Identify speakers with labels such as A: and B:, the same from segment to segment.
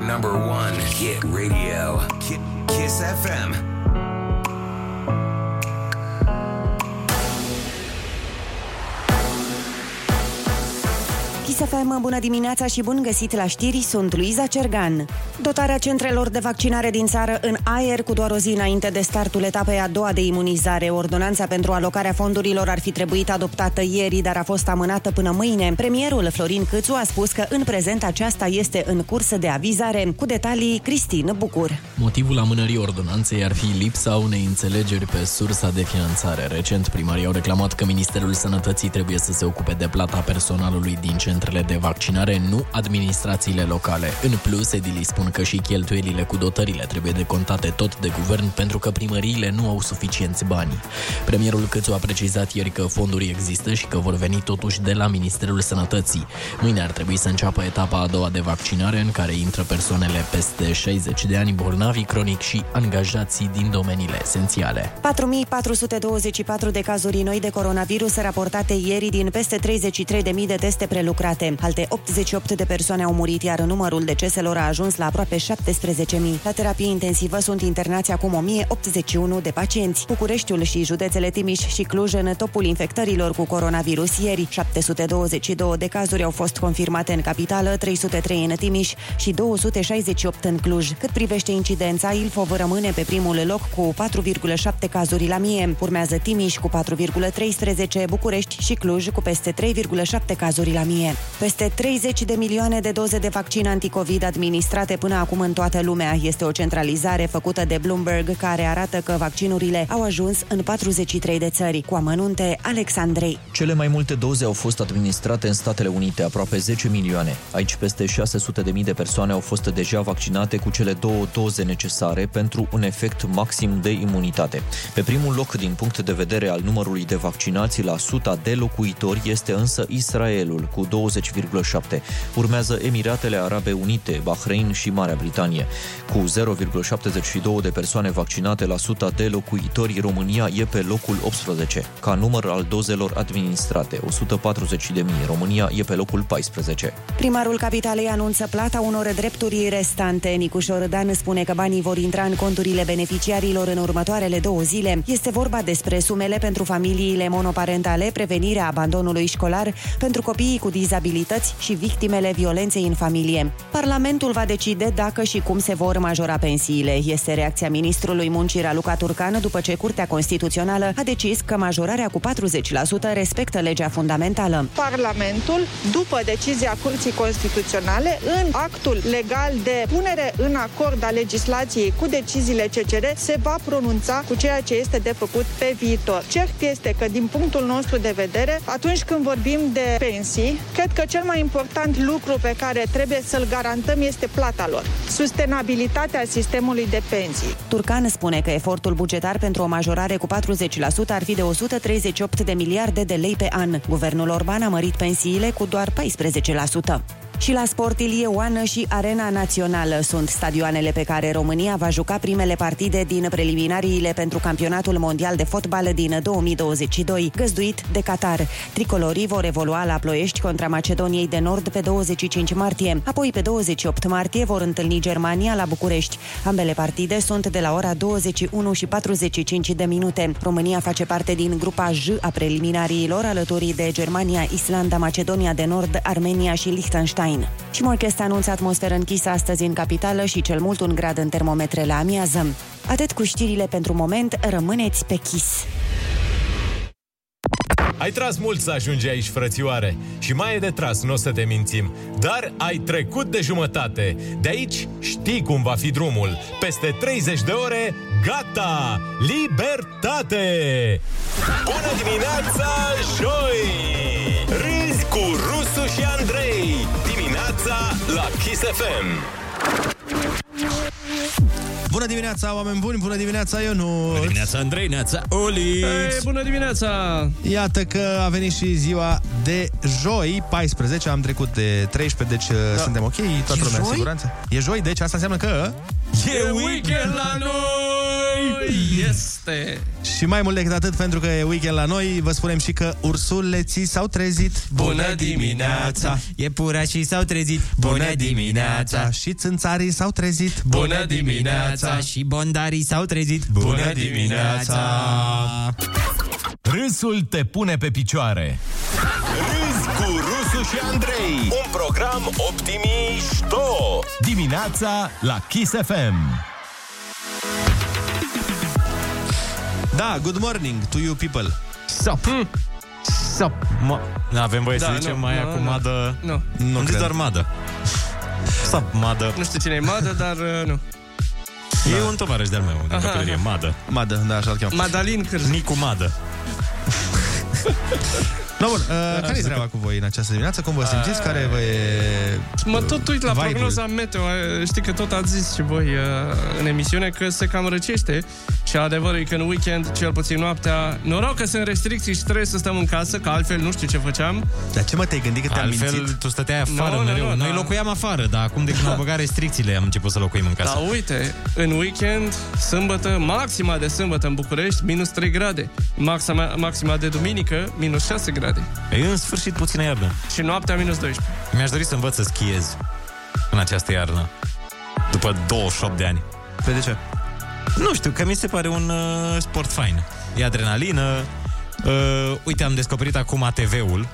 A: number one hit radio. Ki- Kiss FM.
B: Chisafem, bună dimineața și bun găsit la știri, sunt Luiza Cergan. Dotarea centrelor de vaccinare din țară în aer cu doar o zi înainte de startul etapei a doua de imunizare. Ordonanța pentru alocarea fondurilor ar fi trebuit adoptată ieri, dar a fost amânată până mâine. Premierul Florin Câțu a spus că în prezent aceasta este în curs de avizare. Cu detalii, Cristin Bucur.
C: Motivul amânării ordonanței ar fi lipsa unei înțelegeri pe sursa de finanțare. Recent, primarii au reclamat că Ministerul Sănătății trebuie să se ocupe de plata personalului din centrele de vaccinare, nu administrațiile locale. În plus, edilii spun că și cheltuielile cu dotările trebuie decontate tot de guvern pentru că primăriile nu au suficienți bani. Premierul Cățu a precizat ieri că fonduri există și că vor veni totuși de la Ministerul Sănătății. Mâine ar trebui să înceapă etapa a doua de vaccinare în care intră persoanele peste 60 de ani, bolnavi cronic și angajații din domeniile esențiale.
B: 4.424 de cazuri noi de coronavirus raportate ieri din peste 33.000 de teste prelucrate. Alte 88 de persoane au murit, iar numărul deceselor a ajuns la aproape 17.000. La terapie intensivă sunt internați acum 1.081 de pacienți. Bucureștiul și județele Timiș și Cluj în topul infectărilor cu coronavirus ieri. 722 de cazuri au fost confirmate în capitală, 303 în Timiș și 268 în Cluj. Cât privește incidența, Ilfov rămâne pe primul loc cu 4,7 cazuri la mie. Urmează Timiș cu 4,13, București și Cluj cu peste 3,7 cazuri la mie. Peste 30 de milioane de doze de vaccin anticovid administrate până acum în toată lumea. Este o centralizare făcută de Bloomberg care arată că vaccinurile au ajuns în 43 de țări. Cu amănunte, Alexandrei.
D: Cele mai multe doze au fost administrate în Statele Unite, aproape 10 milioane. Aici peste 600.000 de persoane au fost deja vaccinate cu cele două doze necesare pentru un efect maxim de imunitate. Pe primul loc din punct de vedere al numărului de vaccinați la 100 de locuitori este însă Israelul cu 20,7. Urmează Emiratele Arabe Unite, Bahrain și Marea Britanie. Cu 0,72 de persoane vaccinate la 100 de locuitori, România e pe locul 18. Ca număr al dozelor administrate, 140 de mii. România e pe locul 14.
B: Primarul Capitalei anunță plata unor drepturi restante. Nicușor Rădan spune că banii vor intra în conturile beneficiarilor în următoarele două zile. Este vorba despre sumele pentru familiile monoparentale, prevenirea abandonului școlar, pentru copiii cu dizabilități și victimele violenței în familie. Parlamentul va decide dacă și cum se vor majora pensiile. Este reacția ministrului muncii Raluca Turcan după ce Curtea Constituțională a decis că majorarea cu 40% respectă legea fundamentală.
E: Parlamentul, după decizia Curții Constituționale, în actul legal de punere în acord a legislației cu deciziile CCR, se va pronunța cu ceea ce este de făcut pe viitor. Cert este că, din punctul nostru de vedere, atunci când vorbim de pensii, cred că cel mai important lucru pe care trebuie să-l garantăm este plata lor, sustenabilitatea sistemului de pensii.
B: Turcan spune că efortul bugetar pentru o majorare cu 40% ar fi de 138 de miliarde de lei pe an. Guvernul Orban a mărit pensiile cu doar 14%. Și la sport Ilie Oană și Arena Națională sunt stadioanele pe care România va juca primele partide din preliminariile pentru campionatul mondial de fotbal din 2022, găzduit de Qatar. Tricolorii vor evolua la Ploiești contra Macedoniei de Nord pe 25 martie, apoi pe 28 martie vor întâlni Germania la București. Ambele partide sunt de la ora 21 și 45 de minute. România face parte din grupa J a preliminariilor alături de Germania, Islanda, Macedonia de Nord, Armenia și Liechtenstein. Și Morchest anunță atmosferă închisă astăzi în capitală și cel mult un grad în termometre la amiază. Atât cu știrile pentru moment, rămâneți pe chis.
F: Ai tras mult să ajungi aici, frățioare. Și mai e de tras, nu o să te mințim. Dar ai trecut de jumătate. De aici știi cum va fi drumul. Peste 30 de ore, gata! Libertate! Bună dimineața, joi! Râzi cu Rusu și Andrei. Dimineața la Kiss FM.
G: Bună dimineața, oameni buni! Bună dimineața, Ionut! Bună
H: Neața Andrei, neața Oli
I: Ei, bună dimineața!
G: Iată că a venit și ziua de joi, 14, am trecut de 13, deci da. suntem ok, toată
I: E
G: lumea în
I: joi?
G: siguranță. E joi, deci asta înseamnă că...
H: E weekend la noi!
I: Este.
G: Și mai mult decât atât, pentru că e weekend la noi, vă spunem și că ursuleții s-au trezit.
I: Iepurașii s-au trezit.
G: Și țânțarii s-au trezit.
I: Și bondarii s-au trezit.
F: Râsul te pune pe picioare. Râzi cu Rusu și Andrei. Un program optimișto. Dimineața la Kiss FM.
G: Da, good morning to you people.
I: Sup. Sup.
H: Hm. Nu avem voie
I: Da,
H: să zicem
I: nu,
H: mai
I: nu,
H: acum
I: nu.
H: madă.
I: Nu.
G: Nu
H: Am zis
G: cred.
H: doar madă. Sap, madă. Da.
I: Nu știu cine e Madă, dar uh, nu.
H: E un tovarăș de-al meu din copilărie, madă.
G: Madă, da, așa-l cheamă.
I: Madalin Cârz.
H: Nicu Madă.
G: No, bun,
I: Da,
G: uh, care e treaba cu voi în această dimineață? Cum vă simțiți? Care vă e...
I: Mă tot uit la
G: Vibe-ul.
I: prognoza meteo. Știi că tot ați zis și voi uh, în emisiune că se cam răcește și adevărul e că în weekend, cel puțin noaptea, noroc că sunt restricții și trebuie să stăm în casă, că altfel nu știu ce făceam.
G: Dar ce mă te-ai gândit că te-am
H: Altfel,
G: mințit?
H: tu stăteai afară
I: Nu, nu,
H: mereu.
I: nu,
H: Noi
I: da.
H: locuiam afară, dar acum de când au băgat restricțiile am început să locuim în
I: Da,
H: casă.
I: uite, în weekend, sâmbătă, maxima de sâmbătă în București, minus 3 grade. Maxima, maxima de duminică, minus 6 grade.
H: E în sfârșit puțină iarnă.
I: Și noaptea, minus 12.
H: Mi-aș dori să învăț să schiez în această iarnă. După 28 de ani.
G: Pe de ce?
H: Nu știu, că mi se pare un uh, sport fain. E adrenalină. Uh, uite, am descoperit acum ATV-ul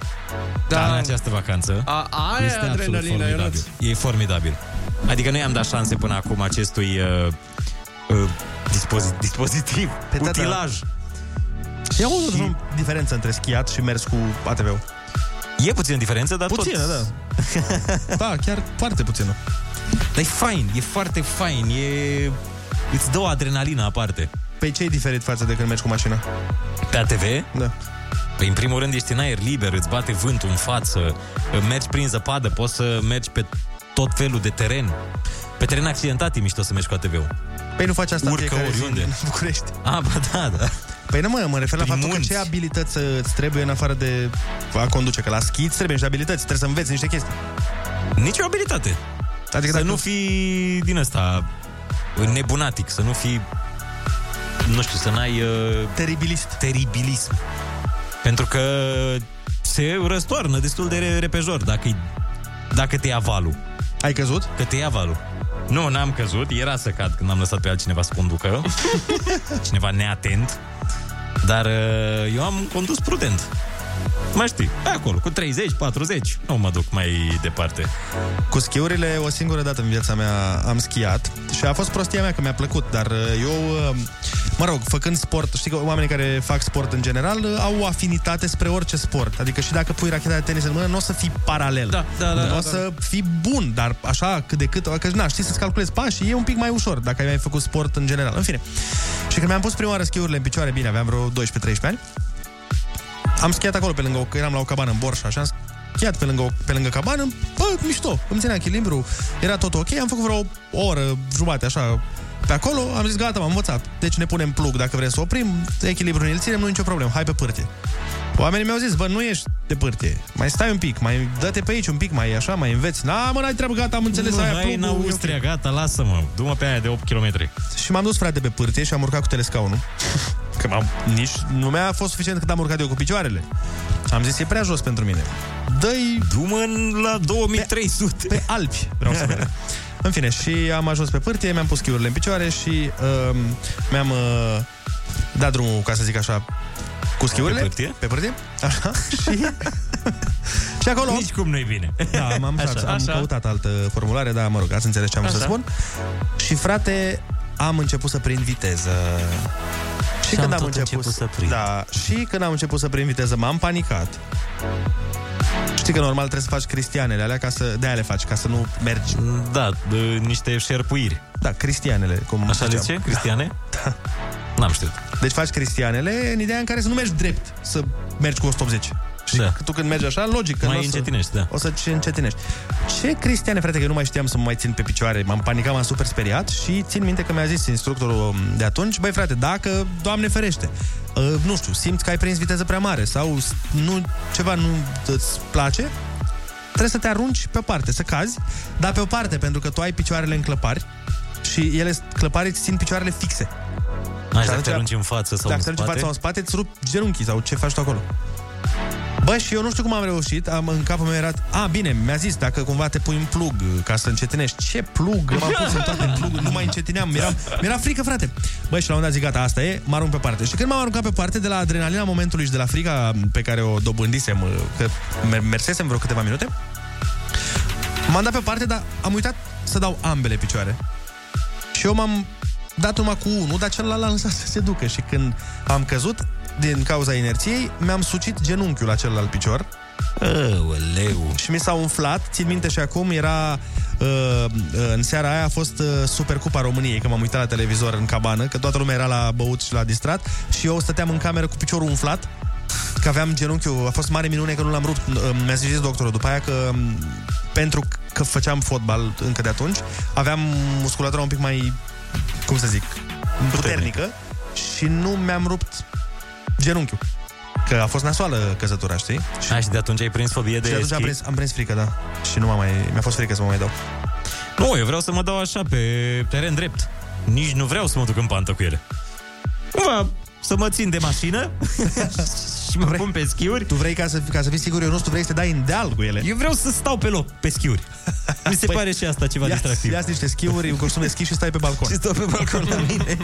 H: da. în această vacanță.
I: A, aia
H: Este
I: este
H: absolut
I: adrenalina, Ionuț.
H: formidabil. E formidabil. Adică noi am dat șanse până acum acestui uh, uh, dispozi- dispozitiv,
G: Pe da, da.
H: utilaj.
G: E o și... diferență între schiat și mers cu ATV-ul.
H: E puțină diferență, dar
G: Puțină,
H: tot...
G: da. da, chiar foarte puțină.
H: Dar e fain, e foarte fain, e... Îți dă o adrenalină aparte.
G: Pe Păi ce e diferit față de când mergi cu mașina?
H: Pe ATV,
G: Da.
H: Păi, în primul rând, ești în aer liber, îți bate vântul în față, mergi prin zăpadă, poți să mergi pe tot felul de teren. Pe teren accidentat e mișto să mergi cu ATV-ul.
G: Păi nu faci asta în
H: Urcă
G: fiecare zi
H: oriunde.
G: în București.
H: A, ba da, da.
G: Păi nu mă, mă refer la
H: Prin
G: faptul că
H: munți.
G: ce abilități uh, îți trebuie în afară de a conduce. Că la schi îți trebuie niște abilități, trebuie să înveți niște chestii.
H: Nici o abilitate.
G: Adică
H: să
G: dacă
H: nu
G: nu...
H: fii din ăsta uh, nebunatic, să nu fii, nu știu, să n-ai uh,
G: Teribilist.
H: teribilism. Pentru că se răstoarnă destul de re- repejor dacă, dacă te ia valul.
G: Ai căzut?
H: Că te ia valul. Nu, n-am căzut, era să cad când am lăsat pe altcineva să conducă. Cineva neatent. Dar uh, eu am condus prudent. Mai știi, acolo, cu 30, 40, nu mă duc mai departe.
G: Cu schiurile o singură dată în viața mea am schiat și a fost prostia mea că mi-a plăcut, dar uh, eu, uh, mă rog, făcând sport, știi că oamenii care fac sport în general uh, au o afinitate spre orice sport. Adică și dacă pui racheta de tenis în mână, nu o să fii paralel.
I: Da, da, da,
G: O
I: da,
G: să fii bun, dar așa cât de cât, că na, știi să-ți calculezi pașii, e un pic mai ușor dacă ai mai făcut sport în general. În fine. Și când mi-am pus prima oară schiurile în picioare, bine, aveam vreo 12-13 ani, am schiat acolo pe lângă, o, că eram la o cabană în Borșa și am schiat pe lângă, o, pe lângă cabană, bă, mișto, îmi ținea echilibru, era tot ok, am făcut vreo o oră, jumate, așa, pe acolo, am zis, gata, m-am învățat. Deci ne punem plug dacă vrem să oprim, echilibru ne-l ținem, nu nicio problemă, hai pe pârtie. Oamenii mi-au zis, bă, nu ești de pârtie, mai stai un pic, mai dă-te pe aici un pic, mai așa, mai înveți. Na, mă, n-ai treabă, gata, am înțeles,
H: Nu,
G: aia
H: hai în
G: plugul, e ok."
H: Austria, gata, lasă-mă, du-mă pe aia de 8 km.
G: Și m-am dus, frate, pe pârtie și am urcat cu telescaunul. Că m-am... Nici nu mi-a fost suficient cât am urcat eu cu picioarele. Am zis, e prea jos pentru mine. Dă-i
H: Du-mă în- la 2300.
G: pe Alpi, vreau să merg. În fine, și am ajuns pe pârtie, mi-am pus chiurile în picioare și um, mi-am uh, dat drumul, ca să zic așa, cu schiurile.
H: Pe pârtie?
G: Pe pârtie, așa, și... și acolo...
H: Nici cum nu-i bine.
G: Da, m-am așa, am
I: Așa.
G: căutat altă formulare, dar mă rog, ați înțeles ce am vrut să
I: Așa.
G: spun. Și frate, am început să prind viteză. Și,
H: am tot început să prind.
G: Da, și când am început să prind viteză, m-am panicat. Știi că normal trebuie să faci cristianele alea ca să de aia le faci, ca să nu mergi.
H: Da, d- niște șerpuiri.
G: Da, cristianele, cum
H: Așa le
G: ziceam.
H: zice, Cristiane? Da. N-am știut.
G: Deci faci cristianele în ideea în care să nu mergi drept, să mergi cu 180. Și
H: Da.
G: tu când mergi așa, logic că
H: Mai
G: nu o să-
H: încetinești, da.
G: O să ci încetinești. Ce cristiane, frate, că eu nu mai știam să mă mai țin pe picioare. M-am panicat, m-am super speriat și țin minte că mi-a zis instructorul de atunci, băi frate, dacă, Doamne ferește, ă, nu știu, simți că ai prins viteză prea mare sau s- nu, ceva nu îți place, trebuie să te arunci pe o parte, să cazi, dar pe o parte, pentru că tu ai picioarele în clăpari și ele, clăparii îți țin picioarele fixe.
H: Mai dacă
G: Și
H: te
G: atunci-
H: arunci în față sau
G: dacă
H: în spate.
G: te arunci în fața sau în spate, îți rup genunchii sau ce faci tu acolo. Bă, și eu nu știu cum am reușit, am în capul meu era, a, bine, mi-a zis, dacă cumva te pui în plug uh, ca să încetinești. Ce plug? M-am pus în toate pluguri, nu mai încetineam, mi-era, mi-era frică, frate. Bă, și la un moment dat zic, gata, asta e, mă arunc pe parte. Și când m-am aruncat pe parte, de la adrenalina momentului și de la frica pe care o dobândisem, uh, că mer- mersesem vreo câteva minute, m-am dat pe parte, dar am uitat să dau ambele picioare. Și eu m-am dat numai cu unul, dar celălalt l-a lăsat să se ducă. Și când am căzut, din cauza inerției, mi-am sucit genunchiul la celălalt picior
H: Aoleu.
G: și mi s-a umflat. Țin minte și acum, era uh, uh, în seara aia a fost uh, Supercupa României, că m-am uitat la televizor în cabană, că toată lumea era la băut și la distrat și eu stăteam în cameră cu piciorul umflat că aveam genunchiul, a fost mare minune că nu l-am rupt. Mi-a zis doctorul după aia că m, pentru că făceam fotbal încă de atunci, aveam musculatura un pic mai, cum să zic, puternică, puternică și nu mi-am rupt genunchiul. Că a fost nasoală căzătura, știi? Și
H: A, și de atunci ai prins fobie
G: și
H: de
G: atunci
H: schi?
G: am prins, am prins frică, da. Și nu m-a mai... Mi-a fost frică să mă mai dau.
H: Nu, eu vreau să mă dau așa, pe teren drept. Nici nu vreau să mă duc în pantă cu ele. Cumva, să mă țin de mașină și mă pun pe schiuri.
G: Tu vrei ca să, ca să fii sigur, eu nu știu, tu vrei să te dai în deal cu ele.
H: Eu vreau să stau pe loc, pe schiuri. Mi se
G: Păi,
H: pare și asta ceva distractiv.
G: ia niște schiuri, un costum de schi și stai pe balcon.
H: Și stau pe balcon la mine.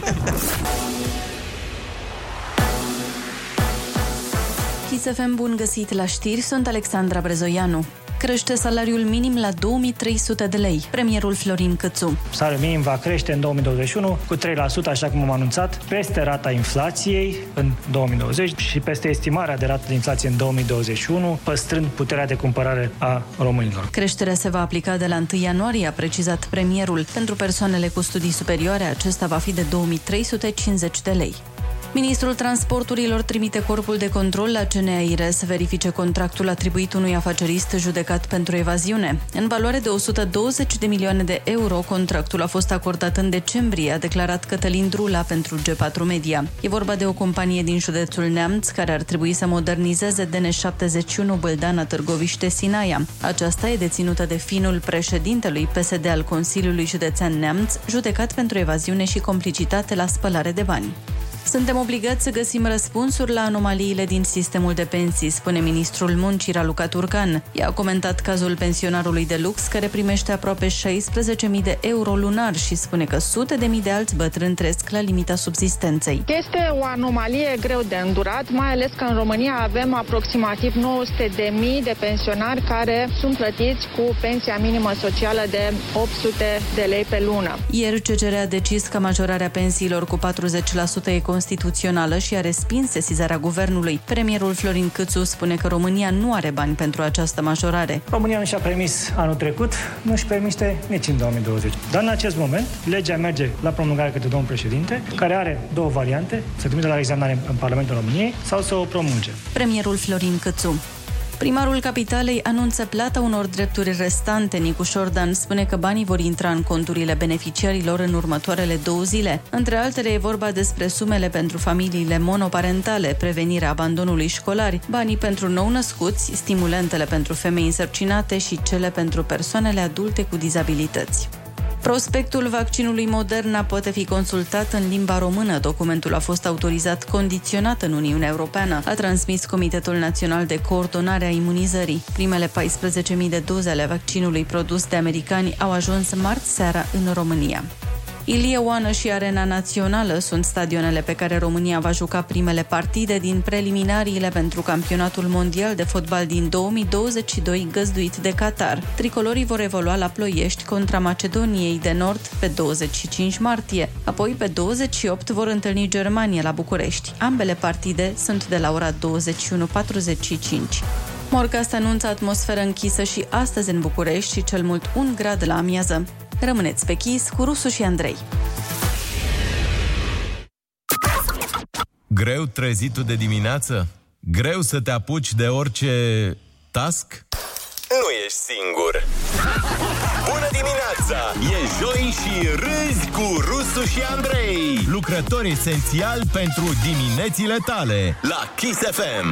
J: Chisefem bun găsit la știri, sunt Alexandra Brezoianu. Crește salariul minim la 2300 de lei, premierul Florin Cățu.
K: Salariul minim va crește în 2021 cu 3%, așa cum am anunțat, peste rata inflației în 2020 și peste estimarea de rată de inflație în 2021, păstrând puterea de cumpărare a românilor.
J: Creșterea se va aplica de la 1 ianuarie, a precizat premierul. Pentru persoanele cu studii superioare, acesta va fi de 2350 de lei. Ministrul Transporturilor trimite corpul de control la CNAIR să verifice contractul atribuit unui afacerist judecat pentru evaziune. În valoare de 120 de milioane de euro, contractul a fost acordat în decembrie, a declarat Cătălin Drula pentru G4 Media. E vorba de o companie din județul Neamț care ar trebui să modernizeze DN71 Băldana Târgoviște Sinaia. Aceasta e deținută de finul președintelui PSD al Consiliului Județean Neamț, judecat pentru evaziune și complicitate la spălare de bani. Suntem obligați să găsim răspunsuri la anomaliile din sistemul de pensii, spune ministrul muncii Raluca Turcan. Ea a comentat cazul pensionarului de lux care primește aproape 16.000 de euro lunar și spune că sute de mii de alți bătrâni trăiesc la limita subsistenței.
E: Este o anomalie greu de îndurat, mai ales că în România avem aproximativ 900 de mii de pensionari care sunt plătiți cu pensia minimă socială de 800 de lei pe lună.
J: Ieri, CCR a decis că majorarea pensiilor cu 40% e constituțională și a respins sesizarea guvernului. Premierul Florin Câțu spune că România nu are bani pentru această majorare.
K: România nu și-a permis anul trecut, nu și permite nici în 2020. Dar în acest moment, legea merge la promulgare către domnul președinte, care are două variante, să trimite la examinare în Parlamentul României sau să o promulge.
J: premierul Florin Cățu. Primarul Capitalei anunță plata unor drepturi restante. Nicu Șordan spune că banii vor intra în conturile beneficiarilor în următoarele două zile. Între altele, e vorba despre sumele pentru familiile monoparentale, prevenirea abandonului școlari, banii pentru nou-născuți, stimulentele pentru femei însărcinate și cele pentru persoanele adulte cu dizabilități. Prospectul vaccinului Moderna poate fi consultat în limba română. Documentul a fost autorizat condiționat în Uniunea Europeană, a transmis Comitetul Național de Coordonare a Imunizării. Primele 14.000 de doze ale vaccinului produs de americani au ajuns marți seara în România. Ilie Oană și Arena Națională sunt stadionele pe care România va juca primele partide din preliminariile pentru campionatul mondial de fotbal din 2022 găzduit de Qatar. Tricolorii vor evolua la Ploiești contra Macedoniei de Nord pe 25 martie, apoi pe 28 vor întâlni Germania la București. Ambele partide sunt de la ora 21.45. Morcast anunță atmosferă închisă și astăzi în București și cel mult un grad la amiază. Rămâneți pe chis cu Rusu și Andrei.
F: Greu trezitul de dimineață? Greu să te apuci de orice task? Nu ești singur! Bună dimineața! E joi și râzi cu Rusu și Andrei! Lucrători esențial pentru diminețile tale la Kiss FM!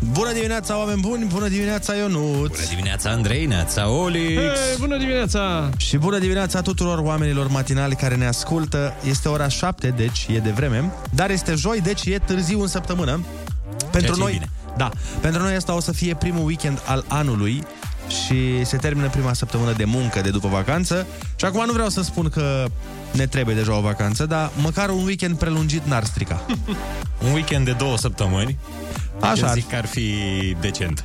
G: Bună dimineața, oameni buni! Bună dimineața, Ionut! Bună
H: dimineața, Andrei, neața, Olix!
I: Hey, bună dimineața!
G: Și bună dimineața tuturor oamenilor matinali care ne ascultă. Este ora 7, deci e de vreme, dar este joi, deci e târziu în săptămână. Pentru
H: ce e
G: noi,
H: bine.
G: da, pentru noi asta o să fie primul weekend al anului și se termină prima săptămână de muncă de după vacanță. Și acum nu vreau să spun că ne trebuie deja o vacanță, dar măcar un weekend prelungit n-ar strica.
H: Un weekend de două săptămâni.
G: Așa
H: Eu
G: ar
H: zic că ar fi decent.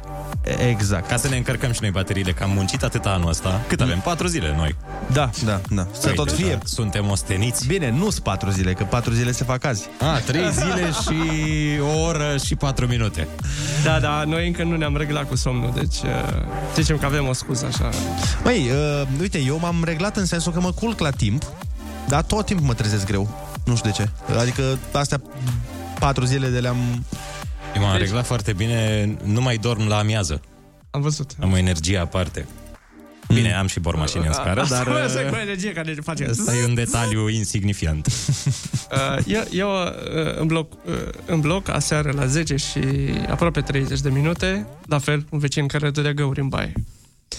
G: Exact.
H: Ca să ne încărcăm și noi bateriile, că am muncit atâta anul ăsta. Cât avem? Patru zile noi. Păi
G: Da, da, da. Să tot
H: deja
G: fie.
H: Suntem osteniți.
G: Bine, nu sunt patru zile, că patru zile se fac azi.
H: A, trei zile și o oră și patru minute.
I: Da, da, noi încă nu ne-am reglat cu somnul, deci uh, zicem că avem o scuză așa.
G: Măi, uh, uite, eu m-am reglat în sensul că mă culc la timp, dar tot timpul mă trezesc greu. Nu știu de ce. Adică astea patru zile de le-am...
H: Eu m-am reglat foarte bine, nu mai dorm la amiază.
I: Deci- Am văzut.
H: Am o energie aparte. Bine,
G: Mm.
H: am și bormașini în scară, dar uh,
I: Asta asta e cu energie care ne face...
H: asta e un detaliu insignifiant.
I: Uh, eu eu uh, în, bloc, uh, în bloc aseară la 10 și aproape 30 de minute, la fel, un vecin care dădea găuri în baie.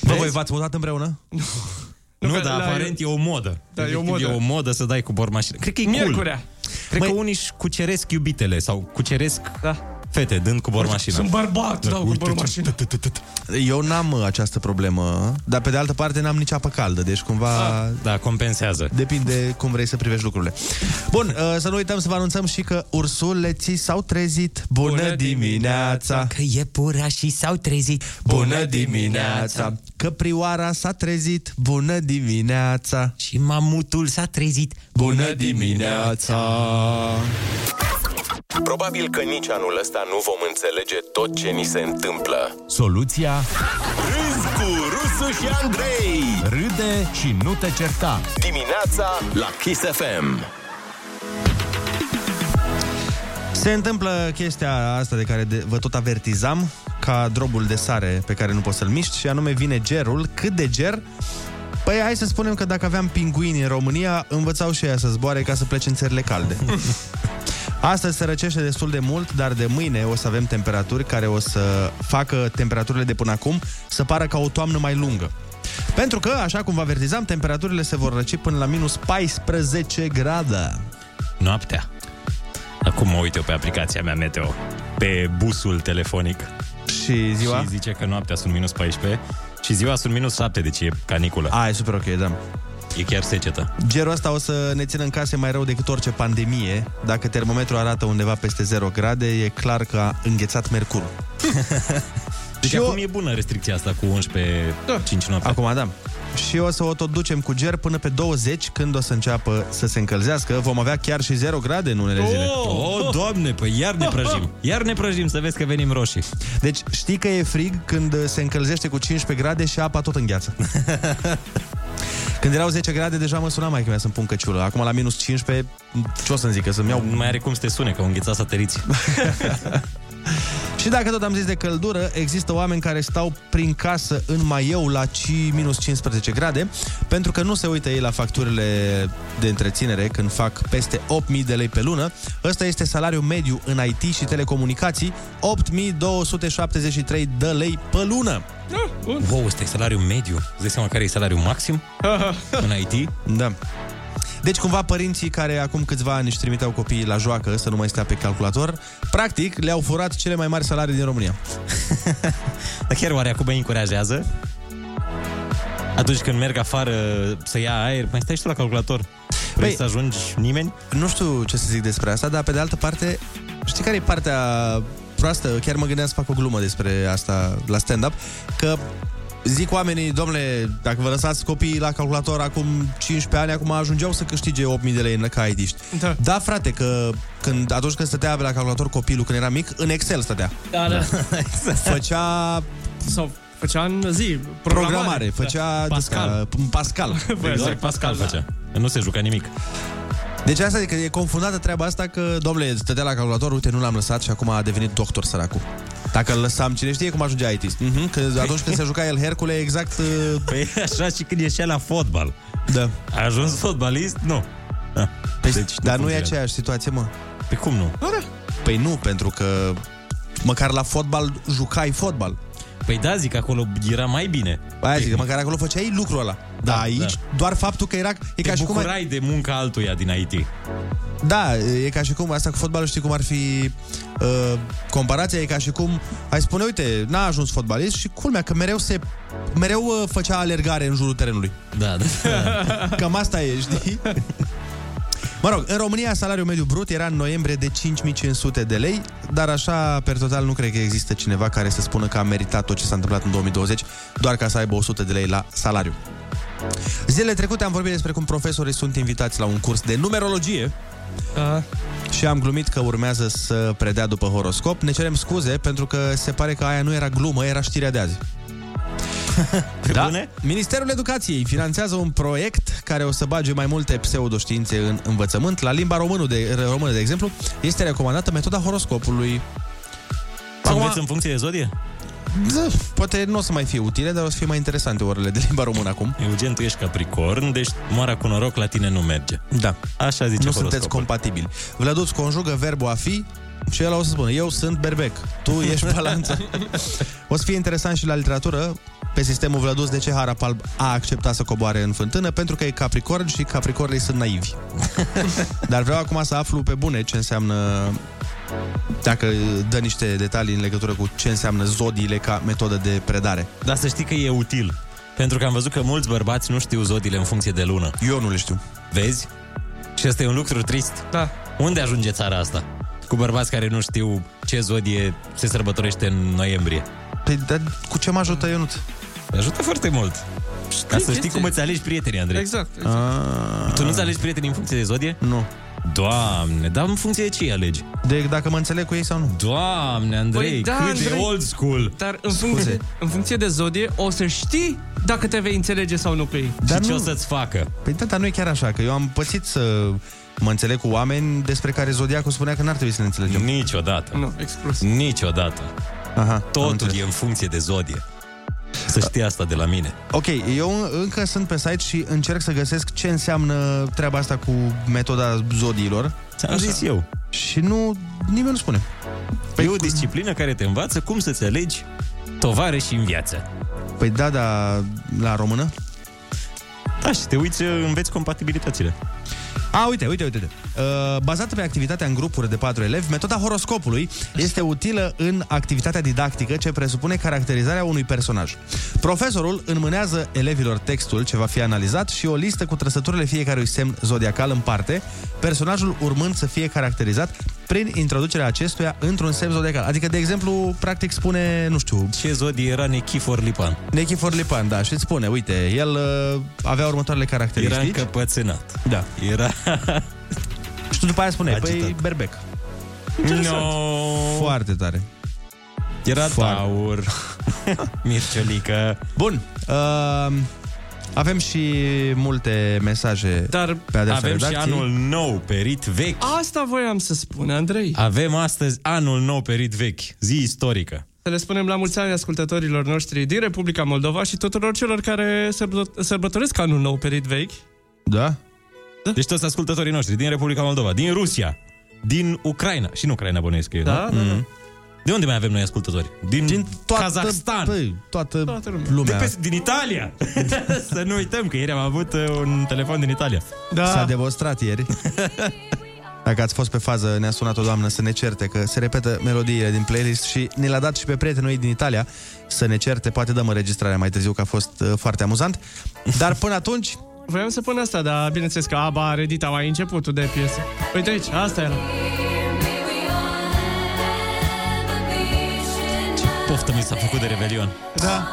G: Bă, voi v-ați mutat împreună?
H: Nu,
I: că
H: dar
I: la-
H: aparent e o modă.
I: Da, e o
H: Efectiv,
I: modă.
H: E o modă să dai cu bormașină. Cred că e cool.
I: Miercurea.
H: Cred că unii își cuceresc iubitele sau cuceresc
I: Da.
H: fete dând cu bormașina.
I: Sunt bărbat, da, dau cu
H: Uite ce-
I: bormașină.
G: Eu n-am uh, această problemă, dar pe de altă parte n-am nici apă caldă, deci cumva... Ah.
H: Da, compensează.
G: Depinde cum vrei să privești lucrurile. Bun, uh, să nu uităm să vă anunțăm și că ursuleții s-au trezit. Bună,
I: Bună
G: dimineața!
H: Că iepurașii s-au trezit.
G: Că prioara s-a trezit. Bună dimineața!
H: Și mamutul s-a trezit.
G: Bună dimineața!
F: Probabil că nici anul ăsta nu vom înțelege tot ce ni se întâmplă. Soluția? Râzi cu Rusu și Andrei! Râde și nu te certa. Dimineața la Kiss FM.
G: Se întâmplă chestia asta de care de, vă tot avertizam, ca drobul de sare pe care nu poți să-l miști, și anume vine gerul. Cât de ger? Păi hai să spunem că dacă aveam pinguini în România, învățau și ea să zboare ca să plece în țările calde. Astăzi se răcește destul de mult, dar de mâine o să avem temperaturi care o să facă temperaturile de până acum să pară ca o toamnă mai lungă. Pentru că, așa cum vă avertizam, temperaturile se vor răci până la minus 14 grade.
H: Noaptea. Acum mă uit eu pe aplicația mea meteo, pe busul telefonic
G: Și ziua?
H: și zice că noaptea sunt minus 14 și ziua sunt minus 7, deci e caniculă.
G: A, e super ok, da.
H: E chiar secetă.
G: Gerul ăsta o să ne țină în case mai rău decât orice pandemie. Dacă termometrul arată undeva peste 0 grade, e clar că a înghețat mercurul.
H: Deci
G: Și eu-
H: acum e bună restricția asta cu 11
I: Da.
H: 5 noaptea.
G: Acum, da. Și o să o tot ducem cu ger până pe 20, când o să înceapă să se încălzească. Vom avea chiar și 0 grade în unele zile.
H: Oh, oh, doamne, păi iar ne prăjim. Iar ne prăjim, să vezi că venim roșii.
G: Deci știi că e frig când se încălzește cu 15 grade și apa tot îngheață. Când erau 10 grade, deja mă suna mai mea să-mi pun căciulă. Acum la minus 15, ce o să-mi zică? Să-mi iau
H: Nu mai are cum să te sune, că au înghețat sateliții.
G: Și dacă tot am zis de căldură, există oameni care stau prin casă în maieu la ci- minus 15 grade, pentru că nu se uită ei la facturile de întreținere când fac peste 8.000 de lei pe lună. Ăsta este salariul mediu în IT și telecomunicații, 8.273 de lei pe lună.
I: Ah, bun.
H: Wow, ăsta e salariul mediu. Îți dai seama care e salariul maxim în IT?
G: Da. Deci cumva părinții care acum câțiva ani își trimiteau copiii la joacă să nu mai stea pe calculator, practic le-au furat cele mai mari salarii din România.
H: Dar chiar oare acum îi încurajează? Atunci când merg afară să ia aer, mai stai și tu la calculator. Vrei
G: Păi-
H: să ajungi nimeni?
G: nu știu ce să zic despre asta, dar pe de altă parte, știi care e partea proastă? Chiar mă gândeam să fac o glumă despre asta la stand-up, că zic oamenii, domnule, dacă vă lăsați copiii la calculator acum 15 ani, acum ajungeau să câștige 8.000 de lei în ca it
I: Da.
G: da, frate, că când, atunci când stătea la calculator copilul, când era mic, în Excel stătea.
I: Da, da.
H: Exact.
G: Făcea
I: Sau făcea în zi programare. Da.
G: programare, făcea
H: Pascal.
G: Desca, Pascal.
I: Păi,
H: Exact, Pascal făcea. Nu se juca nimic.
G: Deci asta adică e confundată treaba asta că, domnule, stătea la calculator, uite, nu l-am lăsat și acum a devenit doctor săracul. Dacă îl lăsam, cine știe cum ajungea it mm-hmm, Că atunci când se juca el Hercule, exact... uh,
H: Păi așa și când ieșea la fotbal.
G: Da.
H: A ajuns fotbalist? Nu. Da.
G: Păi, deci, dar nu e
H: funcționează.
G: aceeași situație, mă.
H: Pe cum nu?
G: Păi nu, pentru că Măcar la fotbal jucai fotbal.
H: Păi da, zic, acolo era mai bine.
G: Aia zic, măcar acolo făceai lucrul ăla. Da, da aici, da. doar faptul că era...
H: Te
G: E ca și cum ai,
H: bucurai de munca altuia din IT.
G: da, e ca și cum, asta cu fotbalul știi cum ar fi... Uh, comparația e ca și cum ai spune, uite, n-a ajuns fotbalist și culmea că mereu se mereu uh, făcea alergare în jurul terenului.
H: Da, da.
G: Cam asta e, știi? Mă rog, în România salariul mediu brut era în noiembrie de 5500 de lei, dar așa, per total, nu cred că există cineva care să spună că a meritat tot ce s-a întâmplat în 2020, doar ca să aibă 100 de lei la salariu. Zilele trecute am vorbit despre cum profesorii sunt invitați la un curs de numerologie
I: Da.
G: și am glumit că urmează să predea după horoscop. Ne cerem scuze pentru că se pare că aia nu era glumă, era știrea de azi. Da. Bune? Ministerul Educației finanțează un proiect care o să bage mai multe pseudoștiințe în învățământ. La limba română, de, română, de exemplu, este recomandată metoda horoscopului.
H: Să înveți în funcție de zodie?
G: Da, poate nu o să mai fie utile, dar o să fie mai interesante orele de limba română acum.
H: Eugen, tu ești capricorn, deci moara cu noroc la tine nu merge.
G: Da.
H: Așa zice
G: nu
H: horoscopul.
G: sunteți compatibili. Vlăduț conjugă verbul a fi și el o să spună, eu sunt berbec, tu ești balanța. o să fie interesant și la literatură, pe sistemul Vlăduț de ce Harapalb a acceptat să coboare în fântână, pentru că e capricorn și capricornii sunt naivi. Dar vreau acum să aflu pe bune ce înseamnă dacă dă niște detalii în legătură cu ce înseamnă zodiile ca metodă de predare.
H: Dar să știi că e util. Pentru că am văzut că mulți bărbați nu știu zodiile în funcție de lună.
G: Eu nu le știu.
H: Vezi? Și asta e un lucru trist.
I: Da.
H: Unde ajunge țara asta? Cu bărbați care nu știu ce zodie se sărbătorește în noiembrie.
G: Păi, dar cu ce mă ajută Ionut?
H: Ajută foarte mult. Ca să știi cum îți alegi prietenii, Andrei.
I: Exact.
G: Ah.
H: Tu nu-ți alegi prietenii în funcție de zodie?
G: Nu.
H: Doamne, dar în funcție de ce alegi?
G: De dacă mă înțeleg cu ei sau nu.
H: Doamne, Andrei,
I: Păi da,
H: cât de
I: Andrei.
H: old school.
I: Dar în funcție, în
G: Da.
I: funcție de zodie o să știi dacă te vei înțelege sau nu cu ei.
G: Dar
H: și ce
G: nu-
H: o să-ți facă?
G: Păi da, dar nu e chiar așa, că eu am pățit să mă înțeleg cu oameni despre care Zodiacul spunea că n-ar trebui să ne înțelegem.
H: Niciodată.
I: Nu, exclus.
H: Niciodată.
G: Aha, am
H: Totul
G: înțeles.
H: e în funcție de zodie. Să știi asta de la mine.
G: Ok, eu încă sunt pe site și încerc să găsesc ce înseamnă treaba asta cu metoda zodiilor
H: Ți-am zis eu.
G: și nu, nimeni nu spune.
H: Păi e o disciplină care te învață cum să-ți alegi tovare și în viață.
G: Păi da, da, la română.
H: Da, și te uiți,
G: uh,
H: înveți compatibilitățile.
G: A, uite, uite, uite. uite. Uh, bazată pe activitatea în grupuri de patru elevi, metoda horoscopului este utilă în activitatea didactică ce presupune caracterizarea unui personaj. Profesorul înmânează elevilor textul ce va fi analizat și o listă cu trăsăturile fiecărui semn zodiacal în parte, personajul urmând să fie caracterizat prin introducerea acestuia într-un semn zodiacal. Adică, de exemplu, practic spune, nu știu,
H: Ce zodie era Nechifor Lipan?
G: Nechifor Lipan, da, și îți spune, uite, el uh, avea următoarele
H: Era
G: caracteristici.
H: încăpățânat.
G: Da.
H: Era...
G: Și tu după aia spune, păi,
H: Agitat.
G: berbec.
H: No.
G: Foarte tare.
H: Era da,
G: Foarte.
H: Taur. Mirciolică.
G: Bun. Uh, avem și multe mesaje
I: Dar
G: pe adresa
H: Avem și
G: redacției.
H: anul nou perit vechi.
I: asta voiam să spun, Andrei.
H: Avem astăzi anul nou perit vechi. Zi istorică.
I: Să le spunem la mulți ani ascultătorilor noștri din Republica Moldova și tuturor celor care sărbăt- sărbătoresc anul nou perit vechi.
G: Da?
H: Deci toți ascultătorii noștri din Republica Moldova, din Rusia, din Ucraina. Și în Ucraina bănuiesc că e, nu? Mm.
I: Da? da, da.
H: De unde mai avem noi ascultători? Din,
G: Din toată,
H: Kazahstan.
G: Păi, toată,
I: Toată lumea.
G: lumea.
H: De pe, din Italia! Să nu uităm că ieri am avut uh, un telefon din Italia.
I: Da.
G: S-a demonstrat ieri. Dacă ați fost pe fază, ne-a sunat o doamnă să ne certe, că se repetă melodiile din playlist și ne l-a dat și pe prietenul ei din Italia să ne certe. Poate dăm înregistrarea mai târziu, că a fost uh, foarte amuzant. Dar până atunci,
I: Voiam să pun asta, dar bineînțeles că ABBA are dita mai începutul de piesă. Uite aici, asta era.
H: Poftă mi s-a făcut de Revelion.
G: da,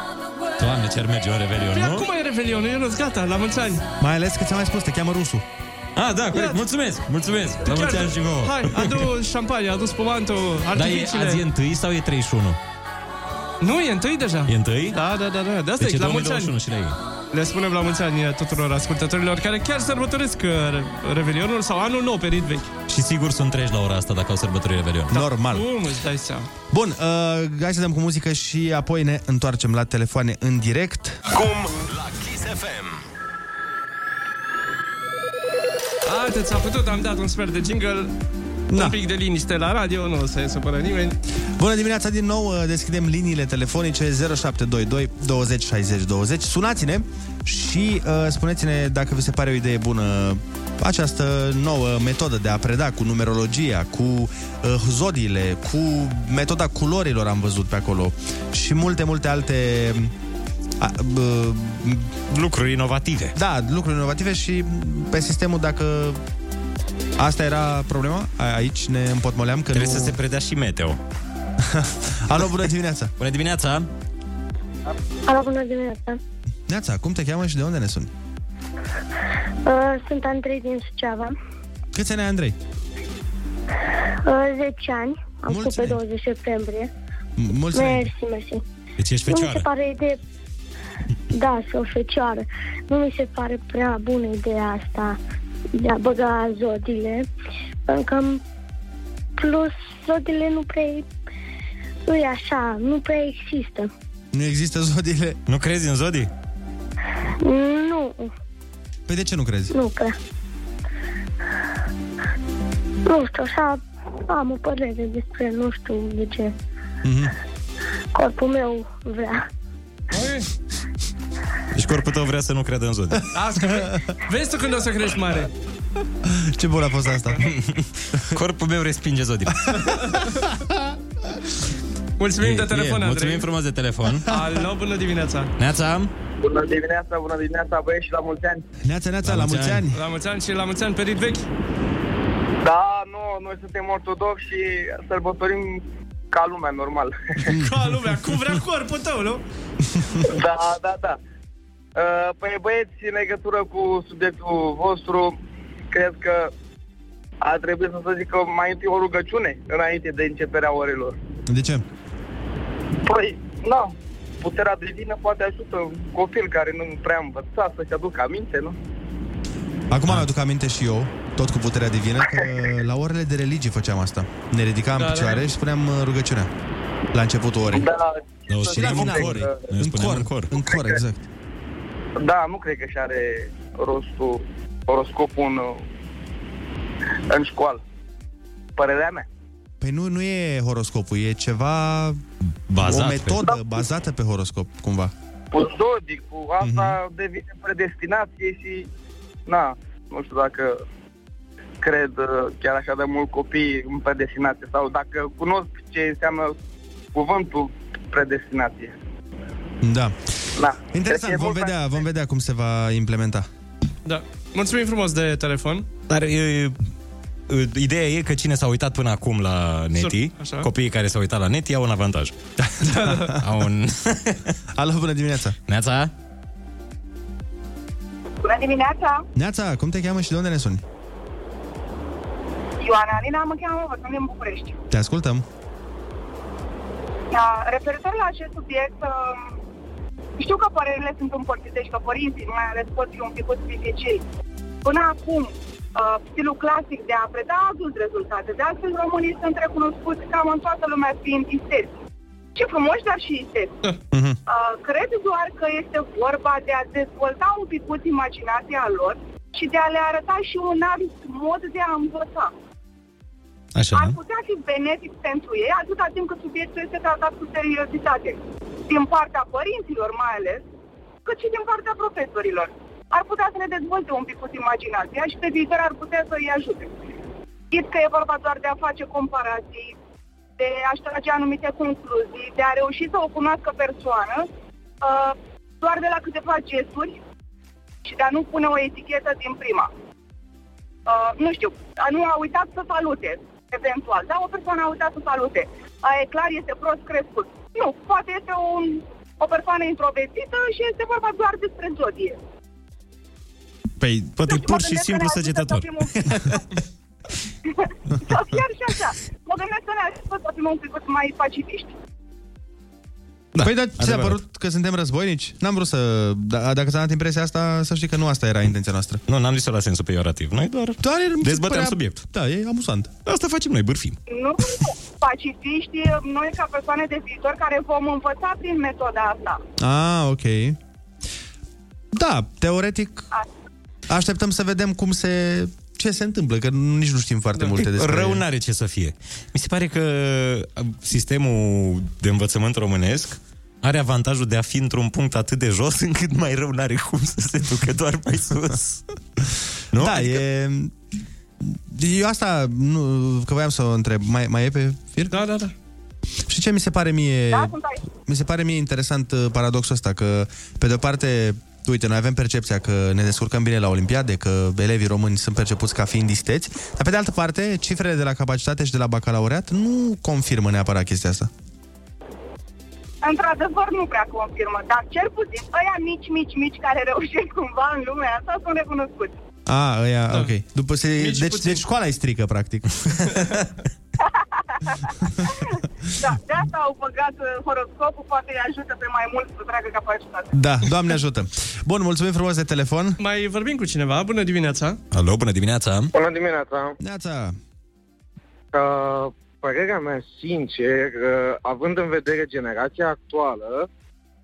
H: Doamne, ce ar merge un Revelion,
I: Păi
H: nu?
I: acum e Revelionul, Ionuț, gata, la mulți ani.
G: mai ales că ți-am mai spus, te cheamă Rusu.
H: Ah, da, corect. Mulțumesc, mulțumesc. La mulți ani și vouă.
I: Hai, adu șampanie, adu spumantul,
H: Dar e,
I: artificiile.
H: azi e întâi sau e 31?
I: Nu, e întâi deja.
H: E întâi?
I: Da, da, da, da. De asta
H: Deci
I: e,
H: e
I: la mulți ani.
H: 2021 și la ei.
I: Le spunem la mulți ani tuturor ascultătorilor care chiar sărbătoresc uh, Re- Revelionul sau anul nou perit vechi.
H: Și sigur sunt treci la ora asta dacă au sărbători Revelion.
G: Normal.
I: Cum îți dai seama?
G: Bun, uh, hai să dăm cu muzică și apoi ne întoarcem la telefoane în direct.
F: Acum la Kiss FM.
I: Atât s-a putut, am dat un sfert de jingle.
H: Da.
I: Un pic de liniște la radio, nu o să se supără nimeni.
G: Bună dimineața din nou, uh, deschidem liniile telefonice 0722 20 60 20. Sunați-ne și uh, spuneți-ne dacă vi se pare o idee bună această nouă metodă de a preda cu numerologia, cu uh, zodiile, cu metoda culorilor am văzut pe acolo și multe, multe alte a, bă,
H: lucruri inovative.
G: Da, lucruri inovative și pe sistemul dacă asta era problema, a- aici ne împotmoleam că
H: Trebuie
G: nu...
H: să se predea și meteo.
G: Alo, bună dimineața!
H: Bună dimineața!
L: Alo, bună dimineața.
G: Neața, cum te cheamă și de unde ne suni?
L: Uh, Sunt Andrei din Suceava.
G: Câți ani ai, Andrei?
L: Uh, 10 ani. Am făcut pe 20 septembrie.
G: Mulți
L: Mersi, mersi.
H: Deci ești
L: Nu mi se
H: fecioară.
L: pare idee... Da, sunt fecioară. Nu mi se pare prea bună ideea asta de a băga zodiile. Pentru că în plus zodiile nu prea nu e așa, nu prea există.
G: Nu există zodiile?
H: Nu crezi în zodii?
L: Nu,
G: Păi de ce nu crezi?
L: nu prea. Nu știu, așa am o părere despre, nu știu de ce.
H: Mhm.
L: Corpul meu vrea.
I: Păi,
H: Deci corpul tău vrea să nu creadă în zodii.
I: Asta, că- Da, vezi tu când o să crești mare.
G: Ce bun a fost asta.
H: Corpul meu respinge zodii.
I: Mulțumim de telefon, Andrei.
H: Mulțumim frumos de telefon.
I: Alo, bună dimineața.
H: Neața!
M: Bună dimineața, bună dimineața, băieți și la mulți ani.
G: Neața, neața, la mulți ani!
I: La mulți ani și la mulți ani perit vechi.
M: Da, nu, noi suntem ortodoxi și sărbătorim ca lumea, normal.
I: Ca lumea, cum vrea corpul tău, nu?
M: da, da, da. Uh, Păi băieți, în legătură cu subiectul vostru, cred că ar trebui să se zică mai întâi o rugăciune înainte de începerea orelor.
G: De ce?
M: Păi, na, puterea divină poate ajută un copil care nu prea învăța să-și aducă aminte, nu?
G: Acum
H: Da.
G: mi-aduc aminte și eu, tot cu puterea divină, că la orele de religii făceam asta. Ne ridicam
M: Da,
G: în
M: da.
G: picioare și spuneam uh, rugăciunea la începutul orei.
M: Da,
H: Da, o
G: și la
H: spuneam în
G: final.
H: cor. Noi
G: În
H: spuneam
G: cor,
H: în cor.
G: în cor, exact.
M: Da, nu cred că și are rostul, horoscopul în, uh, în școală. Părerea mea.
G: Păi nu, nu e horoscopul, e ceva...
H: Bazat
G: o
H: pe-
M: Da.
G: metodă bazată pe horoscop, cumva.
M: Cu
H: Da.
M: zodic, cu asta
H: Mhm.
M: mm-hmm. devine predestinație și... Na, nu știu dacă cred uh, chiar așa de mult copii în predestinație sau dacă cunosc ce înseamnă cuvântul predestinație.
G: Da.
M: Da.
G: Interesant, vom vedea, vom vedea cum se va implementa.
I: Da. Mulțumim frumos de telefon.
H: Dar e, e, ideea e că cine s-a uitat până acum la neti,
I: Sur- așa.
H: copiii care s-au uitat la neti au un avantaj. au un...
G: Alo, bună dimineața!
H: Neața?
N: Bună dimineața!
G: Neața, cum te cheamă și de unde ne suni?
N: Ioana Alina mă cheamă, vă sunt din București.
G: Te ascultăm.
N: Da, referitor la acest subiect, uh, știu că părerile sunt împărțite și că părinții, mai ales pot fi un pic dificili. Până acum, uh, stilul clasic de a preda a adus rezultate. De altfel, românii sunt recunoscuți cam în toată lumea fiind isteți. Ce frumoși, dar și isteți. Uh, cred doar că este vorba de a dezvolta un picuț imaginația lor și de a le arăta și un alt mod de a învăța.
H: Așa.
N: ar putea fi benefic pentru ei atâta timp cât subiectul este tratat cu seriozitate. Din partea părinților mai ales, cât și din partea profesorilor. Ar putea să ne dezvolte un pic imaginația și pe viitor ar putea să îi ajute. Știți că e vorba doar de a face comparații, de a-și trage anumite concluzii, de a reuși să o cunoască persoană uh, doar de la câteva gesturi și de a nu pune o etichetă din prima uh, nu știu, a nu a uitat să salute, eventual. Da, o persoană a uitat să salute. A, e clar, este prost crescut. Nu, poate este un, o persoană introvertită și este vorba doar despre zodie.
H: Păi, poate
N: Mă gândesc că ne ajută să fim un pic- Sau chiar și așa. Mă gândesc că ne ajută să fim un pic mai pacifiști.
G: Da, păi, dar ți s-a părut că suntem războinici? N-am vrut să... Da, dacă ți-a dat impresia asta, să știi că nu asta era intenția noastră.
H: Nu, n-am zis-o la sensul peiorativ. Noi doar,
G: doar
H: dezbăteam subiect.
G: Da, e amuzant.
H: Asta facem noi, bârfim.
N: Nu, pacifiști, noi ca persoane de viitor care vom învăța prin metoda asta.
G: Ah, ok. Da, teoretic, așteptăm să vedem cum se... ce se întâmplă, că nici nu știm foarte multe despre...
H: Da. Rău n-are ce să fie. Mi se pare că uh, sistemul de învățământ românesc are avantajul de a fi într-un punct atât de jos încât mai rău n-are cum să se ducă doar mai sus.
G: Nu? Da, adică... e... Eu asta, nu, că voiam să o întreb, mai, mai e pe fir?
I: Da, da, da.
G: Și ce mi se pare mie...
N: Da, sunt aici.
G: Mi se pare mie interesant uh, paradoxul ăsta, că pe de-o parte, uite, noi avem percepția că ne descurcăm bine la Olimpiade, că elevii români sunt percepuți ca fiind isteți, dar pe de altă parte, cifrele de la capacitate și de la bacalaureat nu confirmă neapărat chestia asta.
N: Într-adevăr, nu prea confirmă, dar cel puțin ăia mici, mici, mici care reușesc cumva în lumea asta sunt recunoscuți.
G: A, ăia, da. ok. După se, deci, deci școala îi strică, practic.
N: Da, de asta au băgat uh, horoscopul, poate îi ajută pe mai mult să treacă capacitate.
G: da, Doamne ajută. Bun, mulțumim frumos de telefon.
I: Mai vorbim cu cineva. Bună dimineața!
H: Alo, bună dimineața!
M: Bună dimineața!
G: Neața!
M: Uh, părerea mea, sincer, uh, având în vedere generația actuală,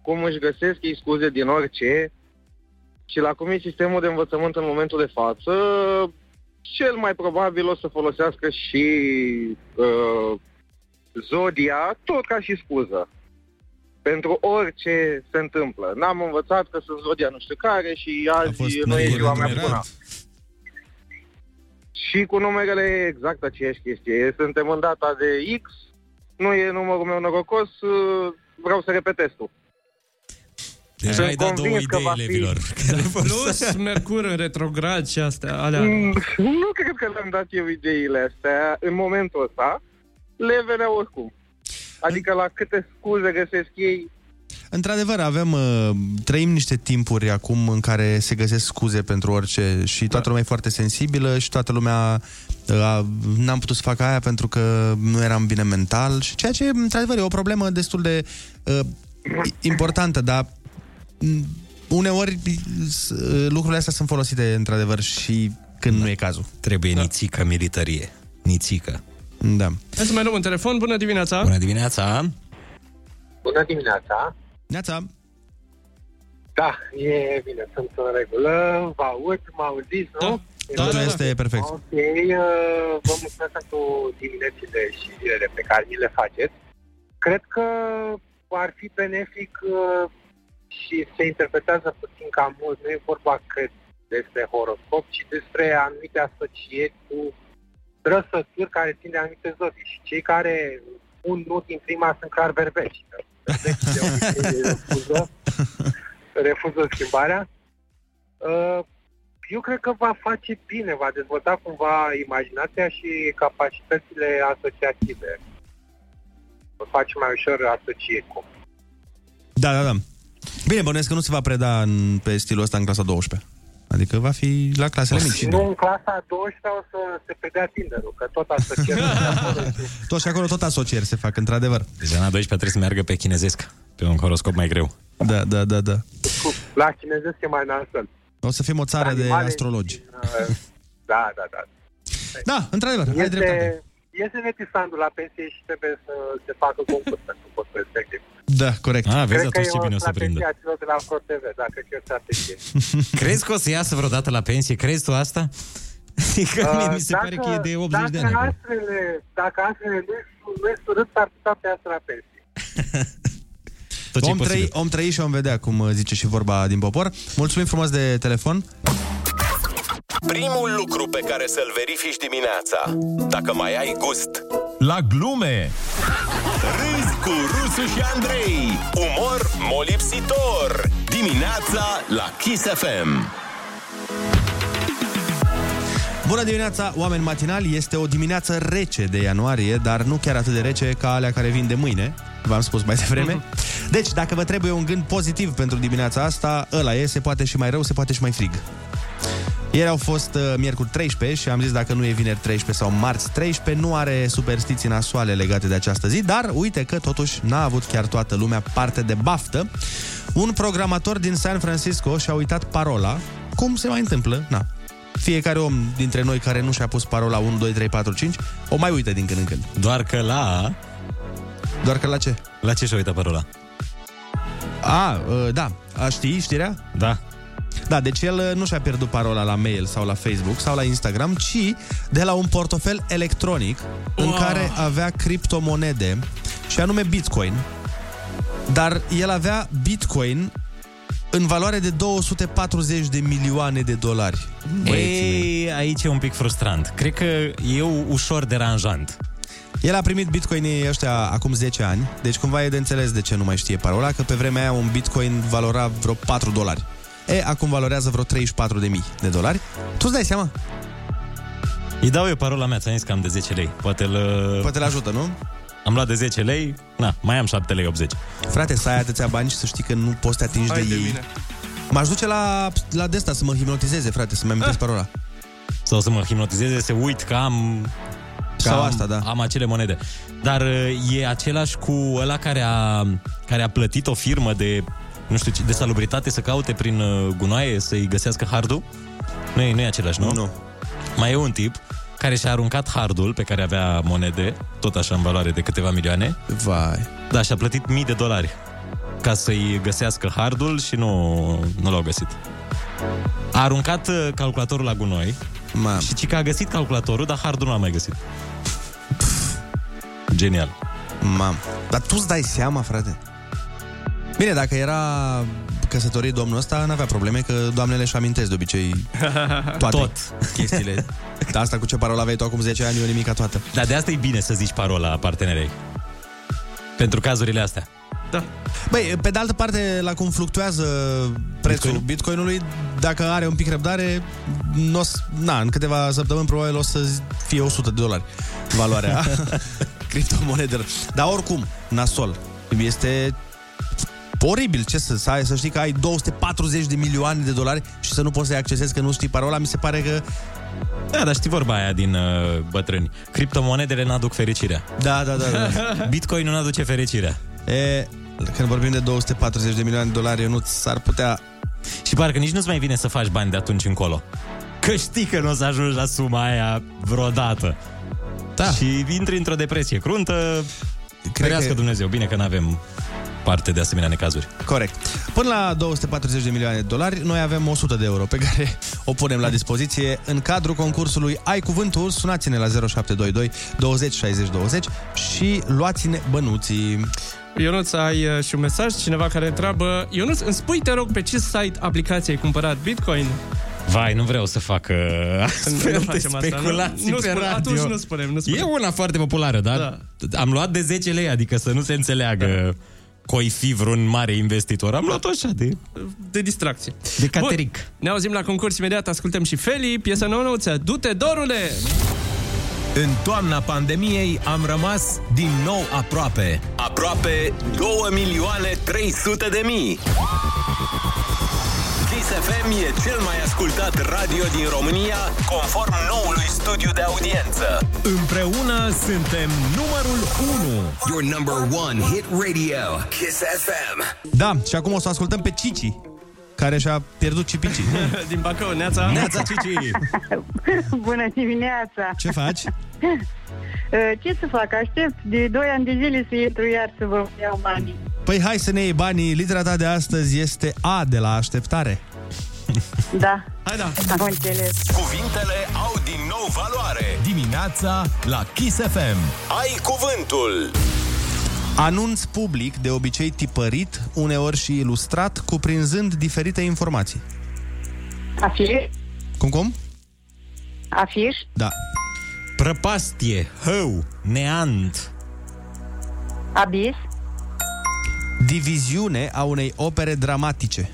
M: cum își găsesc ei scuze din orice și la cum e sistemul de învățământ în momentul de față, cel mai probabil o să folosească și uh, Zodia tot ca și scuză pentru orice se întâmplă. N-am învățat că sunt Zodia nu știu care și azi nu e ziua mea bună. Și cu numerele e exact aceeași chestie. Suntem în data de X, nu e numărul meu norocos, uh, vreau să repet testul.
H: Deci
M: Sunt
H: ai dat două
M: convins că
H: idei
M: va fi.
H: elevilor.
I: Plus Mercur în retrograd și astea,
G: Da.
I: alea.
M: Mm, Nu cred că le-am dat eu ideile astea în momentul ăsta. Le venea oricum. Adică la câte scuze găsesc ei,
G: Într-adevăr, avem, uh, trăim niște timpuri acum în care se găsesc scuze pentru orice și
H: Da.
G: toată lumea e foarte sensibilă și toată lumea uh, a- n-am putut să fac aia pentru că nu eram bine mental și ceea ce, într-adevăr, e o problemă destul de uh, importantă, dar m, uneori s- uh, lucrurile astea sunt folosite, într-adevăr, și când nu e cazul.
H: Trebuie da. nițică militarie. Nițică.
G: Da.
I: Hai să mai luăm un telefon. Bună dimineața!
H: Bună dimineața!
O: Bună dimineața!
G: Neața!
O: Da, e bine, sunt în regulă, vă aud, mă auziți, nu?
G: Da, Totul da, da. este perfect.
O: Ok, uh, vă mulțumesc pentru diminețile și zilele pe care mi le faceți. Cred că ar fi benefic uh, și se interpretează puțin cam mult. Nu e vorba că despre horoscop, ci despre anumite asocieri cu trăsături care țin de anumite zodii. Și cei care un nu din prima sunt clar berbeci. Berbeci de obicei refuză, refuză schimbarea. Uh, eu cred că va face bine, va dezvolta cumva imaginația și capacitățile asociative. Va face mai ușor asocieri cu.
G: Da, da, da. Bine, bănuiesc că nu se va preda în, pe stilul ăsta în clasa 12. Adică va fi la clasele mici.
H: da.
O: Nu în clasa a 12 o să se predea Tinder-ul, că tot asocieri.
G: Tot și acolo tot asocieri se fac, într-adevăr.
H: Deci Ana 12 trebuie să meargă pe chinezesc. Pe un horoscop mai greu.
G: Da, da, da, da.
O: La chinezesc e mai nasol.
G: O să fim o țară de
O: Animale.
G: astrologi.
O: Uh, Da, da, da.
G: Da, într-adevăr, ai dreptate.
O: Este, este netisandu la pensie și trebuie să se facă concurs pentru postul respectiv.
G: Da, corect.
H: Ah, vezi,
O: Cred că
H: atunci
O: e
H: ce bine o să
O: strategie
H: prindă.
O: a celor de la Pro TV, dacă e o strategie.
H: Crezi că o să iasă vreodată la pensie? Crezi tu asta? Adică mie
O: Uh,
H: mi se pare că e de 80 de ani.
O: dacă
H: acum.
O: Astrele, dacă astrele nu nu e surât, s-ar putea pe asta la pensie.
H: Tot ce
G: Om trăi, om trăi și om vedea, cum uh, zice și vorba din popor. Mulțumim frumos de telefon.
P: Primul lucru pe care să-l verifici dimineața, dacă mai ai gust.
F: La glume!
P: Râzi cu Rusu și Andrei. Umor molipsitor. Dimineața la Kiss FM.
G: Bună dimineața, oameni matinali! Este o dimineață rece de ianuarie, dar nu chiar atât de rece ca alea care vin de mâine. V-am spus mai devreme. Deci, dacă vă trebuie un gând pozitiv pentru dimineața asta, ăla e, se poate și mai rău, se poate și mai frig. Ieri au fost uh, miercuri 13 și am zis dacă nu e vineri 13 sau marți 13, nu are superstiții nasoale legate de această zi, dar uite că totuși n-a avut chiar toată lumea parte de baftă. Un programator din San Francisco și-a uitat parola, cum se mai întâmplă, na. Fiecare om dintre noi care nu și-a pus parola 1, 2, 3, 4, 5, o mai uită din când în când.
H: Doar că la...
G: Doar că la ce?
H: La ce și-a uitat parola?
G: ă, A, uh, da, a știi știrea?
H: Da.
G: Da, deci el uh, nu și-a pierdut parola la mail sau la Facebook sau la Instagram, ci de la un portofel electronic în care avea criptomonede și anume Bitcoin. Dar el avea Bitcoin în valoare de 240 de milioane de dolari.
H: Ei, aici e un pic frustrant. Cred că e ușor deranjant.
G: El a primit bitcoinii ăștia acum 10 ani, deci cumva e de înțeles de ce nu mai știe parola, că pe vremea aia un bitcoin valora vreo 4 dolari. E, acum valorează vreo 34 de mii de dolari. Tu îți dai seama?
H: Îi dau eu parola mea, ți-am zis că am de 10 lei. Poate îl...
G: Poate îl ajută, nu?
H: Am luat de 10 lei, na, mai am 7 lei 80.
G: Frate, să ai atâția bani și să știi că nu poți să te atingi de, ei. M-aș duce la, la desta să mă hipnotizeze, frate, să-mi amintesc parola.
H: Ah. Sau să mă hipnotizeze, se uit că am... Că
G: Sau
H: am,
G: asta,
H: da. Am acele monede. Dar uh, e același cu ăla care a, care a plătit o firmă de, nu știu ce, de salubritate să caute prin uh, gunoaie să-i găsească hardul? Nu e, nu e același, nu?
G: Nu.
H: Mai e un tip care și-a aruncat hardul pe care avea monede, tot așa în valoare de câteva milioane.
G: Vai.
H: Da, și-a plătit mii de dolari ca să-i găsească hardul și nu, nu l-au găsit. A aruncat uh, calculatorul la gunoi
G: Mam.
H: și ci că a găsit calculatorul, dar hardul nu l-a mai găsit. Genial.
G: Mam. Dar tu îți dai seama, frate? Bine, dacă era căsătorit domnul ăsta, n-avea probleme, că doamnele își amintesc de obicei toate
H: Tot.
G: chestiile. Dar asta cu ce parolă aveai tu acum 10 ani, eu nimica toată.
H: Dar de asta e bine să zici parola partenerei. Pentru cazurile astea.
G: Băi, pe de altă parte, la cum fluctuează prețul Bitcoin? bitcoinului, dacă are un pic răbdare, n o s- na, în câteva săptămâni probabil o să fie 100 de dolari valoarea criptomonedelor. Dar oricum, nasol, este oribil ce să, să, ai, să știi că ai 240 de milioane de dolari și să nu poți să-i accesezi că nu știi parola, mi se pare că
H: Da, dar știi vorba aia din uh, bătrâni. Criptomonedele n-aduc fericirea.
G: Da, da, da. da.
H: Bitcoin nu aduce fericirea.
G: E, când vorbim de 240 de milioane de dolari, nu s-ar putea...
H: Și parcă nici nu-ți mai vine să faci bani de atunci încolo. Că știi că nu o să ajungi la suma aia vreodată. Da. Și intri într-o depresie cruntă. Crească că... Dumnezeu, bine că nu avem parte de asemenea necazuri.
G: Corect. Până la 240 de milioane de dolari, noi avem 100 de euro pe care o punem la dispoziție în cadrul concursului Ai Cuvântul. Sunați-ne la 0722 20 60 20 și luați-ne bănuții.
I: Ionuț, ai uh, și un mesaj, cineva care întreabă Ionuț, îmi spui, te rog, pe ce site, aplicație ai cumpărat Bitcoin?
H: Vai, nu vreau să fac uh, astfel de
I: facem asta, nu?
H: speculații
I: Nu
H: pe
I: spune-
H: radio.
I: atunci nu spunem, nu spunem.
H: E una foarte populară, dar da. am luat de 10 lei, adică să nu se înțeleagă da. coi fi vreun mare investitor. Am luat-o așa de...
I: De distracție.
H: De cateric. Bun.
I: Ne auzim la concurs imediat, ascultăm și Feli, piesa nouă Du-te, Dorule!
F: În toamna pandemiei am rămas din nou aproape.
P: Aproape 2 milioane 300 de mii. Kiss FM e cel mai ascultat radio din România, conform noului studiu de audiență.
F: Împreună suntem numărul 1.
A: Your number one hit radio, Kiss FM.
G: Da, și acum o să ascultăm pe Cici, care și-a pierdut cipicii.
I: Din Bacău, Neața.
G: Neața Cici.
Q: Bună dimineața!
G: Ce faci?
Q: Eh, Ce să fac? Aștept de 2 ani de zile să intru iar să vă iau banii.
G: Păi hai să ne iei banii. Litera ta de astăzi este A de la așteptare.
Q: Da.
I: Hai da.
Q: Am înțeles.
P: Cuvintele au din nou valoare.
F: Dimineața la Kiss FM.
P: Ai cuvântul.
G: Anunț public, de obicei tipărit, uneori și ilustrat, cuprinzând diferite informații.
Q: Afiș?
G: Cum, cum?
Q: Afiș?
G: Da.
H: Prăpastie, hău, neant.
Q: Abis?
G: Diviziune a unei opere dramatice.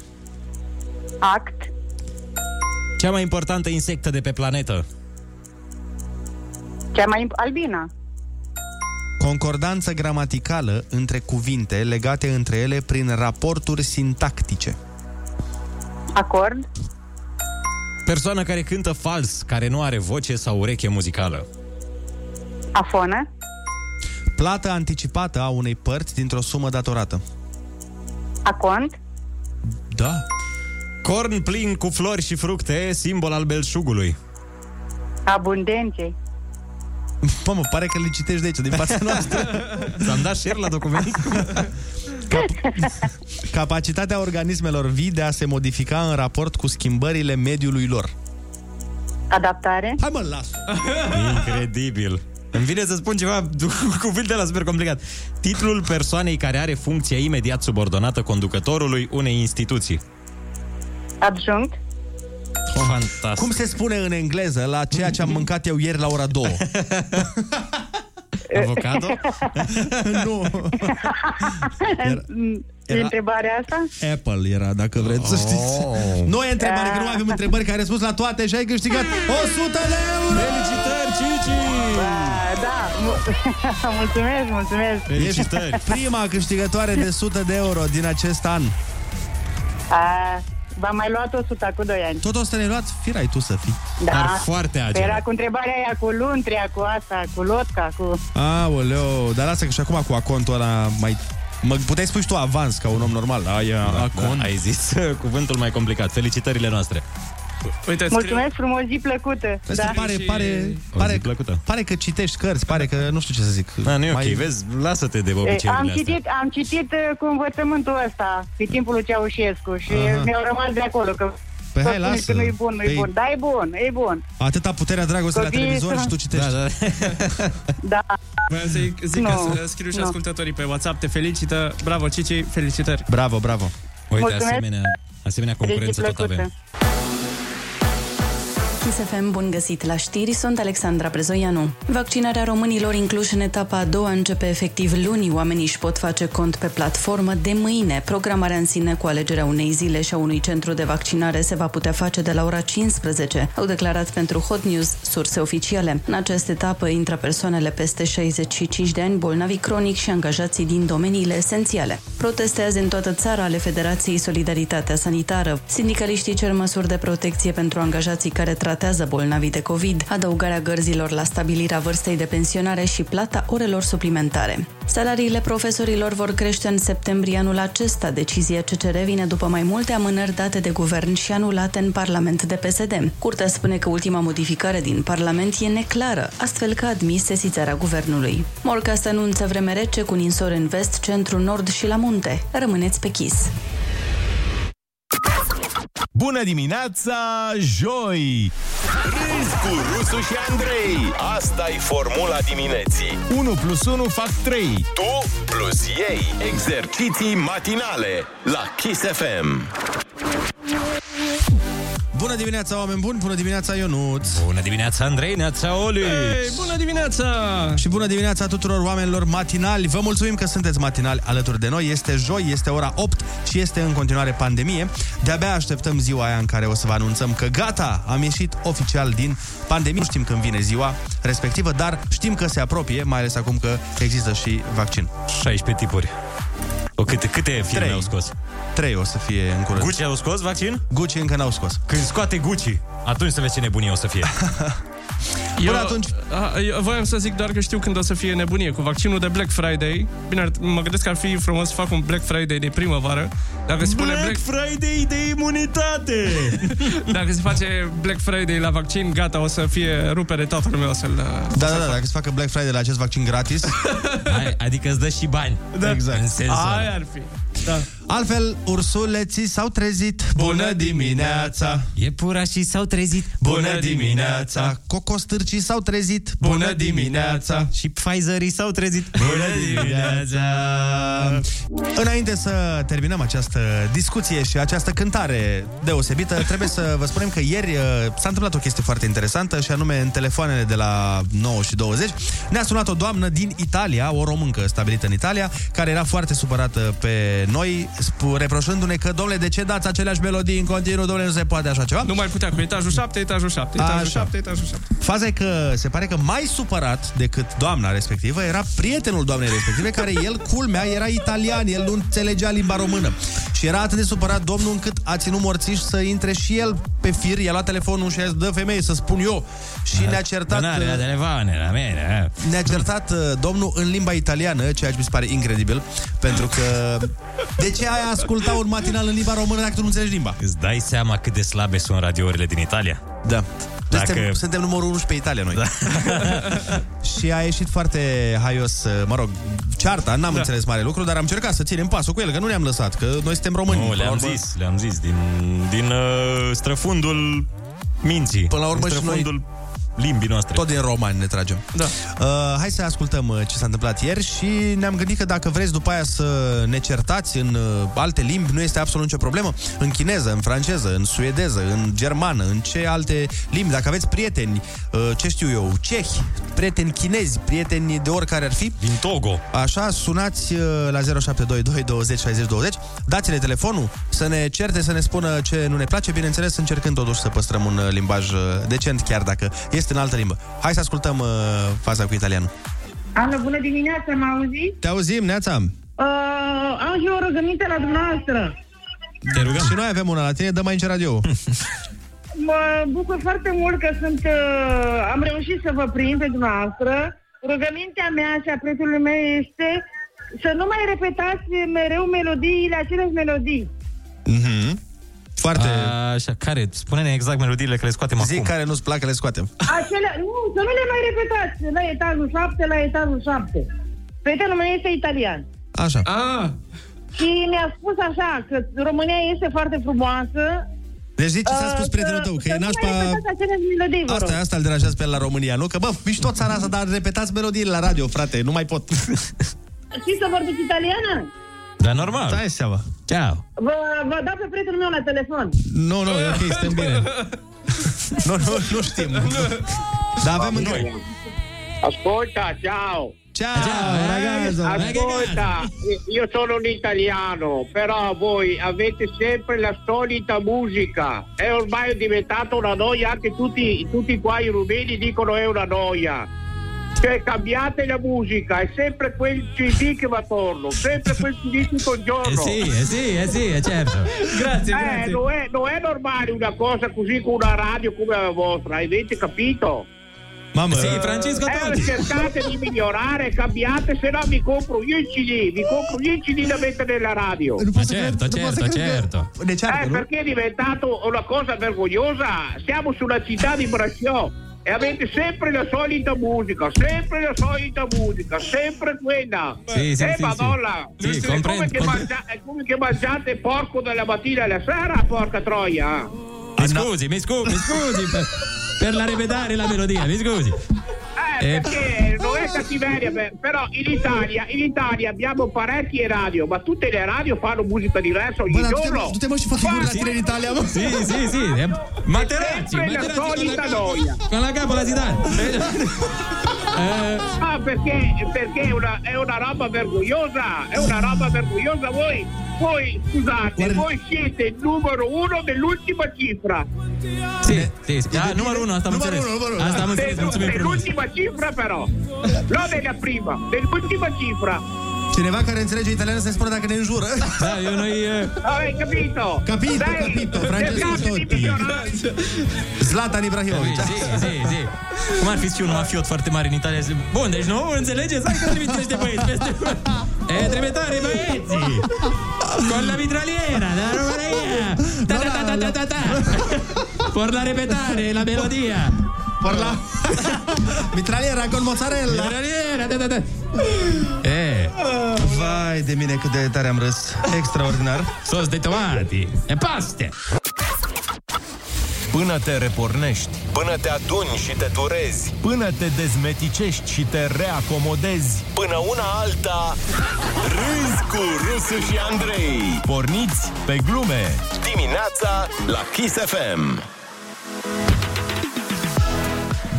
Q: Act?
H: Cea mai importantă insectă de pe planetă.
Q: Cea mai... imp- Albina?
G: Concordanță gramaticală între cuvinte legate între ele prin raporturi sintactice.
Q: Acord?
H: Persoană care cântă fals, care nu are voce sau ureche muzicală.
Q: Afonă?
G: Plată anticipată a unei părți dintr-o sumă datorată.
Q: Acont?
G: Da.
H: Corn plin cu flori și fructe, simbol al belșugului.
Q: Abundenței?
G: Pă, mă, pare că le citești de aici, din fața noastră.
H: Ți-am dat share la document.
G: Capacitatea organismelor vii de a se modifica în raport cu schimbările mediului lor.
Q: Adaptare?
G: Hai mă, las!
H: Incredibil. Îmi vine să spun ceva cu cuvinte la super complicat. Titlul persoanei care are funcția imediat subordonată conducătorului unei instituții.
Q: Adjunct?
H: Fantastic.
G: Cum se spune în engleză la ceea ce am mâncat eu ieri la ora 2?
H: Avocado?
G: nu.
Q: Era,
G: era-
Q: Întrebarea asta?
G: Apple era, dacă vreți oh. să știți. Nu e întrebare, că nu mai avem întrebări, care ai răspuns la toate și ai câștigat 100 de euro! Felicitări, Cici!
Q: Da, mu- mulțumesc, mulțumesc.
G: Ești prima câștigătoare de 100 de euro din acest an.
Q: A, v-am mai luat 100 cu 2 ani.
G: Tot 100 ne luați? Firai tu să fii.
Q: Da. Era cu întrebarea aia cu luntrea, cu asta, cu lotca, cu...
G: Aoleo, dar lasă că și acum cu acontul ăla mai... Mă puteai spui și tu avans ca un om normal. Ai uh, acont.
H: da, Ai zis cuvântul mai complicat. Felicitările noastre.
I: Uite,
Q: Mulțumesc frumos, zi plăcută. Da.
G: Asta Păi
H: Da.
G: pare, pare, pare, pare că citești cărți, pare că nu știu ce să zic.
H: Da, nu e ok, vezi, lasă-te de
Q: E, am
H: obiceiurile astea.
Q: citit, am citit uh, cu învățământul ăsta, pe timpul lui Ceaușescu și
G: Aha.
Q: Aha. mi-au rămas de acolo că
G: Păi
Q: tot
G: hai,
Q: spuneți
G: lasă.
Q: că nu-i bun, nu-i
G: Păi-
Q: bun. Da, e bun, e bun.
G: Atâta puterea dragostei la
Q: Copiii
G: televizor
Q: sunt-
G: și tu citești. Da, da.
Q: Da.
I: Vreau să zic no.
Q: Nu,
I: că să scriu și
Q: nu.
I: ascultătorii pe WhatsApp, te felicită. Bravo, Cici, felicitări.
G: Bravo, bravo.
H: Uite,
J: Mulțumesc.
H: asemenea, asemenea concurență tot avem.
J: Chisefem, bun găsit la știri, sunt Alexandra Prezoianu. Vaccinarea românilor incluși în etapa a doua începe efectiv luni. Oamenii își pot face cont pe platformă de mâine. Programarea în sine cu alegerea unei zile și a unui centru de vaccinare se va putea face de la ora 15, au declarat pentru Hot News surse oficiale. În această etapă intră persoanele peste 65 de ani, bolnavi cronic și angajații din domeniile esențiale. Protestează în toată țara ale Federației Solidaritatea Sanitară. Sindicaliștii cer măsuri de protecție pentru angajații care tratează bolnavii de COVID, adăugarea gărzilor la stabilirea vârstei de pensionare și plata orelor suplimentare. Salariile profesorilor vor crește în septembrie anul acesta. Decizia CCR vine după mai multe amânări date de guvern și anulate în Parlament de PSD. Curtea spune că ultima modificare din Parlament e neclară, astfel că a admis sesizarea guvernului. Morcast anunță vreme rece cu ninsori în vest, centru, nord și la munte. Rămâneți pe chis!
F: Bună dimineața, joi!
P: Râzi cu Rusu și Andrei. asta e formula dimineții.
F: 1 plus 1 fac 3.
P: Tu plus ei. Exerciții matinale la Kiss FM.
G: Bună dimineața, oameni buni! Bună dimineața, Ionuț!
H: Bună dimineața, Andrei, neața, Oli!
I: Ei, bună dimineața!
G: Și bună dimineața tuturor oamenilor matinali! Vă mulțumim că sunteți matinali alături de noi. Este joi, este ora 8 și este în continuare pandemie. De-abia așteptăm ziua aia în care o să vă anunțăm că gata, am ieșit oficial din pandemie. Nu știm când vine ziua respectivă, dar știm că se apropie, mai ales acum că există și vaccin.
H: 16 tipuri. O câte, câte filme
G: Trei.
H: au scos?
G: Trei o să fie în curând.
H: Gucci au scos vaccin?
G: Gucci încă n-au scos.
H: Când scoate Gucci, atunci să vezi ce nebunie o să fie.
I: Eu, Până atunci... A, eu voiam să zic doar că știu când o să fie nebunie cu vaccinul de Black Friday. Bine, ar- mă gândesc că ar fi frumos să fac un Black Friday de primăvară. Dacă se pune Black...
H: Friday de imunitate!
I: Dacă se face Black Friday la vaccin, gata, o să fie rupere toată lumea o să-l... uh,
G: Da, da, da, dacă se facă Black Friday la acest vaccin gratis.
H: Ai, adică îți dă și bani. Exact.
G: Da.
H: În sensul ăla.
I: Aia ar fi. Da.
G: Altfel, ursuleții s-au trezit. Bună dimineața!
H: Iepurașii s-au trezit.
G: Bună dimineața! Cocostârcii s-au trezit. Bună dimineața!
H: Și Pfizerii s-au trezit.
G: Bună dimineața! Înainte să terminăm această discuție și această cântare deosebită, trebuie să vă spunem că ieri uh, s-a întâmplat o chestie foarte interesantă și anume în telefoanele de la 9 și 20 ne-a sunat o doamnă din Italia, o româncă stabilită în Italia, care era foarte supărată pe noi, spu- reproșându-ne că, domnule, de ce dați aceleași melodii în continuu, domnule, nu se poate așa ceva?
I: Nu mai putea cu etajul 7, etajul 7, etajul
G: Așa.
I: 7, etajul 7.
G: Faza e că se pare că mai supărat decât doamna respectivă era prietenul doamnei respective, care el, culmea, era italian, el nu înțelegea limba română. Și era atât de supărat domnul încât a ținut morțiș să intre și el pe fir, i-a luat telefonul și a zis, dă femeie să spun eu. Și ne-a certat... uh,
H: Nu are la telefoane, la mine.
G: Ne-a certat uh, domnul în limba italiană, ceea ce mi se pare incredibil, pentru că de ce ai asculta un matinal în limba română dacă tu nu înțelegi limba?
H: Îți dai seama cât de slabe sunt radiourile din Italia? Da.
G: Da. Dacă... Suntem, suntem numărul 1 pe Italia noi. și a ieșit foarte haios, uh, mă rog, cearta, n-am da. înțeles mare lucru, dar am încercat să ținem pasul cu el, că nu ne-am lăsat, că noi suntem români.
H: Nu,
G: până la
H: Oh, le-am
G: urmă.
H: zis, le-am zis, din, din uh, străfundul minții. Până
G: la urmă și noi-
H: străfundul limbii noastre.
G: Tot din romani ne tragem. Da. Uh, hai să ascultăm uh, ce s-a întâmplat ieri și ne-am gândit că dacă vreți după aia să ne certați în uh, alte limbi, nu este absolut nicio problemă. În chineză, în franceză, în suedeză, în germană, în ce alte limbi. Dacă aveți prieteni, uh, ce știu eu, cehi, prieteni chinezi, prieteni de oricare ar fi.
H: Din Togo.
G: Așa, sunați uh, la 0722 20 60 20, dați-le telefonul să ne certe, să ne spună ce nu ne place, bineînțeles, încercând totuși să păstrăm un uh, limbaj uh, decent, chiar dacă este în altă limbă. Hai să ascultăm uh, faza cu italianul.
R: Alo, bună dimineața, mă auziți?
G: Te auzim, Neața?
R: Uh, am și eu o rugăminte la dumneavoastră.
G: Te rugăm. Și noi avem una la tine, dă mai în radio.
R: Mă bucur foarte mult că sunt, uh, am reușit să vă prind pe dumneavoastră. Rugămintea mea și a prietenului meu este să nu mai repetați mereu melodiile, aceleași melodii.
G: Mm-hmm. Foarte...
H: Așa, care? Spune-ne exact melodiile că le scoatem Zic acum.
G: care nu-ți plac, le scoatem.
R: Acele, nu, să nu le mai repetați la etajul 7, la etajul 7. Prietenul meu este italian.
G: Așa.
I: Ah.
R: Și mi-a spus așa, că România este foarte frumoasă.
G: Deci zici ce ți-a spus prietenul tău, că e nașpa...
N: da,
G: Asta, asta îl deranjează pe el la România, nu? Că bă, mișto țara asta, dar repetați melodiile la radio, frate, nu mai pot.
R: Știți să vorbiți italiană?
H: Dar normal.
G: Stai seama.
H: Ciao.
R: Vă, vă dau pe prietenul meu la telefon.
G: Nu, nu, e ok, suntem bine. nu, nu, nu știm. Dar avem noi.
S: Ascolta, ciao.
G: Ciao, ragazzo.
S: Ascolta, Eh, io sono un italiano, però voi avete sempre la solita musica. È ormai diventata una noia, anche tutti, tutti qua i rumeni dicono è una noia. Cioè cambiate la musica, è sempre quel CD che va attorno, sempre quel CD tutto il giorno.
H: Eh sì, eh sì, eh sì, eh certo.
S: Eh, Non, è, non è normale una cosa così con una radio come la vostra, avete capito?
G: Mamma
H: Sì, Francesco
S: Eh,
H: Toti.
S: cercate di migliorare, cambiate, se no mi compro io il CD, mi compro io il CD da mettere nella radio.
H: Ma certo, certo, certo.
S: eh, perché è diventato una cosa vergognosa? Siamo sulla città di Bracciò e avete sempre la solita musica, sempre la solita musica, sempre quella.
H: Sì, sì,
S: eh,
H: sì,
S: madonna,
H: sì. Sì,
S: è,
H: comprendo,
S: come che
H: comprendo.
S: mangia- è come che mangiate porco dalla mattina alla sera, porca troia.
H: Mi scusi, mi scusi, mi scusi per, per la repetare la melodia, mi scusi.
S: Eh, perché non è cattiveria, beh, però in Italia, in Italia abbiamo parecchie radio, ma tutte le radio fanno musica diversa ogni
G: Guarda, tutte-
S: giorno.
G: tutte voci fanno
S: Guarda,
G: figurati in Italia.
H: Sì, sì, sì. eh, Materazzi,
S: Sempre la
H: Materazzi con
S: solita
H: la capo-
S: noia.
H: Con la Eh, capola si dà.
S: Ah, perché, perché è, una, è una roba vergognosa, è una roba vergognosa voi. Voi, scusate, voi siete il numero uno dell'ultima cifra.
H: Sì, sì, sì. Ah, numero uno, asta am înțeles. Asta am înțeles,
S: Del-
H: mulțumim frumos.
S: Dell'ultima cifra però, non della prima, dell'ultima cifra.
G: Cineva care înțelege italiană să ne spună dacă ne înjură.
H: Da, eu noi...
S: Avete capito?
G: Capito,
S: Dai,
G: capito, Francesco
S: cercate di
G: Totti.
S: migliorare.
G: Zlatan Ibrahimovic.
H: Zi, zi, zi. Cum ar fi și un mafiot foarte mare în Italia? Zice, Bun, deci nu, înțelegeți? Hai că trimiteți niște băieți peste... E, trebuie tare, băieții! Con la mitraliera, la România! Ta, ta, ta, ta, ta, ta, ta! Por la repetare, la melodia!
G: Por la... Mitraliera con mozzarella.
H: Mitraliera, da, da, da! E.
G: Eh. Vai de mine cât de tare am râs. Extraordinar.
H: Sos de tomati. E paste.
P: Până te repornești, până te aduni și te turezi, până te dezmeticești și te reacomodezi, până una alta, râzi cu Rusu și Andrei. Porniți pe glume dimineața la Kiss FM.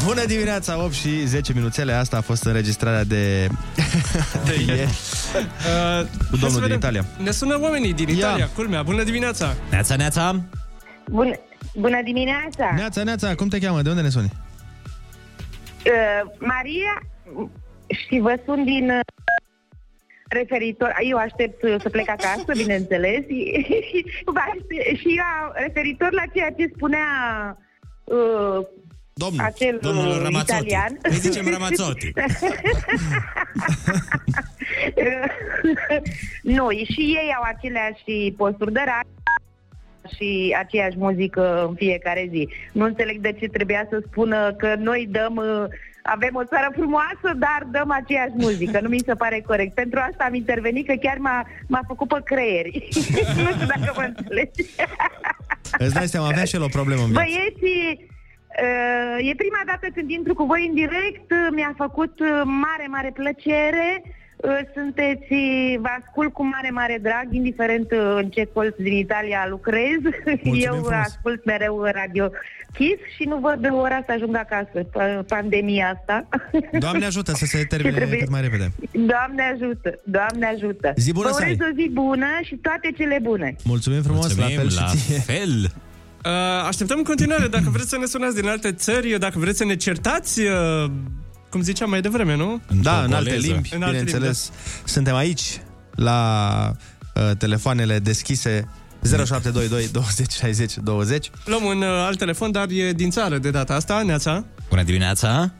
G: Bună dimineața, 8 și 10 minuțele. Asta a fost înregistrarea de... de ieri. Cu
I: Uh, Hai să
G: domnul din
I: vedem.
G: Italia.
I: Ne sună oamenii din Italia, culmea. Bună dimineața!
H: Neața, neața!
R: Bună, bună dimineața!
G: Neața, Neața, cum te cheamă? De unde ne
R: Uh,
G: suni?
R: Maria, și vă sun din uh, referitor, eu aștept uh, să plec acasă, bineînțeles, și, vă aștept- și eu referitor la ceea ce spunea uh,
G: Domnul,
R: acel
H: domnul
R: uh,
H: Ramazzotti.
R: italian.
H: Îi zicem Ramazzotti.
R: Noi și ei au aceleași posturi de radio, și aceeași muzică în fiecare zi. Nu înțeleg de ce trebuia să spună că noi dăm, uh, avem o țară frumoasă, dar dăm aceeași muzică. Nu mi se pare corect. Pentru asta am intervenit, că chiar m-a, m-a făcut pe creieri. nu știu dacă mă înțelegi.
G: Îți dai seama, avea și el o problemă în viață.
R: Băieții, uh, e prima dată când intru cu voi în direct, uh, mi-a făcut uh, mare, mare plăcere. Uh, Sunteți, vă ascult cu mare, mare drag, indiferent uh, în ce colț din Italia lucrez. Eu
T: frumos.
R: ascult mereu Radio Kiss și nu văd de ora să ajung acasă, pa- pandemia asta.
G: Doamne ajută să se termine
R: trebuie-
G: cât mai repede.
R: Doamne ajută, Doamne ajută.
G: Zi bună
R: Vă
G: să
R: urez
G: ai.
R: o zi bună și toate cele bune.
G: Mulțumim frumos,
H: Mulțumim,
G: la fel
H: la
G: și ție.
H: fel.
I: Uh, așteptăm în continuare, dacă vreți să ne sunați din alte țări, uh, dacă vreți să ne certați, uh, cum ziceam mai devreme, nu?
G: Da, în alte limbi,
I: În alte da.
G: bineînțeles. Suntem aici la uh, telefoanele deschise 0722 20 60 20.
I: da. Luăm un uh, alt telefon, dar e din țară de data asta, Neața.
H: Bună dimineața!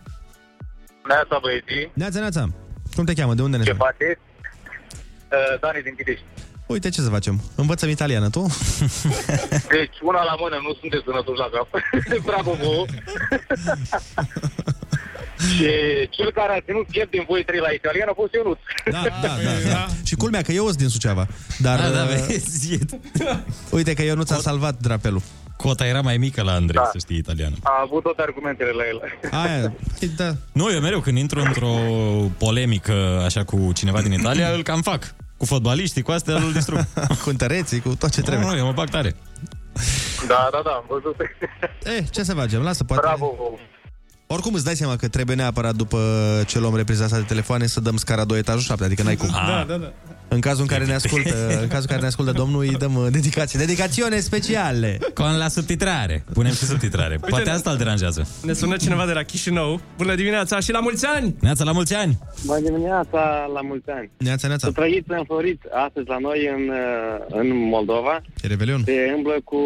O: Neața, băieții.
G: Neața, neața. Cum te cheamă? De unde ne
O: Ce
G: suni?
O: faceți? Uh, Dani din Pitești.
G: Uite ce să facem. Învățăm italiană, tu?
O: Deci, una la mână, nu sunteți sănătoși la cap. Bravo vouă. și cel care a ținut piept din voi trei la italian a fost Ionuț.
G: Da, da, da, da. Și culmea că eu sunt din Suceava. Dar
H: Da, da,
G: uh,
H: vezi,
G: uite că eu nu ți-am salvat drapelul.
H: Cota era mai mică la Andrei, da. să știi, italiană.
O: A avut toate argumentele la el.
G: Aia,
O: Exact.
G: da.
H: Nu, eu mereu când intru într-o polemică așa cu cineva din Italia, îl cam fac. Cu fotbaliștii, cu astea, îl distrug.
G: cu întăreții, cu tot ce
H: trebuie. Nu, eu mă bag tare.
O: Da, da, da, am văzut.
G: Eh, ce să facem? Lasă, poate...
O: Bravo!
G: Oricum îți dai seama că trebuie neapărat după ce luăm repriza asta de telefoane să dăm scara 2 etajul 7, adică n-ai cum.
H: Ah.
I: Da, da, da.
G: În cazul în care ne ascultă, în cazul în care ne ascultă domnul, îi dăm uh, dedicație. Dedicațiune speciale!
H: Con la subtitrare. Punem și subtitrare. Poate asta îl deranjează.
I: Ne sună cineva de la Chișinău. Bună dimineața și la mulți ani!
H: Neața, la mulți ani!
U: Bună dimineața, la mulți ani!
G: Neața, neața!
U: Să trăiți înflorit astăzi la noi în, uh, în Moldova.
G: E Revelion.
U: Se îmblă cu...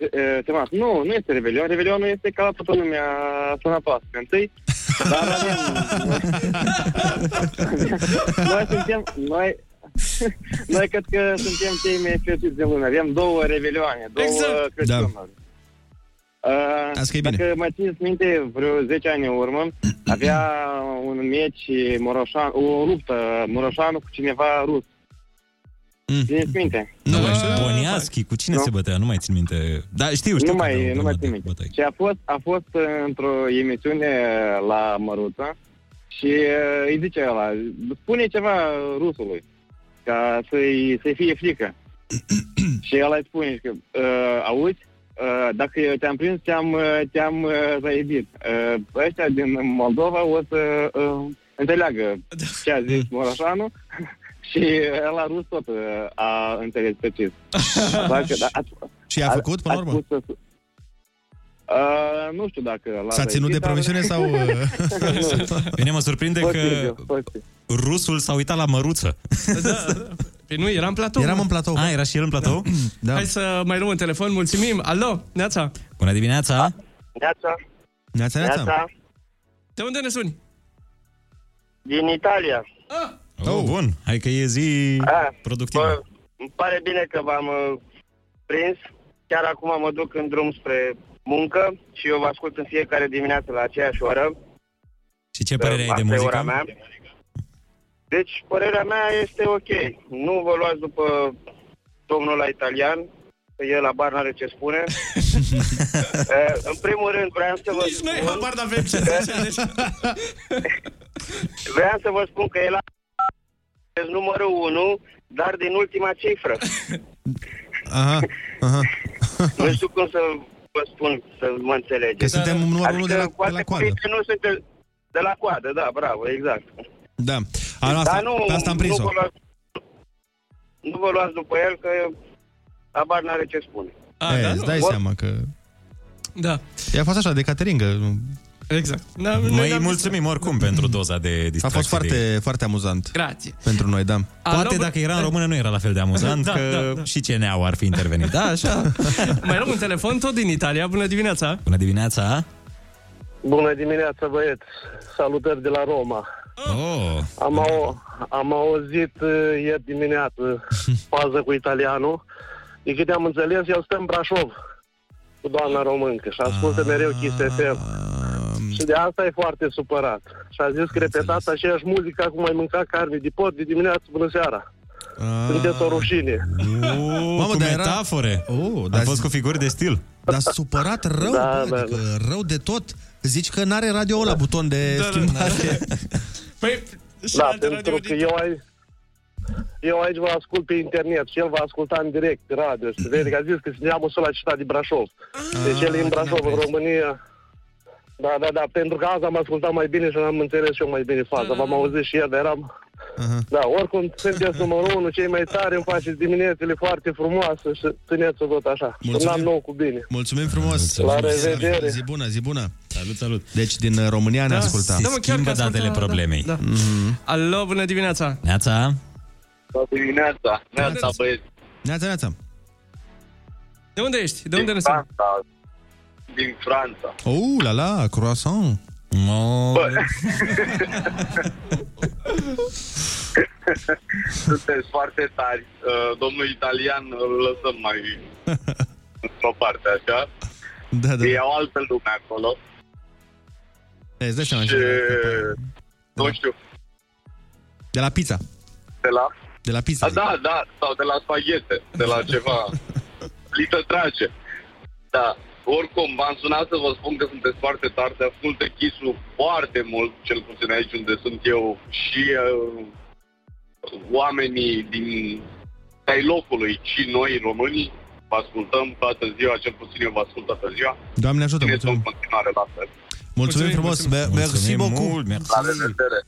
U: uh, Temat. Nu, nu este Revelion. Revelionul este ca la toată lumea sănătoasă. Întâi, dar avem... noi suntem... Noi, noi cred că suntem cei mai fericiți de lună. Avem două revelioane, două exact. Crăciunuri. Da.
G: Asta e
U: bine. Dacă mai țineți minte, vreo 10 ani în urmă, avea un meci Moroșan, o luptă Moroșanu cu cineva rus. Mm. Țineți minte?
I: Da.
H: Nu mai știu. Boniaschi, cu cine
U: Nu.
H: se bătea? Nu mai țin minte. Da, știu, știu.
U: nu
H: că
U: mai,
H: era o
U: nu
H: grămadă
U: mai
H: de
U: țin minte.
H: bătăi.
U: Și a fost, a fost uh, într-o emisiune la Măruța și uh, îi zice ăla, spune ceva rusului, ca să-i, să fie frică. și ăla îi spune că, uh, auzi, uh, dacă eu te-am prins, te-am, uh, te-am uh, zaibit. Uh, ăștia din Moldova o să uh, înțeleagă ce a zis Moroșanu și ăla rus tot uh, a înțeles precis. Dacă, da, ați,
G: Și a făcut, până la urmă?
U: Să... Uh, nu știu dacă... l-a da.
G: S-a ținut de
U: zis, dar-
G: promisiune sau... uh,
U: Nu.
H: Pe mine uh, mă surprinde că rusul s-a uitat la măruță.
I: Păi nu, eram în platou.
H: Eram
I: mă.
H: în platou. A, Ah, era și el în platou?
G: Da.
I: Hai să mai luăm un telefon, mulțumim. Alo, Neața.
H: Bună dimineața!
U: Neața.
G: Neața,
U: Neața.
I: De unde ne suni?
U: Din Italia.
H: Oh, bun. Hai că e zi productivă.
U: Îmi pare bine că v-am uh, prins. Chiar acum mă duc în drum spre muncă și eu vă ascult în fiecare dimineață la aceeași oră.
H: Și ce părere ai de
U: Asta e ora
H: muzică?
U: mea. Deci, părerea mea este ok. Nu vă luați după domnul la italian, că el la bar n-are ce spune. Eh, în primul rând, vreau să vă Nici noi habar
I: n-avem ce
U: Vreau să vă spun că el a sunteți numărul 1, dar din ultima cifră.
G: Aha, aha.
U: nu știu cum să vă spun, să mă înțelegeți.
G: Că suntem numărul unu de la-
U: Adică, cu
G: de la
U: alte
G: coadă.
U: cuvinte, Nu sunteți de la coadă, da, bravo, exact.
G: Da. A, nu, asta,
U: Dar nu,
G: pe asta am prins-o.
U: Nu vă, luați, nu vă luați după el, că abar n-are ce spune.
G: A, da, îți dai seama că...
I: Da.
G: I-a fost așa, de cateringă.
I: Exact.
H: Mai mulțumim oricum pentru doza de distracție.
G: A fost
H: de...
G: foarte, foarte amuzant.
I: Grație.
G: Pentru noi, da.
H: Poate dacă era în română nu era la fel de amuzant,
I: Da,
H: că
I: da, da.
H: și CNA-ul ar fi intervenit. Da, așa.
I: Mai luăm un telefon, tot din Italia. Bună dimineața!
H: Bună dimineața!
V: Bună dimineața, băieți! Salutări de la Roma!
H: Oh.
V: Am, au, am auzit uh, ieri dimineață fază cu italianul din câte am înțeles, el stă în Brașov cu doamna româncă și ascultă mereu Kiss FM. Și de asta e foarte supărat. Și a zis că repetat aceeași muzică acum ai mâncat carne de porc de dimineață până seara. Sunteți o rușine.
H: Mamă, cu metafore.
G: Oh,
H: Am fost cu figuri de stil.
G: Dar supărat rău, da, bă, da, adică da. rău de tot. Zici că n-are radio la buton de da, schimbare.
V: Păi, da, pentru că eu ai... Eu aici vă ascult pe internet și el vă asculta în direct pe radio și vede că a zis că se neamul ăla cita din Brașov. Deci el e în Brașov, în România. Da, da, da, pentru că azi am ascultat mai bine și am înțeles și eu mai bine faza. V-am auzit și ieri, dar eram... Da, oricum sunteți numărul unu, cei mai tare, îmi faceți diminețile foarte frumoase și țineți-o tot așa.
G: Mulțumim.
V: Mulțumim. Un an nou cu bine.
G: Mulțumim frumos!
V: La revedere!
G: Zi bună, zi bună! Salut, salut! Deci din uh, România ne
I: Da,
G: asculta.
I: se Da, mă, chiar că schimbă asculta, datele da, problemei. da.
G: Mhm.
I: Alo, bună dimineața!
H: Neața.
V: Dimineața,
I: neața,
V: băieți.
G: Neața, neața.
I: De unde ești? De unde ne suni?
V: Din Franța.
G: Oh, la la, croissant. No.
M: Sunteți foarte tari. Uh, Domnul italian îl lăsăm mai într-o parte așa.
G: Da, da.
M: E o altă lume acolo.
G: Îți dai seama
M: Și,
G: ce-
M: nu știu,
G: De la pizza.
M: de la...
G: De la pizza.
M: A, da, da, sau de la spaghete, de la ceva. Plită trage. Da. Oricum, v-am sunat să vă spun că sunteți foarte tari, se ascultă Kiss-ul foarte mult, cel puțin aici unde sunt eu, și uh, oamenii din ai locului și noi românii vă ascultăm toată ziua, cel puțin eu vă ascult toată ziua.
G: Doamne ajută, mulțumim.
M: Continuare la fel.
G: Mulțumim frumos. Mer- Merci beaucoup.
M: La revedere.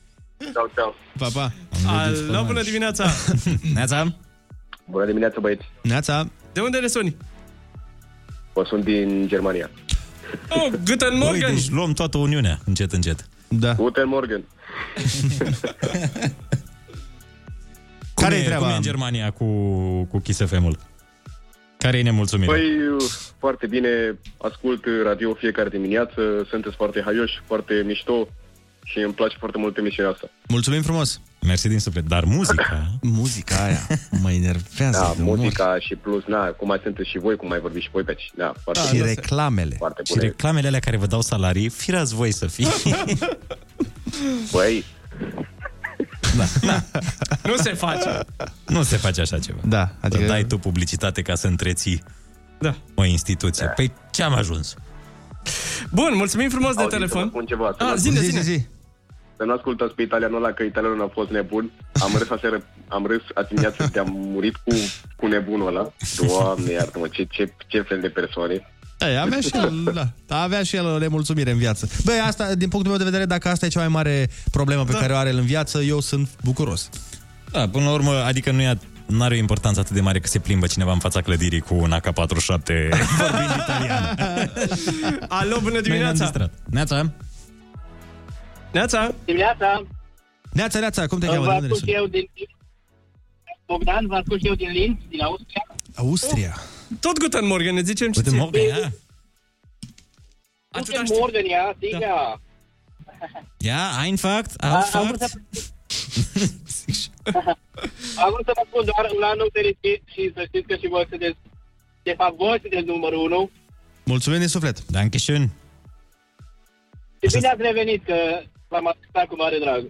M: Ciao, ciao.
G: Pa, pa.
I: Alo, bună dimineața!
H: Neața.
C: Bună dimineața, băieți.
G: Neața.
I: De unde ne suni?
C: Vă sunt din Germania.
I: Oh, Guten Morgen!
H: Băi, deci luăm toată Uniunea, încet, încet.
G: Da.
C: Guten Morgen.
H: Care e
C: e treaba?
H: Cum e în Germania cu, cu Kiss FM-ul? Care e nemulțumirea?
C: Păi, foarte bine, ascult radio fiecare dimineață, sunteți foarte haioși, foarte mișto și îmi place foarte mult emisiunea asta.
G: Mulțumim frumos.
H: Mersi din suflet, dar muzica...
G: muzica aia mă enervează.
C: Da, muzica și plus, na, cum mai sunteți și voi, cum mai vorbiți și voi pe aici. Da, foarte
H: Și
G: reclamele.
C: Foarte
H: Și
C: bune.
H: reclamele alea care vă dau salarii, firați voi să fii.
C: Băi,
G: Da.
I: Nu se face!
H: Da. Nu se face așa ceva.
G: Da,
H: adică... Dai tu publicitate ca să întreții da. o instituție. Da. Păi ce am ajuns?
I: Bun, mulțumim frumos de
C: Auzi, Să vă
I: telefon.
C: spun ceva.
I: A, zine, Zi, zine. zi,
C: Să nu ascultați pe italianul ăla, că italianul a fost nebun. Am râs aseară, am râs azi dimineață de am murit cu, cu nebunul ăla. Doamne, iartă-mă, ce, ce, ce fel de persoane.
G: Ei, avea și el, da. Avea și el o nemulțumire în viață. Băi, asta, din punctul meu de vedere, dacă asta e cea mai mare problemă pe da. care o are el în viață, eu sunt bucuros.
H: Da, până la urmă, adică nu e nu are o importanță atât de mare că se plimbă cineva în fața clădirii cu un AK-47.
I: Alo, bună dimineața!
H: Neața.
I: Neața!
T: Dimineața,
G: Neața, neața, cum te
T: vă
G: cheamă? De unde ne
T: ascult
G: suni?
T: eu din... Bogdan, vă ascult eu din Linz, din Austria.
G: Austria.
I: Tot Guten Morgen, ne zicem ce Guten
H: Morgen, ia.
T: Guten Morgen, ia, diga.
H: Ia, einfach,
D: Ah,
T: Am vrut
H: einfach.
T: să- Am vrut să vă spun doar un anul fericit și să știți că și voi sunteți, de fapt, voi sunteți numărul unu.
G: Mulțumim din suflet.
H: Da, Dankeschön.
T: Și bine ați revenit, că v-am ascultat cu mare drag.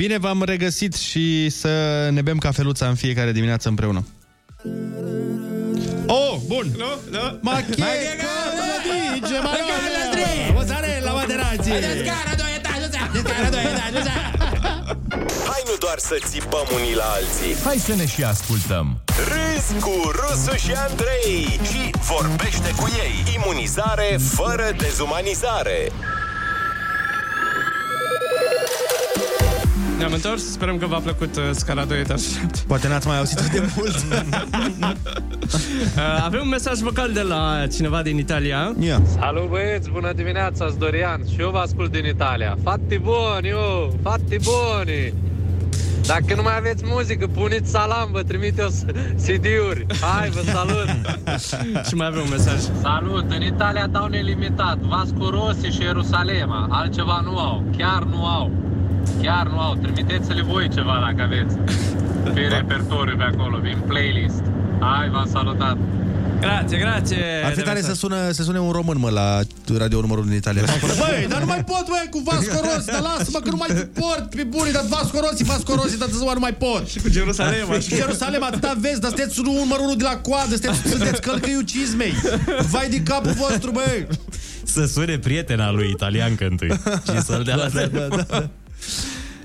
G: Bine v-am regăsit și să ne bem cafeluța în fiecare dimineață împreună. Oh, bun.
I: Nu, nu.
G: Ma che
W: dice,
G: ma
H: eh?
W: no,
G: no. Mozzarella, materazzi.
P: Hai nu doar să țipăm unii la alții Hai să ne și ascultăm Râzi cu Rusu și Andrei Și vorbește cu ei Imunizare fără dezumanizare
I: Ne-am întors, sperăm că v-a plăcut uh, scala 2 etaj 7.
G: Poate n-ați mai auzit de mult.
I: Uh, avem un mesaj vocal de la cineva din Italia.
G: Yeah.
X: Salut băieți, bună dimineața, sunt Dorian și eu vă ascult din Italia. Fatti buoni, oh, fatti buoni! Dacă nu mai aveți muzică, puneți salam, vă trimite o s- CD-uri. Hai, vă salut!
I: și mai avem un mesaj.
X: Salut, în Italia dau nelimitat, Vasco Rossi și Ierusalema, altceva nu au, chiar nu au. Chiar nu au, trimiteți-le voi ceva dacă aveți pe repertoriu pe acolo, din playlist. Hai, v-am salutat.
I: Grazie, grazie.
G: Ar fi tare să, sună, să sune un român, mă, la radio numărul din Italia.
W: Băi, dar nu mai pot, băi, cu Vasco Rossi, dar lasă-mă că nu mai suport pe bunii, dar Vasco Rossi, Vasco Rossi, dar ziua nu mai pot. Și cu
I: Gerusalem,
W: Și cu Jerusalem, atâta vezi, dar sunteți numărul unu de la coadă, sunteți, sunteți călcăiul cizmei. Vai de capul vostru, băi.
H: Să sune prietena lui italian cântâi și să-l
G: Da,
H: dea la telefon.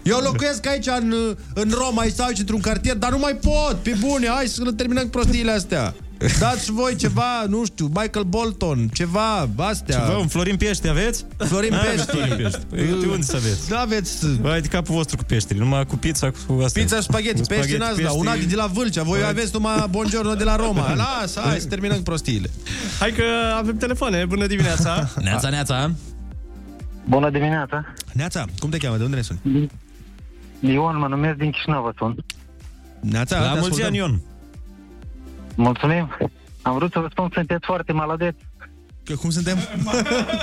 W: Eu locuiesc aici în, în Roma, aici sau aici într-un cartier, dar nu mai pot, pe bune, hai să ne terminăm cu prostiile astea. Dați voi ceva, nu știu, Michael Bolton, ceva, astea.
H: Ceva, un Florin Piești aveți?
W: Florin
H: N-aveți
W: Pești.
H: Florin Piești. Uite unde să aveți.
W: Da, aveți.
H: Vai de capul vostru cu peșteri, numai cu pizza, cu asta.
W: Pizza și spaghetti, pești în
G: da,
W: asta, un aghi de la Vâlcea, voi aveți numai buongiorno de la Roma. Lasă, hai să terminăm cu prostiile.
I: Hai că avem telefoane. Bună dimineața.
H: Neața, neața.
B: Bună dimineața!
G: Neața, cum te cheamă? De unde ne suni?
B: Ion, mă numesc din Chișinău, vă sun.
G: Neața, te ascultăm.
B: Mulțumim! Am vrut să vă spun că sunteți foarte maladeți.
G: Că cum suntem?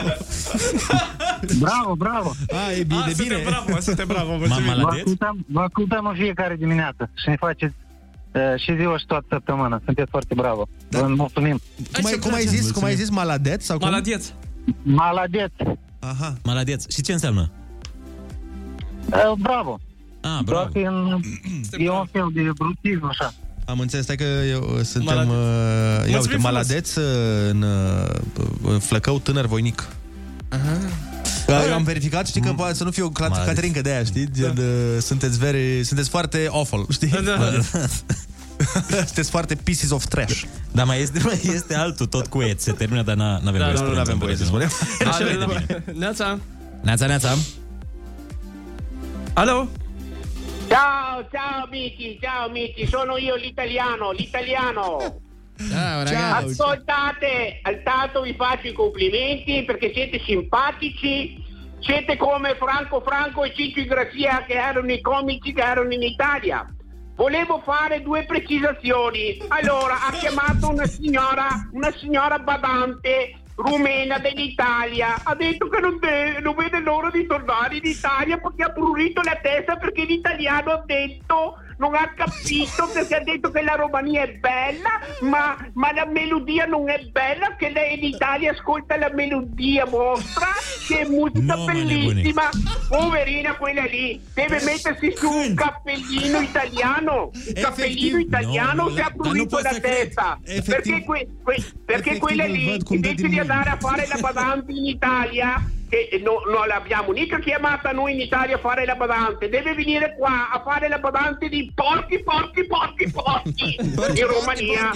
B: bravo, bravo!
G: A, e bine,
B: A,
G: de
B: suntem
G: bine.
B: bravo,
I: suntem bravo,
B: Vă ascultăm, vă ascultăm în fiecare dimineață și ne faceți uh, și ziua și toată săptămâna. Sunteți foarte bravo. Da. Vă mulțumim.
G: Cum ai, cum ai zis? Cum ai zis? Maladet? Sau cum?
I: Maladet.
B: Maladet.
G: Aha.
H: Maladeț. Și ce înseamnă?
B: Uh, bravo.
H: Ah,
B: bravo. E un, e un fel de brutism, așa.
G: Am înțeles, stai că eu, Uh, suntem... Maladeț. Uh, ia uite,
B: frumos.
G: Maladeț uh, în uh, Flăcău Tânăr Voinic. Aha. Eu am verificat, știi
I: Mm.
G: că poate să nu fiu o cla- caterincă de aia, știi?
I: Da.
G: Gen, uh, sunteți, very, sunteți foarte awful, știi?
I: Da.
G: Sunteți foarte pieces of trash.
H: Dar Da, mai este, mai este altul, tot cu et. Se termină, dar n-a- n-avem
G: Da,
H: voie
G: nu,
H: să
G: nu avem voie să spunem.
H: Așa e de bine.
I: Neața.
H: Neața, neața.
I: Alo?
S: Ciao, ciao amici, ciao amici, sono io l'italiano, l'italiano.
W: Ciao
G: ragazzi.
S: Ascoltate, intanto vi faccio i complimenti perché siete simpatici, siete come Franco Franco e Ciccio Grassia che erano i comici che erano in Italia. Volevo fare due precisazioni. Allora, ha chiamato una signora, una signora badante rumena dell'Italia. Ha detto che non, deve- non vede l'ora di tornare in Italia perché ha prurito la testa perché l'italiano ha detto non ha capito perché ha detto che la Romania è bella, ma, ma la melodia non è bella, che lei in Italia ascolta la melodia vostra, che è musica bellissima. Poverina quella lì, deve mettersi su un cappellino italiano, un cappellino italiano
B: No,
S: si ha
B: la- ma non
S: prurito
B: puoi
S: la
B: stare
S: testa, perché, que- que- perché quella lì invece di andare a fare la badante in Italia che no- non l'abbiamo mica chiamata noi in Italia a fare la badante, deve venire qua a fare la badante di porchi, porchi, porchi, porchi in Romania.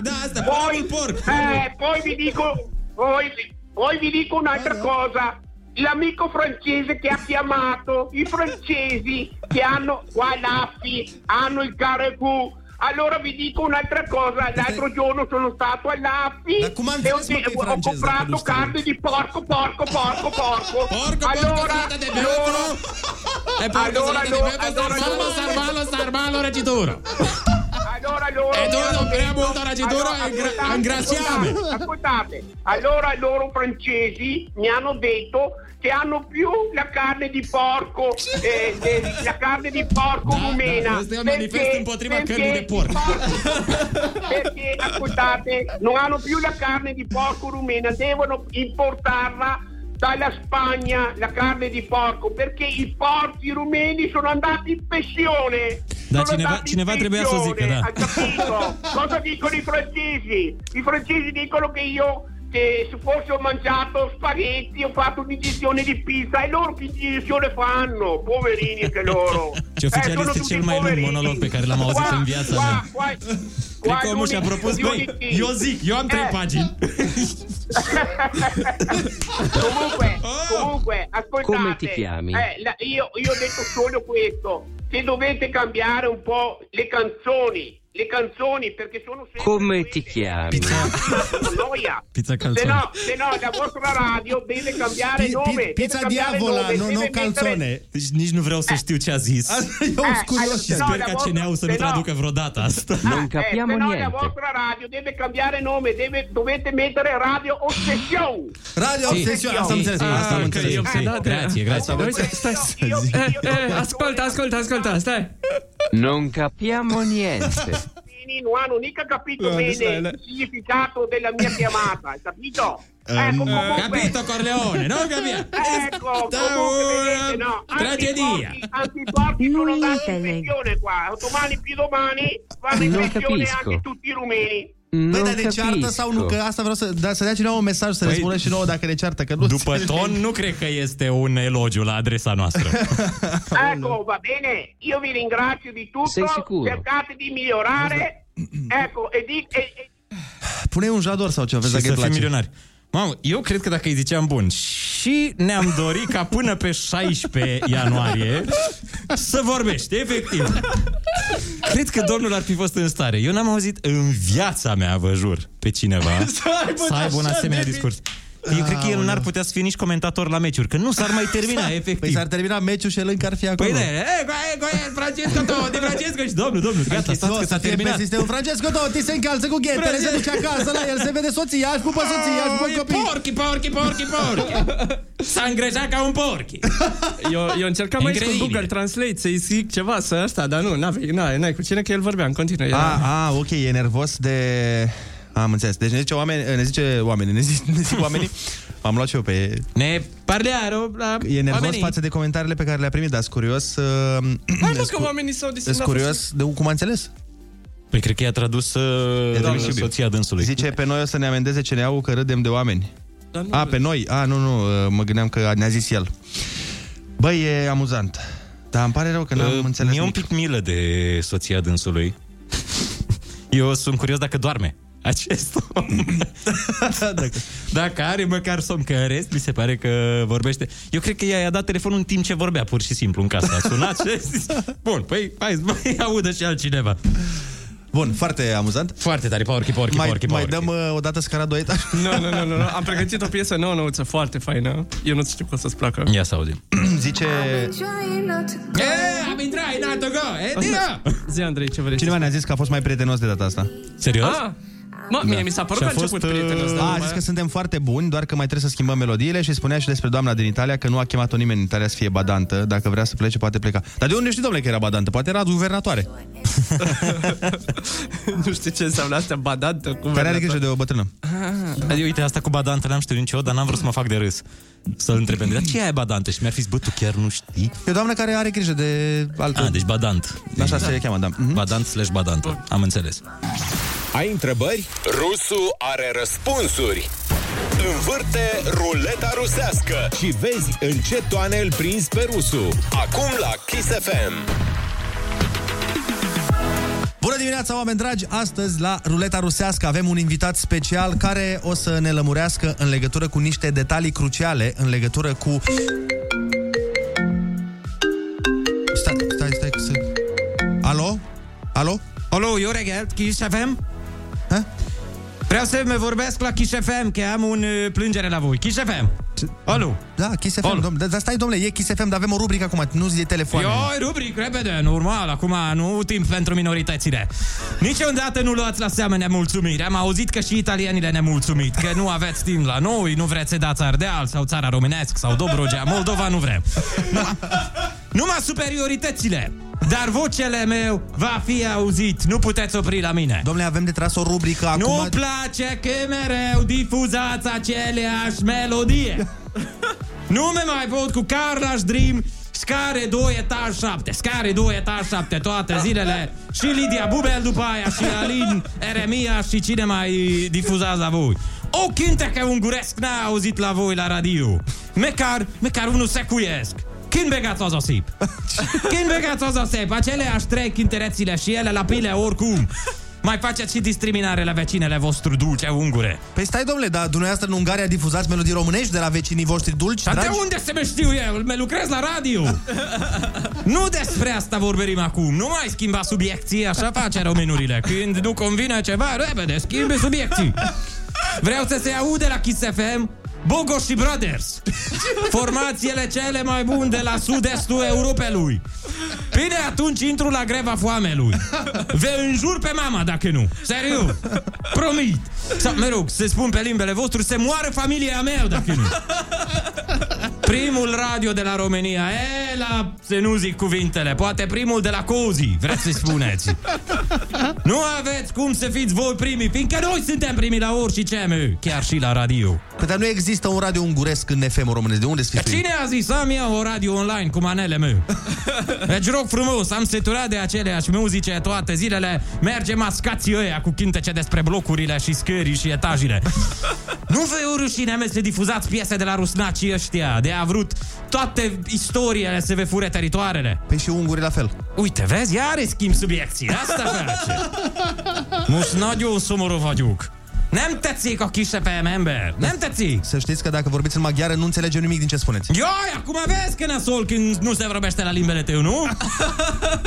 S: poi, eh, poi vi dico, poi, poi vi dico un'altra cosa. L'amico francese che ha chiamato, i francesi che hanno qua l'affi, hanno il carrefour. Allora vi dico un'altra cosa, l'altro giorno sono stato all'affi e ho, ho comprato carne di porco, porco, porco, porco. porco allora,
W: porco, siete
S: loro,
W: E porco,
S: allora,
W: siete
S: loro,
W: beffe,
S: allora,
W: sarmalo,
S: loro-
W: sarmalo, sarmalo, reggitura.
S: Allora loro
W: E tu
S: mi hanno
W: non premi
S: detto-
W: molto reggitura,
S: Allora,
W: ingra-
S: ascoltate,
W: ingraziame.
S: ascoltate, ascoltate. allora loro francesi mi hanno detto che hanno più la carne di porco, eh, eh, la carne di porco rumena.
W: questo è un
S: Perché-
W: manifesto un po' prima
S: perché
W: carne di porco.
S: perché ascoltate, non hanno più la carne di porco rumena, devono importarla dalla Spagna la carne di porco perché i porci rumeni sono andati in pensione.
H: Da,
S: Sono
H: cineva-
S: andati in
H: cineva trebuia să zică, da.
S: pensione, hai capito? Cosa dicono i francesi? I francesi dicono che io che se forse ho mangiato spaghetti ho fatto un'iniezione di pizza e loro che iniezione fanno? Poverini che loro. Eh,
H: Ce oficial este cel mai lung monolog pe care l-am auzit în viața mea. Cred că omul și-a propus, băi, eu zic,
S: Eh.
H: eu am trei pagini.
S: comunque,
G: Oh.
S: comunque, ascoltate.
D: Come ti chiami?
S: Eh, la- io, io ho detto solo questo. Se dovete cambiare un po' le canzoni, le canzoni perché sono
D: Come ti chiami?
S: sempre noia.
H: Pizza
S: Se no, se no, la vostra radio deve cambiare
G: Pi-
S: nome.
G: pi- pizza
S: deve cambiare
G: diavola,
S: nome,
G: nu,
S: deve
G: nu
S: mettere-
G: calzone.
H: Deci nici nu vreau să știu ce a zis.
S: Eu sunt curios.
H: Și sper ca CNA-ul să nu
S: Se no-
H: traducă vreodată asta.
D: Non
S: Eh, se no la vostra radio deve cambiare nome, deve- dovete mettere Radio Ossession.
G: Radio Obsesiune, asta am înțeles.
I: Ah,
G: Asta am înțeles.
H: Grazie, grazie.
I: Uite, stai, stai. Eh, eh, Ascolta, ascolta, ascolta, stai.
D: Non capiamo niente.
S: uomini non hanno mica capito
I: No,
S: bene
I: sai, la-
S: il significato della mia chiamata, hai capito?
A: Ehm,
S: Ecco, comunque-
A: capito, Corleone, no, Gabriele?
S: Ecco,
A: Da
S: comunque,
A: una
S: vedete, no,
A: tragedia.
S: anticorpi- Anticorpi sono dati in pensione qua, domani più domani vanno in
G: Non
S: pensione
G: capisco.
S: anche tutti i rumeni.
G: Băi, dar de ceartă sau nu? Că asta vreau să, da, să dea cineva un mesaj să ne
A: Păi,
G: spună și nouă dacă ne ceartă, că nu
A: După ton, nu cred că este un elogiu la adresa noastră.
S: Ecco, va bene, io vi ringrazio di tutto,
A: Ah, Sei sicuro?
S: cercate di migliorare, ecco, e, di, e- e-
G: Pune un jador sau ceva, vezi
A: și
G: dacă
A: să
G: îi
A: fii
G: place.
A: milionar. Mamă, eu cred că dacă îi ziceam bun și ne-am dorit ca până pe 16 ianuarie să vorbește, efectiv. Cred că domnul ar fi fost în stare. Eu n-am auzit în viața mea, vă jur, pe cineva
P: Să aibă
A: să aibă un
P: așa
A: asemenea
P: de bine.
A: discurs. Eu cred că el n-ar putea să fie nici comentator la meciuri, că nu s-ar mai termina, efectiv.
G: Păi s-ar termina meciul și el încă ar fi acolo.
A: Păi da, e, goaie, goaie, Francesco, tu, de Francesco și domnul, domnul, Deci, gata, stați că s-a terminat.
G: Pe sistemul Francesco Totti se încalță cu ghetele, se duce acasă la el, se vede soția, își pupă soția, își pupă copii.
A: Porchi, porchi, porchi, porchi. S-a îngrejat ca un porchi.
I: Eu, eu încercam aici cu
A: Incredibil.
I: Google Translate să-i zic ceva, să asta, dar nu, n-ai, n-ai, n-ai cu cine, că el vorbea în continuu. Era...
G: A, a, Ah, ok, e nervos de... Am înțeles. Deci ne zice oameni, ne zice oameni, ne zic, ne zic oamenii. Am luat și eu pe...
A: Ne parlearo, la
G: E nervos
I: oamenii.
G: față de comentariile pe care le-a primit, dar sunt curios... Uh,
I: Hai mă, că oamenii s-au
G: Sunt
I: disemnat.
G: curios de cum a înțeles.
A: Păi cred că i-a tradus
G: Doamne.
A: uh, soția dânsului.
G: Zice, pe noi o să ne amendeze CNA-ul că râdem de oameni.
I: Dar nu
G: A, pe noi? A, nu, nu, uh, mă gândeam că ne-a zis el. Băi, e amuzant. Dar îmi pare rău că n-am
A: Uh,
G: înțeles
A: Mi-e un
G: nimic.
A: pic milă de soția dânsului. Eu sunt curios dacă doarme acest om. dacă, dacă are măcar somn, că în rest mi se pare că vorbește. Eu cred că ea i-a dat telefonul în timp ce vorbea, pur și simplu, în casă. A sunat și a zis, bun, păi, hai, mai audă și altcineva.
G: Bun, foarte amuzant.
A: Foarte tare, porchi, porchi,
G: Mai,
A: porchi,
G: mai
A: porchi.
G: dăm uh, o dată scara doieta?
I: Nu, nu, nu, nu, nu, am pregătit o piesă nouă, nouță, foarte faină. Eu nu știu cum să-ți placă.
A: Ia să auzim.
G: Zice...
A: Eh, am intrat, not to go. Eh, Dino!
I: Zi, Andrei, ce vrei
G: Cineva ne-a zis că a fost mai prietenos de data asta.
A: Serios?
I: Ah, mă, mie mi s-a părut
G: Și
I: la
G: a fost,
I: început
A: uh,
I: prietenos. dar
G: A, a
I: după
G: zis că
I: aia-
G: suntem foarte buni, doar că mai trebuie să schimbăm melodiile și spunea și despre doamna din Italia că nu a chemat-o nimeni în Italia să fie badantă. Dacă vrea să plece, poate pleca. Dar de unde știi, domnule, că era badantă? Poate era guvernatoare.
I: Nu știu ce înseamnă astea, badantă. Cum
G: Care are grijă de o bătrână.
A: Adică, uite, asta cu badantă n-am știut niciodată, dar n-am vrut să mă fac de râs. Să-l întreb, dar ce e aia badantă? Și mi-ar fi zis, bă, tu chiar nu știi?
G: E o doamnă care are grijă de altă...
A: Ah, deci badant. Mhm.
G: Așa se cheamă, da.
A: Badant slash badantă. Am înțeles.
P: Ai întrebări? Rusu are răspunsuri. Învârte ruleta rusească și vezi în ce toane îl prinzi pe Rusu. Acum la Kiss FM.
G: Bună dimineața, oameni dragi! Astăzi, la Ruleta Rusească, avem un invitat special care o să ne lămurească în legătură cu niște detalii cruciale, în legătură cu... Stai, stai, stai, că să... Alo? Alo?
A: Alo, eu regret, Kiss FM? Vreau să mă vorbesc la Kiss FM, că am un uh, plângere la voi. Kiss FM! Alo!
G: Da, Kiss
A: Alo.
G: FM, domn, dar stai, domnule, e Kiss FM, dar avem o rubrică acum, nu zi de telefoane.
A: Eu ai rubric, repede, normal, acum nu timp pentru minoritățile. Niciodată nu luați la seamă nemulțumiri. Am auzit că și italienile nemulțumit, că nu aveți timp la noi, nu vreți să dați Ardeal sau țara românesc sau Dobrogea, Moldova nu vrem. Numai superioritățile. Dar vocele meu va fi auzit, nu puteți opri la mine.
G: Domnule, avem de tras o rubrică acum...
A: Nu-mi place că mereu difuzați aceleași melodie. nu me mai văd cu Carla's Dream, Scare 2, etaj 7, Scare 2, etaj 7 toate zilele și Lidia Bubel după aia și Alin Eremia și cine mai difuzați la voi. O cântecă unguresc n-a auzit la voi la radio. Mecar, mecar unul secuiesc. Când begați o zosip? Când begați o zosip? Aceleași trei cântărețile și ele la pile oricum. Mai faceți și discriminare la vecinele vostru dulce ungure.
G: Păi stai, domnule, dar dumneavoastră în Ungaria difuzați melodii românești de la vecinii voștri dulci,
A: Dar de
G: dragi?
A: unde să mă știu eu? Mă lucrez la radio! nu despre asta vorbim acum. Nu mai schimba subiecții, așa face românurile. Când nu convine ceva, repede, schimbe subiecții. Vreau să se aude la Kiss FM Bogoș și Brothers. Formațiile cele mai bune de la sud-estul Europelui. Bine, atunci intru la greva foamelui. Vă înjur pe mama dacă nu. Serios. Promit. Sau, mă rog, să spun pe limbele vostru, se moară familia mea dacă nu. Primul radio de la România.
H: la... Să nu zic cuvintele, poate primul de la Cozi, vreți să spuneți. nu aveți cum să fiți voi primii, fiindcă noi suntem primii la orice CM, chiar și la radio.
G: Păi, dar nu există un radio unguresc în FM românesc. De unde să
H: Că cine a zis am eu o radio online cu manele meu? Deci rog frumos, am seturat de aceleași muzice toate zilele Mergem ascații ăia cu cântece despre blocurile și scării și etajile Nu vă e o rușine mea să difuzați piese de la rusnacii ăștia De a vrut toate istoriile să vă fure teritoarele
G: Păi și ungurii la fel
H: Uite, vezi, iar schimb subiecții, asta face Most nagyon szomorú vagyok Nem tetszik a kisepem ember Nem tetszik
G: Să știți că dacă vorbiți în maghiară nu înțelege nimic din ce spuneți
H: Ioi, acum vezi că nasol când nu se vorbește la limbele tău, nu?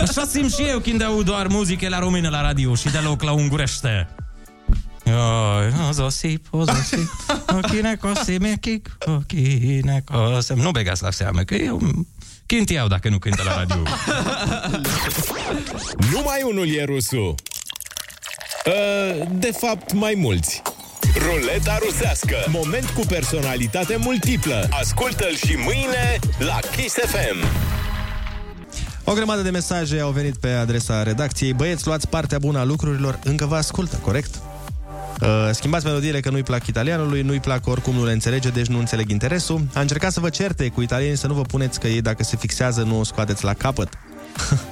H: Așa simt și eu când aud doar muzică la română la radio și deloc la ungurește. Ioi, o zosip, o zosip, o chine cosim, e chic, o chine cosim. Nu begați la seamă, că eu cânt eu dacă nu cântă la radio.
F: Numai unul e rusul.
P: Ă,
F: Uh, De fapt, mai mulți. Ruleta rusească. Moment cu personalitate multiplă. Ascultă-l și mâine la Kiss FM.
G: O grămadă de mesaje au venit pe adresa redacției. Băieți, luați partea bună a lucrurilor, încă vă ascultă, corect? Uh, Schimbați melodiile că nu-i plac italianului, nu-i plac oricum, nu le înțelege, deci nu înțeleg interesul. A încercat să vă certe cu italienii să nu vă puneți că ei dacă se fixează nu o scoateți la capăt.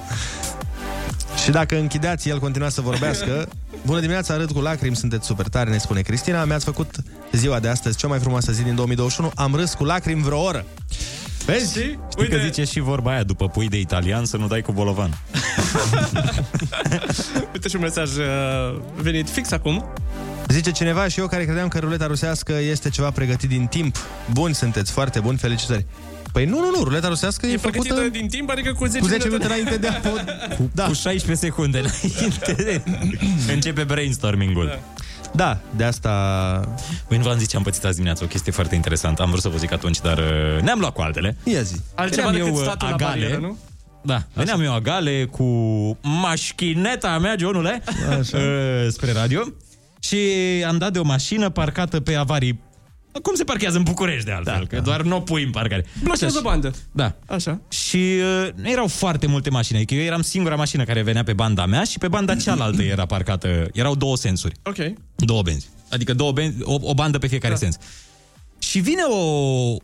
G: Și dacă închideați, el continua să vorbească. Bună dimineața, râd cu lacrimi, sunteți super tare, ne spune Cristina. Mi-ați făcut ziua de astăzi cea mai frumoasă zi din 2021. Am râs cu lacrimi vreo oră. Vezi? Știi
H: Uite. că zice și vorba aia, după pui de italian să nu dai cu bolovan.
I: Ah, Uite și un mesaj uh, venit fix acum.
G: Zice cineva și eu care credeam că ruleta rusească este ceva pregătit din timp. Buni sunteți, foarte buni, felicitări. Păi nu, nu, nu, ruleta rusească e,
I: E
G: făcută...
I: pregătită din timp, adică cu 10,
G: cu 10 minute înainte de a
H: Cu, da. cu 16 secunde înainte Începe brainstorming-ul. Da.
G: Da, de asta...
H: Băi, nu v-am zis ce am pățit azi dimineață, o chestie foarte interesantă. Am vrut să vă zic atunci, dar uh, ne-am luat cu altele.
G: Ia zi.
I: Altceva
H: Veneam
I: decât
H: eu,
I: statul
H: uh,
I: la barieră, nu?
H: Da, veneam eu agale cu mașchineta mea, Johnule,
G: Așa.
H: uh, spre radio și am dat de o mașină parcată pe avarii. Cum se parchează în București de altfel, da, că doar nu o pui în parcare.
I: Blochează
H: Așa.
I: bandă.
H: Da.
I: Așa.
H: Și uh, nu erau foarte multe mașini, adică eu eram singura mașină care venea pe banda mea și pe banda cealaltă era parcată, erau două sensuri.
I: Ok.
H: Două benzi. Adică două benzi, o, o bandă pe fiecare da. sens. Și vine o,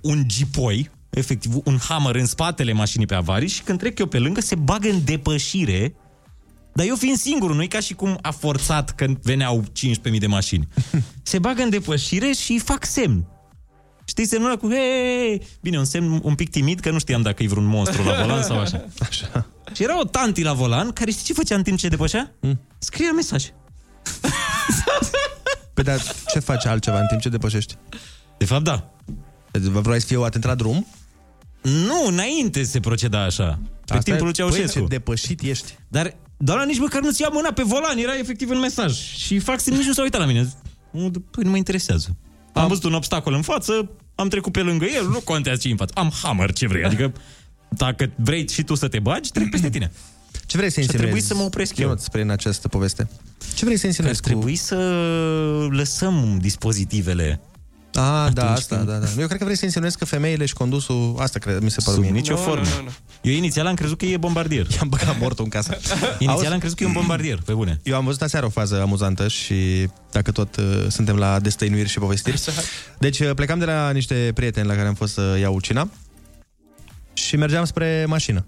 H: un jipoi, efectiv un hammer în spatele mașinii pe avarii și când trec eu pe lângă se bagă în depășire dar eu fiind singur, nu e ca și cum a forțat când veneau 15.000 de mașini. Se bagă în depășire și îi fac semn. Știi semnul ăla cu hei, hei, hei. Bine, un semn un pic timid, că nu știam dacă e vreun monstru la volan sau așa.
G: Așa.
H: Și era o tanti la volan care știi ce făcea în timp ce depășea? Mm. Scria mesaje.
G: Păi dar ce faci altceva în timp ce depășești? Păi,
H: De fapt, da.
G: Vă vrei să fie o atent la drum?
H: Nu, înainte se proceda așa. Pe
G: Asta e-
H: timpul lui Ceaușescu.
G: Păi, ce depășit ești.
H: Dar doamna nici măcar nu-ți ia mâna pe volan, era efectiv un mesaj. Și fac să nici nu s-a uitat la mine. Nu, Păi nu mă interesează. Am, am văzut un obstacol în față, am trecut pe lângă el, nu contează ce în față. Am hammer ce vrei, adică dacă vrei și tu să te bagi, trec peste tine.
G: Ce vrei
H: Și
G: să
H: a
G: insinuezi?
H: trebuit să mă opresc eu.
G: Ionut, spre în această poveste. Ce vrei să
H: Că
G: insinuezi?
H: ar trebui să lăsăm dispozitivele.
G: Ah, da,
H: Atunci
G: asta,
H: când-
G: da, da. Eu cred că vrei să insinuezi că femeile și condusul, asta cred, mi se pare
H: Sub
G: mie.
H: nicio formă. Eu inițial am crezut că e bombardier.
G: I-am băgat mortul în casă.
H: Inițial
G: Auzi?
H: am crezut că e un bombardier, pe bune.
G: Eu am văzut aseară o fază amuzantă și dacă tot uh, suntem la destăinuiri și povestiri. Deci uh, plecam de la niște prieteni la care am fost să iau cina și mergeam spre mașină.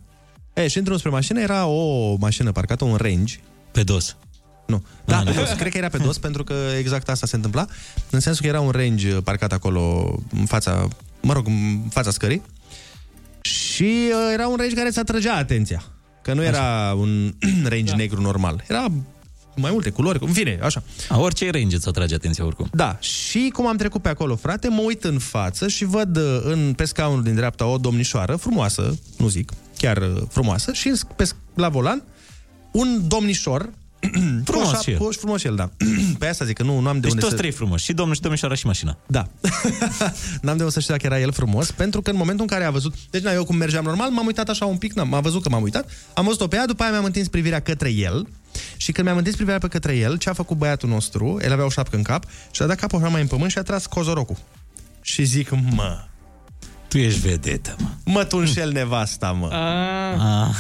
G: E, și într-un spre mașină era o mașină parcată, un range.
H: Pe dos. Ah,
G: Nu. Da, pe dos. Cred că era pe dos pentru că exact asta se întâmpla. În sensul că era un range parcat acolo în fața, mă rog, în fața scării. Și uh, era un range care îți atrăgea atenția. Că nu era un range da. negru normal. Era mai multe culori, în fine, așa.
H: A, orice range îți atrage atenția oricum.
G: Da, și cum am trecut pe acolo, frate, mă uit în față și văd uh, în, pe scaunul din dreapta o domnișoară frumoasă, nu zic, chiar uh, frumoasă, și în sc- pe, sc- la volan un domnișor
H: Frumos
G: cu o
H: și el.
G: șapcă- și frumos și el, da. Pe asta zic că nu, nu am de
H: Deci
G: unde
H: toți
G: să...
H: trei frumoși, și domnul și domnișoara și mașina.
G: Da. n-am de unde să știu dacă era el frumos, pentru că în momentul în care a văzut... Deci, na, eu cum mergeam normal, m-am uitat așa un pic, n-am, am văzut că m-am uitat, am văzut-o pe ea, după aia mi-am întins privirea către el și când mi-am întins privirea pe către el, ce a făcut băiatul nostru, el avea o șapcă în cap și a dat capul așa mai în pământ și a tras cozorocul. Și zic, mă,
H: Tu ești vedetă, mă.
G: Mă, tu înșel nevasta, mă.
H: Ah,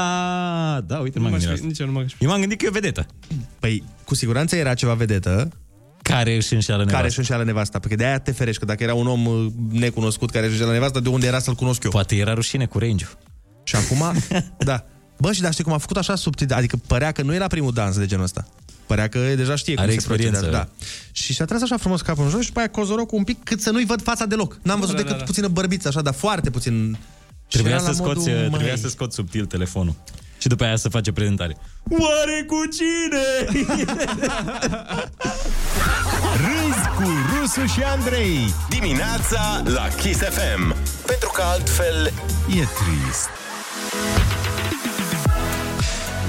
H: da, uite, m-am
G: Nu m-aș
H: gândit
G: fi-
H: la
G: nici
H: asta. Eu m-am gândit că e o vedetă.
G: Păi, cu siguranță era ceva vedetă.
H: Care își înșeală nevasta.
G: Care își înșeală nevasta. Pentru că de-aia te ferești, că dacă era un om uh, necunoscut care își înșeală nevasta, de unde era să-l cunosc eu?
H: Poate era rușine cu range
G: Și acum, da. Bă, și dar știi cum a făcut așa subtil, adică părea că nu era primul dans de genul ăsta. Părea că deja știe
H: Are
G: cum
H: experiență.
G: se procedează. Da. Și și-a tras așa frumos capul în jos și pe aia cozorocul un pic cât să nu-i văd fața deloc. N-am văzut
H: Da, da,
G: decât
H: da.
G: puțină bărbiță așa, dar foarte puțin. Și
H: Trebuia
G: era
H: să,
G: la
H: scoți,
G: modul,
H: trebuia
G: "Măi,
H: să scoți subtil telefonul. Și după aia să face prezentare.
P: Oare cu cine? Râzi cu Rusu și Andrei Dimineața la Kiss FM Pentru că altfel e trist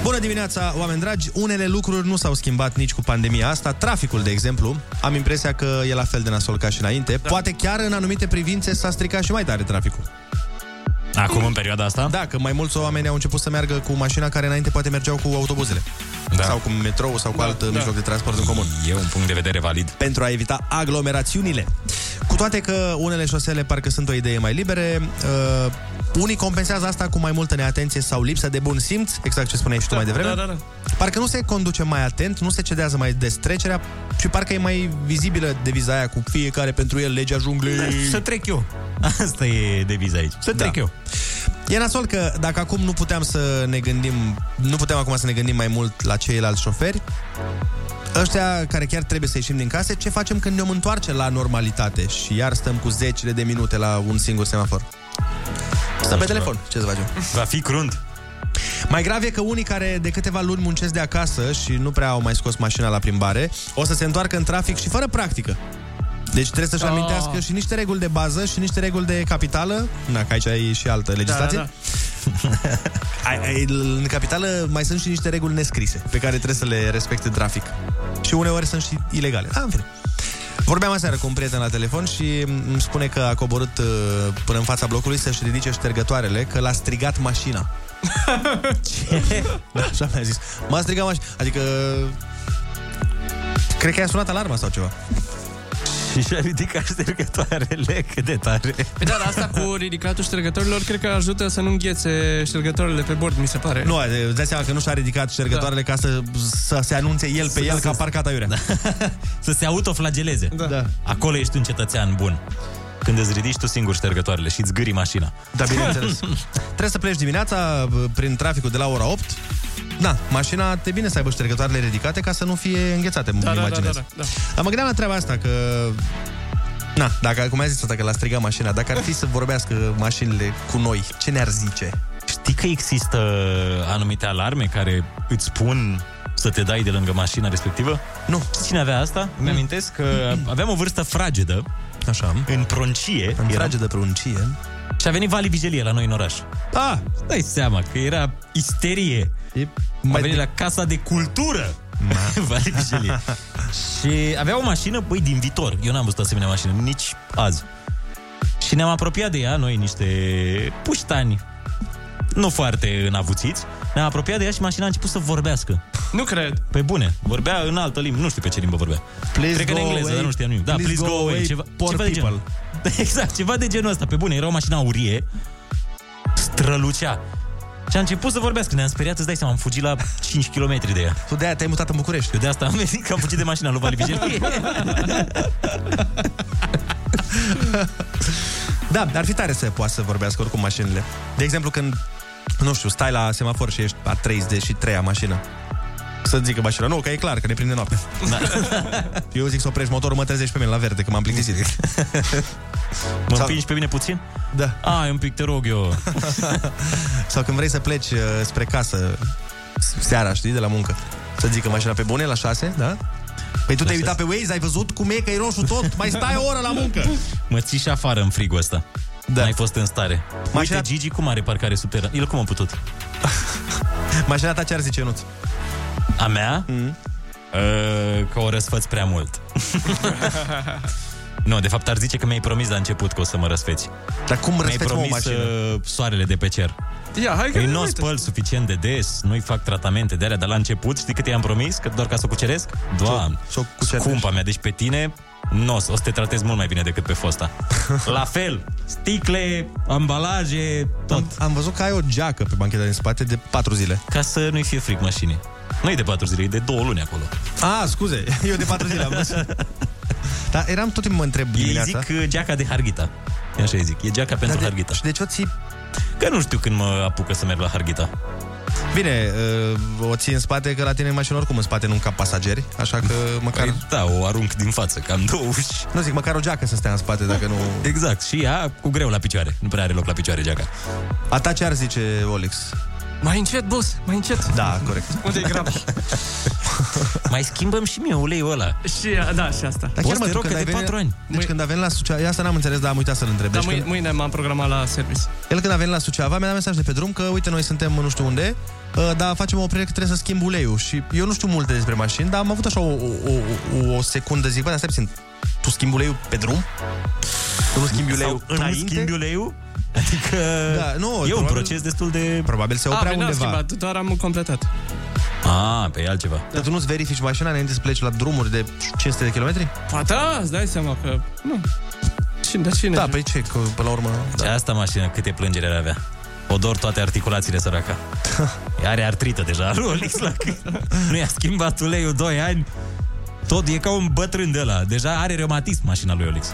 G: Bună dimineața, oameni dragi! Unele lucruri nu s-au schimbat nici cu pandemia asta. Traficul, de exemplu, am impresia că e la fel de nasol ca și înainte. Da. Poate chiar în anumite privințe s-a stricat și mai tare traficul.
H: Acum, în perioada asta?
G: Da, că mai mulți oameni au început să meargă cu mașina care înainte poate mergeau cu autobuzele. Da. Sau cu metrou sau cu da, alt da. mijloc de transport în comun.
H: E un punct de vedere valid.
G: Pentru a evita aglomerațiunile. Cu toate că unele șosele parcă sunt o idee mai libere, uh, unii compensează asta cu mai multă neatenție sau lipsă de bun simț, exact ce spuneai și tu mai devreme.
H: da, da, da.
G: Parcă nu se conduce mai atent, nu se cedează mai des trecerea și parcă e mai vizibilă deviza aia cu fiecare pentru el legea junglei.
H: Da, Să trec eu. Asta e deviza aici. Să trec eu.
G: E nasol că dacă acum nu puteam să ne gândim, nu puteam acum să ne gândim mai mult la ceilalți șoferi, ăștia care chiar trebuie să ieșim din case, ce facem când ne-om întoarce la normalitate și iar stăm cu zecile de minute la un singur semafor? Stăm pe telefon, ce să facem?
H: Va fi crunt.
G: Mai grav e că unii care de câteva luni muncesc de acasă și nu prea au mai scos mașina la plimbare, o să se întoarcă în trafic și fără practică. Deci trebuie să-și
H: Ah.
G: amintească și niște reguli de bază și niște reguli de capitală. Na, că aici e și altă legislație.
H: da.
G: Ai, ai, în capitală mai sunt și niște reguli nescrise pe care trebuie să le respecte trafic. Și uneori sunt și ilegale. Da, în fine. Vorbeam aseară cu un prieten la telefon și îmi spune că a coborât uh, până în fața blocului să-și ridice ștergătoarele, că l-a strigat mașina. Ce? Da, așa mi-a zis. M-a strigat mașina. Adică... Cred că i-a sunat alarma sau ceva.
H: Și și-a ridicat ștergătoarele cât de tare.
I: Păi da, dar asta cu ridicatul ștergătorilor cred că ajută să nu înghețe ștergătoarele pe bord, mi se pare.
G: Nu, adică îți dai seama că nu și-a ridicat ștergătoarele da. ca să, să se anunțe el pe el că a parcat aiurea. Da.
H: Să se autoflageleze.
G: Da.
H: Acolo ești un cetățean bun. Când îți ridici tu singur ștergătoarele și îți gâri mașina.
G: Da, bineînțeles. Trebuie să pleci dimineața bă, prin traficul de la ora 8. Da, mașina te bine să aibă ștergătoarele ridicate ca să nu fie înghețate, da,
I: da,
G: imaginez.
I: da,
G: Da, da, da,
I: da, da.
G: Dar mă gândeam la treaba asta, că... Na, dacă, cum ai zis asta, că l-a strigat mașina, dacă ar fi să vorbească mașinile cu noi, ce ne-ar zice?
H: Știi că există anumite alarme care îți spun să te dai de lângă mașina respectivă?
G: Nu.
H: Cine avea asta? Îmi amintesc că aveam o vârstă fragedă.
G: Așa.
H: În pruncie. În
G: fragedă pruncie.
H: Și a venit Vali Vigelie la noi în oraș.
G: Ah!
H: Dai seama că era isterie.
G: E...
H: A venit la Casa de Cultură. Vali Vigelie. și avea o mașină, băi, din viitor. Eu n-am văzut asemenea mașină, nici azi. Și ne-am apropiat de ea, noi, niște puștani, nu foarte înavuțiți. Ne-am apropiat de ea și mașina a început să vorbească.
I: Nu cred.
H: Pe bune, vorbea în altă limbă, nu știu pe ce limbă vorbea.
G: Please
H: Cred că în
G: go
H: engleză,
G: away.
H: dar nu știam nimic. Da,
G: Please
H: please,
G: go
H: go, away,
G: away,
H: ceva,
G: poor
H: ceva de genul.
G: people.
H: Exact, ceva de genul ăsta. Pe bune, era o mașină aurie, strălucea. Și a început să vorbească, ne-am speriat, îți dai seama, am fugit la 5 km de ea.
G: Tu de-aia te-ai mutat în București.
H: Eu de asta am venit că am fugit de mașina lui Vali Vigil.
G: Da, ar fi tare să poată să vorbească oricum mașinile. De exemplu, când, nu știu, stai la semafor și ești a 33-a mașină. Să zică mașina, nu, că e clar, că ne prinde noapte.
H: Da.
G: Eu zic să oprești motorul, mă trezești pe mine la verde, că m-am plictisit.
H: Mă împingi pe mine puțin?
G: Da.
H: Ai, un pic te rog eu.
G: Sau când vrei să pleci uh, spre casă s- seara, știi, de la muncă. Să zică mașina pe bune la 6, da? Păi tu
H: La
G: te-ai uitat
H: șase.
G: pe Waze, ai văzut cum e, că e roșu tot, mai stai o oră la muncă.
H: Mă ții și afară în frigul ăsta. Da. N-ai fost în stare. Mașina... Uite, Gigi cum are parcare subteran. El cum a putut?
G: Mașina ta ce ar zice, nu?
H: A mea? Mm. Că o răsfăți prea mult. nu, de fapt ar zice că mi-ai promis la început că o să mă răsfeți.
G: Dar cum
H: mi-ai
G: răsfeți, mă, o
H: promis
G: mașină?
H: uh, soarele de pe cer.
I: Ia, hai că
H: Ei
I: ne
H: nu o
I: uităm.
H: spăl suficient de des, nu-i fac tratamente de alea, dar la început știi cât i-am promis? Că doar ca să o cuceresc? Doamne,
G: s-o
H: scumpa mea, deci pe tine nu o să o să te tratez mult mai bine decât pe fosta. La fel, sticle, ambalaje, tot. Am,
G: am văzut că ai o geacă pe bancheta din spate de 4 zile.
H: Ca să nu-i fie fric mașinii. Nu e de 4 zile, e de 2 luni acolo.
G: A, scuze, eu de 4 zile am văzut. Dar eram tot timpul mă întreb
H: Ei
G: dimineața.
H: zic uh, geaca de harghita. Eu Așa îi zic, e geaca pentru
G: de-
H: harghita. Și
G: de ce o ții?
H: Că nu știu când mă apucă să merg la harghita.
G: Bine, uh, o ții în spate, că la tine în mașină oricum în spate nu cap pasageri, așa că măcar... Păi,
H: da, o arunc din față, că am două uși.
G: Nu zic, măcar o geacă să stea în spate dacă nu...
H: Exact, și ea cu greu la picioare. Nu prea are loc la picioare geaca.
G: A ta ce ar zice Olix?
H: Mai încet, boss, mai încet.
G: Da, corect.
H: Unde e graba? mai schimbăm și mie uleiul ăla.
I: Și, da, și asta.
G: Dar chiar mă, tu când ai venit, Deci când a venit la Suceava, asta n-am înțeles, dar am uitat să-l întreb.
I: Da,
G: Deci
I: mâine,
G: când-
I: mâine m-am programat la service.
G: El când a venit la Suceava mi-a dat mesaj de pe drum că uite noi suntem nu știu unde, uh, dar facem o oprire că trebuie să schimb uleiul și eu nu știu multe despre mașini, dar am avut așa o, o, o, o- o secundă, zic, bă, dar stai puțin, tu schimbi uleiul pe drum? Tu nu schimbi uleiul
H: Sau înainte? schimbi uleiul? Adică
G: da, nu,
H: e un proces destul de...
G: Probabil se
I: A,
G: oprea
I: păi n-am
G: undeva.
I: schimbat, doar am completat.
H: A, pe altceva.
G: Dar tu nu-ți verifici mașina înainte să pleci la drumuri de 500 de kilometri?
I: Pa, da, îți dai seama că... Nu. Cine, dar cine?
G: Da, păi ce, că până la urmă...
H: Da. Asta mașină, câte plângeri ar avea. Odor toate articulațiile săraca. Are artrită deja, Rolix la cât. Nu i-a schimbat uleiul 2 ani. Tot e ca un bătrân de ăla. Deja are reumatism mașina lui Olix.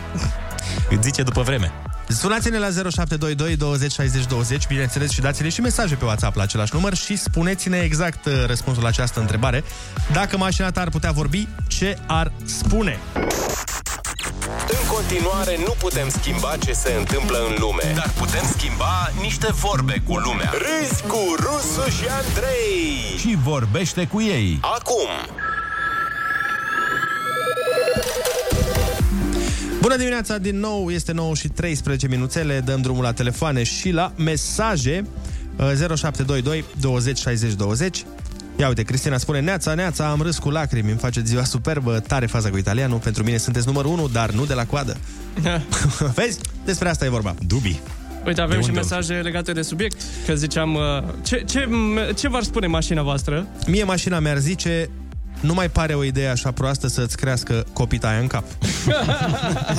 H: Îți zice după vreme.
G: Sunați-ne la 0722 20 60 20, bineînțeles, și dați-ne și mesaje pe WhatsApp la același număr și spuneți-ne exact uh, răspunsul la această întrebare. Dacă mașina ta ar putea vorbi, ce ar spune?
P: În continuare, nu putem schimba ce se întâmplă în lume, dar putem schimba niște vorbe cu lumea. Râzi cu Rusu și Andrei. Și vorbește cu ei. Acum.
G: Bună dimineața din nou, este 9 și 13 minuțele, dăm drumul la telefoane și la mesaje uh, 0722 20 60 20. Ia uite, Cristina spune, neața, neața, am râs cu lacrimi, îmi face ziua superbă, tare faza cu italianul, pentru mine sunteți numărul 1, dar nu de la coadă. Vezi? Despre asta e vorba.
H: Dubii.
I: Uite, avem
G: De
I: și
G: unde
I: mesaje legate de subiect, că ziceam... uh, Ce, ce, ce v-ar spune mașina voastră?
G: Mie mașina mi-ar zice nu mai pare o idee așa proastă să-ți crească copita aia în cap.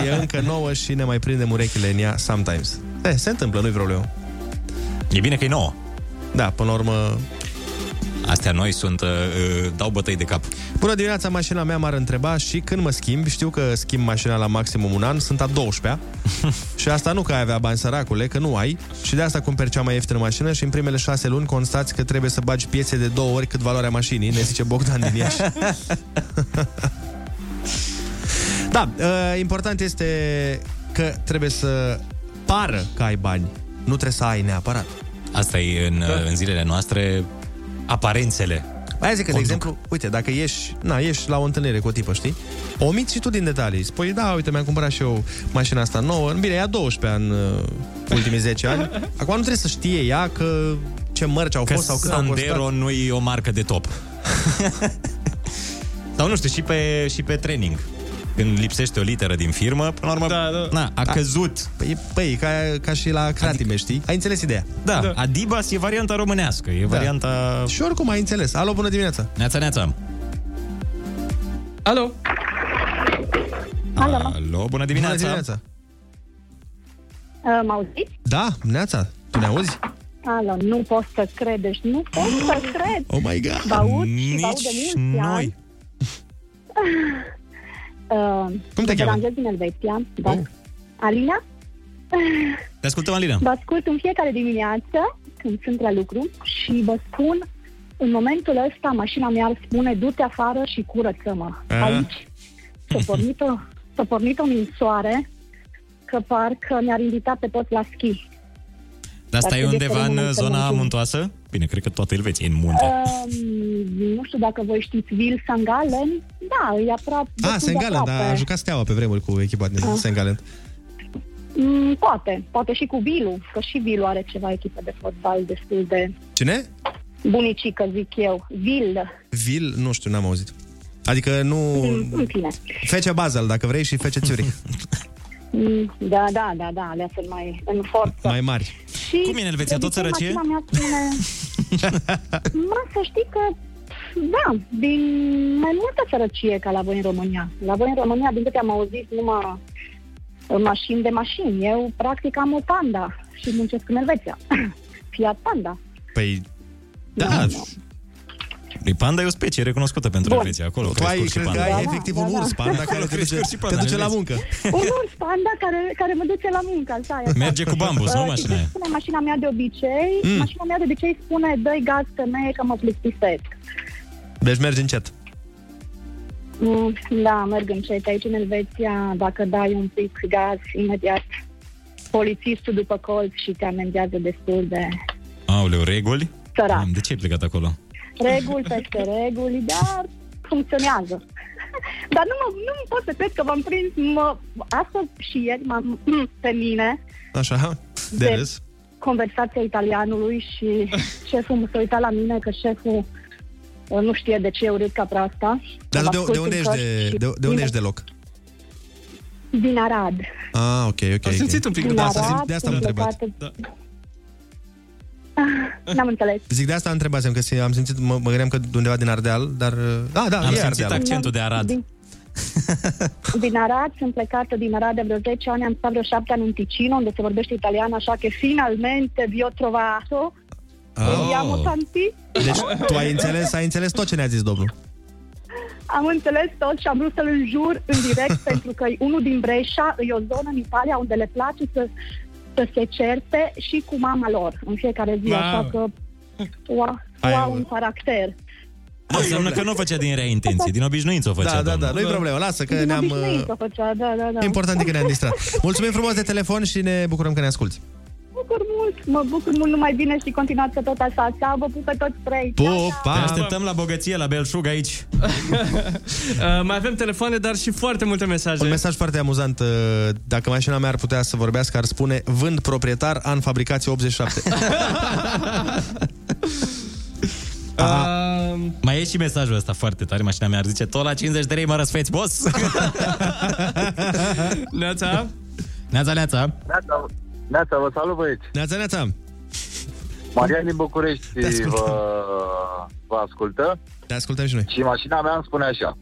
G: e încă nouă și ne mai prindem urechile în ea sometimes. Eh, se întâmplă, nu-i problemă.
H: E bine că e nouă.
G: Da, până la urmă...
H: Astea noi sunt, uh, uh, dau bătăi de cap.
G: Bună dimineața, mașina mea m-ar întreba și când mă schimb, știu că schimb mașina la maximum un an, sunt a 12-a și asta nu că ai avea bani săracule, că nu ai și de asta cumperi cea mai ieftină mașină și în primele șase luni constați că trebuie să bagi piețe de două ori cât valoarea mașinii, ne zice Bogdan din Iași. Da, uh, important este că trebuie să pară că ai bani. Nu trebuie să ai neapărat.
H: Asta e în, da. în zilele noastre aparențele.
G: Aia zic că, de exemplu, uite, dacă ieși, na, ieși la o întâlnire cu o tipă, știi? Omiți și tu din detalii. Spui, da, uite, mi-am cumpărat și eu mașina asta nouă. Bine, ea 12 în uh, ultimii 10 ani. Acum nu trebuie să știe ea că ce mărci au
H: Că
G: fost da. sau cât au costat.
H: Sandero nu e o marcă de top. Sau nu știu, și pe, și pe training. Când lipsește o literă din firmă, până la urmă, da, da. Na, a căzut.
G: Păi, păi ca, ca și la cratime, adică, știi? Ai înțeles ideea.
H: Da, da, Adibas e varianta românească, e da. varianta...
G: Și oricum ai înțeles. Alo, bună dimineața!
H: Neața, neața!
I: Alo!
H: Alo, Alo bună dimineața!
G: Bună dimineața!
E: Uh, Mă auziți?
G: Da, neața, tu ne auzi?
E: Alo, nu pot să cred, deci nu pot să cred.
G: Oh my God!
E: Vă aud și
G: Nici
E: vă aud de mulți
G: noi.
E: ani. Uh,
H: Cum te
E: mă
H: cheamă?
E: deranjez din Elveția. Da. Alina?
H: Te ascultăm, Alina!
E: Vă ascult în fiecare dimineață când sunt la lucru și vă spun în momentul ăsta mașina mea ar spune du-te afară și curăță-mă.
G: Eh.
E: Aici s-a pornit, o, s-a pornit o minsoare că parcă mi-ar invita pe toți la schi.
H: Dar asta
E: Dar
H: e
E: trebuie
H: undeva
E: să
H: în
E: rămânem să
H: zona
E: muncim.
H: muntoasă? Bine, cred că toată Elveția e în munte.
E: Um, nu știu dacă voi știți Will Sangalen. Da, e aproape.
G: Ah,
E: destul de
G: Sengalen,
E: aproape.
G: da, a jucat steaua pe vremuri cu echipa din
E: Ah.
G: Sengalen.
E: Mm, poate, poate și cu Vilu, că și Vilu are ceva echipă de fotbal destul de
G: Cine?
E: bunicică, zic eu. Vil,
G: Vil, nu știu, n-am auzit. Adică nu...
E: Mm, în fine.
G: Fece Basel, dacă vrei, și Fece Zurich.
E: Mm, Da, da, da, da, alea sunt mai în forță.
G: mai mari.
E: Da. Și
H: Cum e în Elveția, tot
E: de obicei,
H: sărăcie?
E: mașina mea spune... mă, să știi că da, din mai multă sărăcie ca la voi în România. La voi în România, din câte am auzit, numai uh, mașini de mașini. Eu, practic, am o panda și muncesc în Elveția. Fiat Panda.
H: Păi, da. Lui panda e o specie recunoscută pentru Elveția. Acolo
G: Tu ai, cred că ai efectiv un
E: da, da.
G: urs panda care te duce, te duce la muncă.
E: Un urs panda care, care mă duce la muncă, asta e.
H: Merge cu bambus, nu,
E: Uh,
H: mașina
E: și
H: aia?
E: Spune mașina mea de obicei,
G: Mm.
E: mm. mașina mea de obicei spune, dă-i gaz femeie că mă plictisesc.
G: Deci mergi încet.
E: Mm, Da, merg încet. Aici în Elveția, dacă dai un pic gaz, imediat polițistul după colț și te amendează destul de
H: Aoleu, reguli?
E: sărac.
G: Mm.
H: De ce ai plecat acolo?
E: Reguli peste reguli, dar funcționează. Dar nu, mă, nu pot să cred că v-am prins mă, astăzi și ieri m-am, mm, pe mine
G: Așa, de
E: De-
G: râs.
E: conversația italianului și șeful s-a uitat la mine că șeful uh, nu știe de ce eu râd ca proasta.
G: Dar
E: Mă
G: tu de,
E: ascult
G: de unde
E: în
G: ești
E: căști
G: de,
E: și
G: de, de unde
E: vine
G: ești de loc?
E: Din Arad.
G: Ah, ok, ok.
I: Am simțit un pic de
E: Da.
G: de
I: asta.
G: asta. De asta am
E: sunt
G: întrebat. Da.
E: plecată- Ah, N-am înțeles.
G: Zic de asta întrebasem, că se- am simțit, mă, mă gândeam că de undeva din Ardeal, dar... Da, da,
H: Am
G: e
H: simțit
G: Ardeal.
H: accentul de Arad.
E: Din, din Arad, sunt plecată din Arad de vreo 10 ani, am stat vreo 7 ani în Ticino, unde se vorbește italiano, așa că finalmente vi ho trovato.
G: Oh.
E: Am, tanti,
G: Deci tu ai înțeles, ai înțeles tot ce ne-a zis domnul.
E: am înțeles tot și am vrut să-l înjur în direct, pentru că e unul din Brescia, e o zonă în Italia unde le place să, să se certe și cu mama lor în fiecare zi,
H: Mamă.
E: așa că ua,
H: Ai
E: ua
G: uh,
H: un-
E: un caracter.
H: Da, înseamnă că nu o făcea din rea intenție, din obișnuință o făcea.
G: Da, da, da,
H: domnul.
G: nu-i problemă, lasă că
E: Din
G: ne-am...
E: obișnuit o
G: uh,
E: făcea, da, da, da.
G: E important e că ne-am distrat. Mulțumim frumos de telefon și ne bucurăm că ne asculti.
E: Mă bucur mult, mă bucur mult, numai bine și continuați să tot așa. Sau vă pup pe toți trei.
H: Pup, Te așteptăm la bogăție, la belșug aici.
I: Uh, mai avem telefoane, dar și foarte multe mesaje.
G: Un mesaj foarte amuzant. uh, Dacă mașina mea ar putea să vorbească, ar spune vând proprietar an fabricație 87.
H: Um... Mai e și mesajul ăsta foarte tare, mașina mea ar zice, tot la 50 de lei mă răsfeți, boss!
I: neața!
H: Neața, neața!
M: Neața, neața, vă salut băieți!
G: Neața, neața!
M: Marian din București
G: Te ascultăm.
M: vă, vă ascultă.
G: Te ascultăm și noi.
M: Și mașina mea îmi spune așa.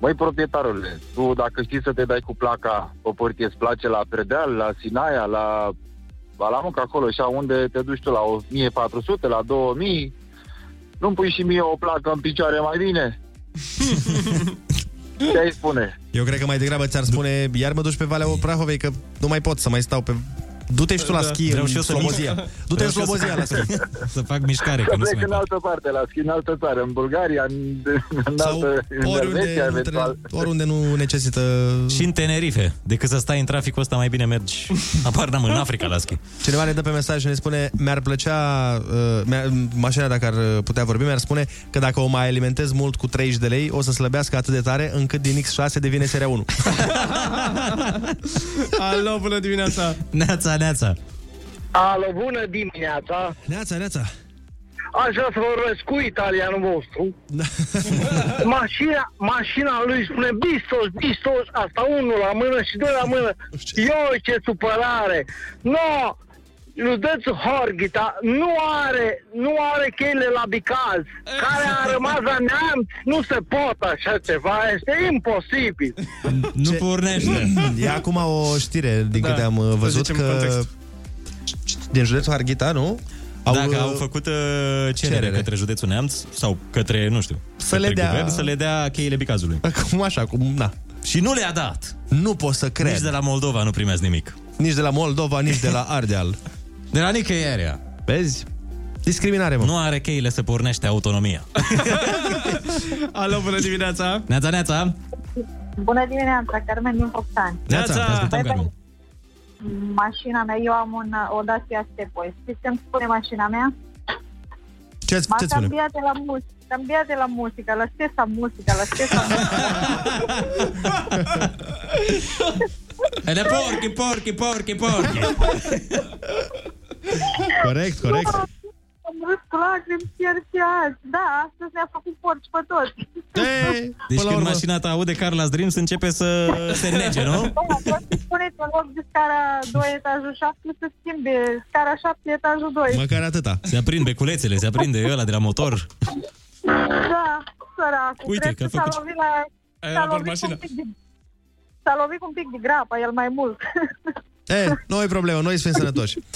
M: Măi, proprietarule, tu dacă știi să te dai cu placa pe pârtie, îți place la Predeal, la Sinaia, la Balamuc, acolo, așa, unde te duci tu la 1400, la 2000, nu-mi pui și mie o placă în picioare mai bine? Ce ai spune?
G: Eu cred că mai degrabă ți-ar spune, iar mă duci pe Valea Prahovei, că nu mai pot să mai stau pe... Du-te și tu la
M: Da.
G: schi
M: Vreau
G: în
M: și eu să
G: Slobozia.
M: mișc.
G: Du-te
M: Vreau
G: în
M: și eu să-
G: Slobozia la schi.
H: Să fac mișcare,
M: Să plec în altă parte, la schi, în altă țară, în Bulgaria, în, în altă, în Elveția,
G: Oriunde, nu
M: eventual.
G: tre- oriunde nu necesită...
H: Și în Tenerife, decât să stai în traficul ăsta, mai bine mergi, apar n-am, în Africa la schi.
G: Cineva ne dă pe mesaj și ne spune Mi-ar plăcea, uh, mi-ar, mașina dacă ar uh, putea vorbi Mi-ar spune că dacă o mai alimentez mult cu 30 de lei O să slăbească atât de tare încât din X6 devine seria 1
I: Alo, bună dimineața!
H: Neața, neața!
Y: Alo, bună dimineața!
G: Neața, neața!
Y: Aș vrea să vorbesc cu italianul vostru.
G: Da.
Y: mașina, mașina lui spune bistos, bistos, asta unul la mână și doi la mână. Ioi, ce supărare! No! Județul Horghita nu are, nu are cheile la bicaz. Care a rămas la neamț, nu se pot așa ceva, este imposibil.
H: Nu Ce? pornește.
G: E acum o știre din
Y: Da,
G: da, câte am uh,
Y: să
G: văzut
Y: zicem
G: că
Y: context.
G: Din județul Harghita, nu?
H: Au,
G: uh,
H: Dacă au făcut uh, cerere,
G: cerere.
H: către județul Neamț sau către, nu știu,
G: Să
H: către
G: le dea-
H: guvern, să le dea cheile bicazului.
G: Cum așa, cum, na
H: Și nu le-a dat
G: Nu pot să cred
H: Nici de la Moldova nu primești nimic
G: Nici de la Moldova, nici de la Ardeal
H: De la nicăieri
G: Vezi? Discriminare, mă
H: Nu are cheile să pornește autonomia
I: Alo, bună dimineața!
H: Neața, neața
N: Bună dimineața, Carmen din Focșani.
H: Neața, te ascultăm, Carmen.
N: Mașina mea, eu am un, o Dacia Stepoi. Știți ce îmi spune mașina mea?
G: Ce,
N: M-a
G: ce spune?
N: cambiat de la muzică. Cambiat de la muzică, la stessa muzica, la stessa
H: Ele porchi, porchi, porchi, porchi
G: Da. Corect, corect
N: Am vrut cu lacrimi chiar și azi. Da, astăzi ne-a făcut porci pe toți.
H: Deci când mașina ta aude Carla's Dreams începe să se nege, nu?
N: Da, vreau să spuneți, în loc de scara 2, etajul 7, să schimbe scara 7, etajul 2.
G: Măcar atâta
H: Se aprind beculețele, se aprinde ăla de la motor
N: Da, săracul.
H: Uite,
N: Cred
H: că a
N: s-a
H: făcut-
N: lovit la...
H: Ai
N: s-a
H: luat
N: lovit
H: mașina.
N: un pic de- S-a lovit un pic de grapa, el mai mult.
G: E, nu e problemă, noi suntem sănătoși.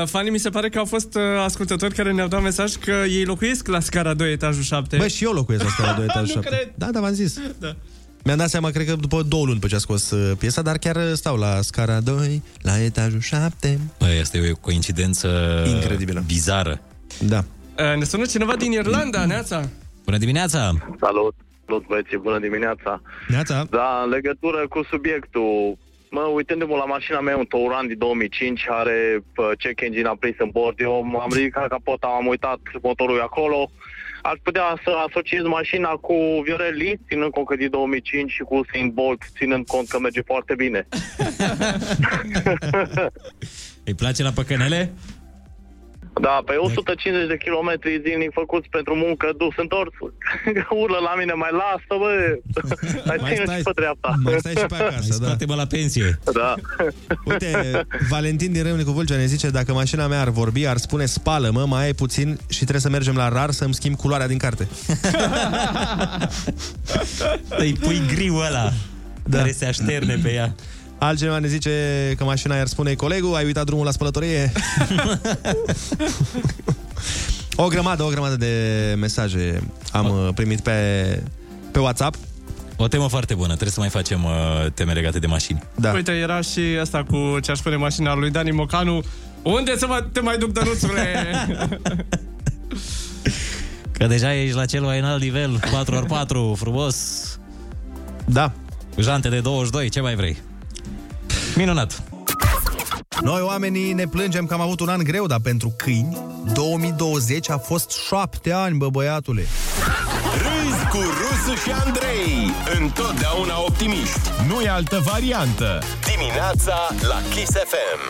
I: Uh, fanii mi se pare că au fost uh, ascultători care ne-au dat mesaj că ei locuiesc la scara 2, etajul 7.
G: Bă, și eu locuiesc la scara 2, etajul 7.
I: cred.
G: Da, da, v-am zis.
I: Da.
G: Mi-am dat seama, cred că după două luni pe ce a scos uh, piesa, dar chiar uh, stau la scara 2, la etajul 7.
H: Băi, asta e o coincidență incredibilă, bizară.
G: Da.
I: Uh, ne sună cineva din Irlanda,
G: Mm.
I: Neața.
H: Bună dimineața!
Z: Salut! Salut, băieții, bună dimineața!
G: Neața!
Z: Da, în legătură cu subiectul, mă, uitându-mă la mașina mea, un Touran din 2005, are pă, check engine aprins în bord, eu m-am ridicat capota, am uitat motorul acolo, aș putea să asociez mașina cu Viorel Lee, ținând cont că din 2005 și cu Saint Bolt, ținând cont că merge foarte bine.
H: Îi place la păcănele?
Z: Da,
G: Deci-
Z: pe 150 de kilometri zilnic făcuți pentru muncă, dus întors. Urlă la mine, mai lasă, bă! Mai ține și pe dreapta.
G: Mai stai și pe acasă, da.
H: Toate mă la pensie.
Z: Da.
G: Uite, Valentin din Râmnicu Vâlcea ne zice Dacă mașina mea ar vorbi, ar spune Spală-mă, mai ai puțin și trebuie să mergem la rar Să-mi schimb culoarea din carte
H: Îi pui griu ăla da. Care se așterne pe ea
G: Altcineva ne zice că mașina i-ar spune Colegul, ai uitat drumul la spălătorie O grămadă, o grămadă de mesaje Am uh, primit pe, pe WhatsApp
H: O temă foarte bună, trebuie să mai facem uh, teme legate de mașini.
G: Da.
I: Uite, era și asta cu ce aș pune mașina lui Dani Mocanu. Unde să mă, te mai duc, dănuțule?
H: Că deja ești la cel mai înalt nivel, 4x4, frumos.
G: Da.
H: Jante de 22, ce mai vrei? Minunat.
G: Noi oamenii ne plângem că am avut un an greu, dar pentru câini 2020 a fost șapte ani, bă băiatule
P: Râzi cu Rusu și Andrei Întotdeauna optimist Nu e altă variantă Dimineața la Kiss FM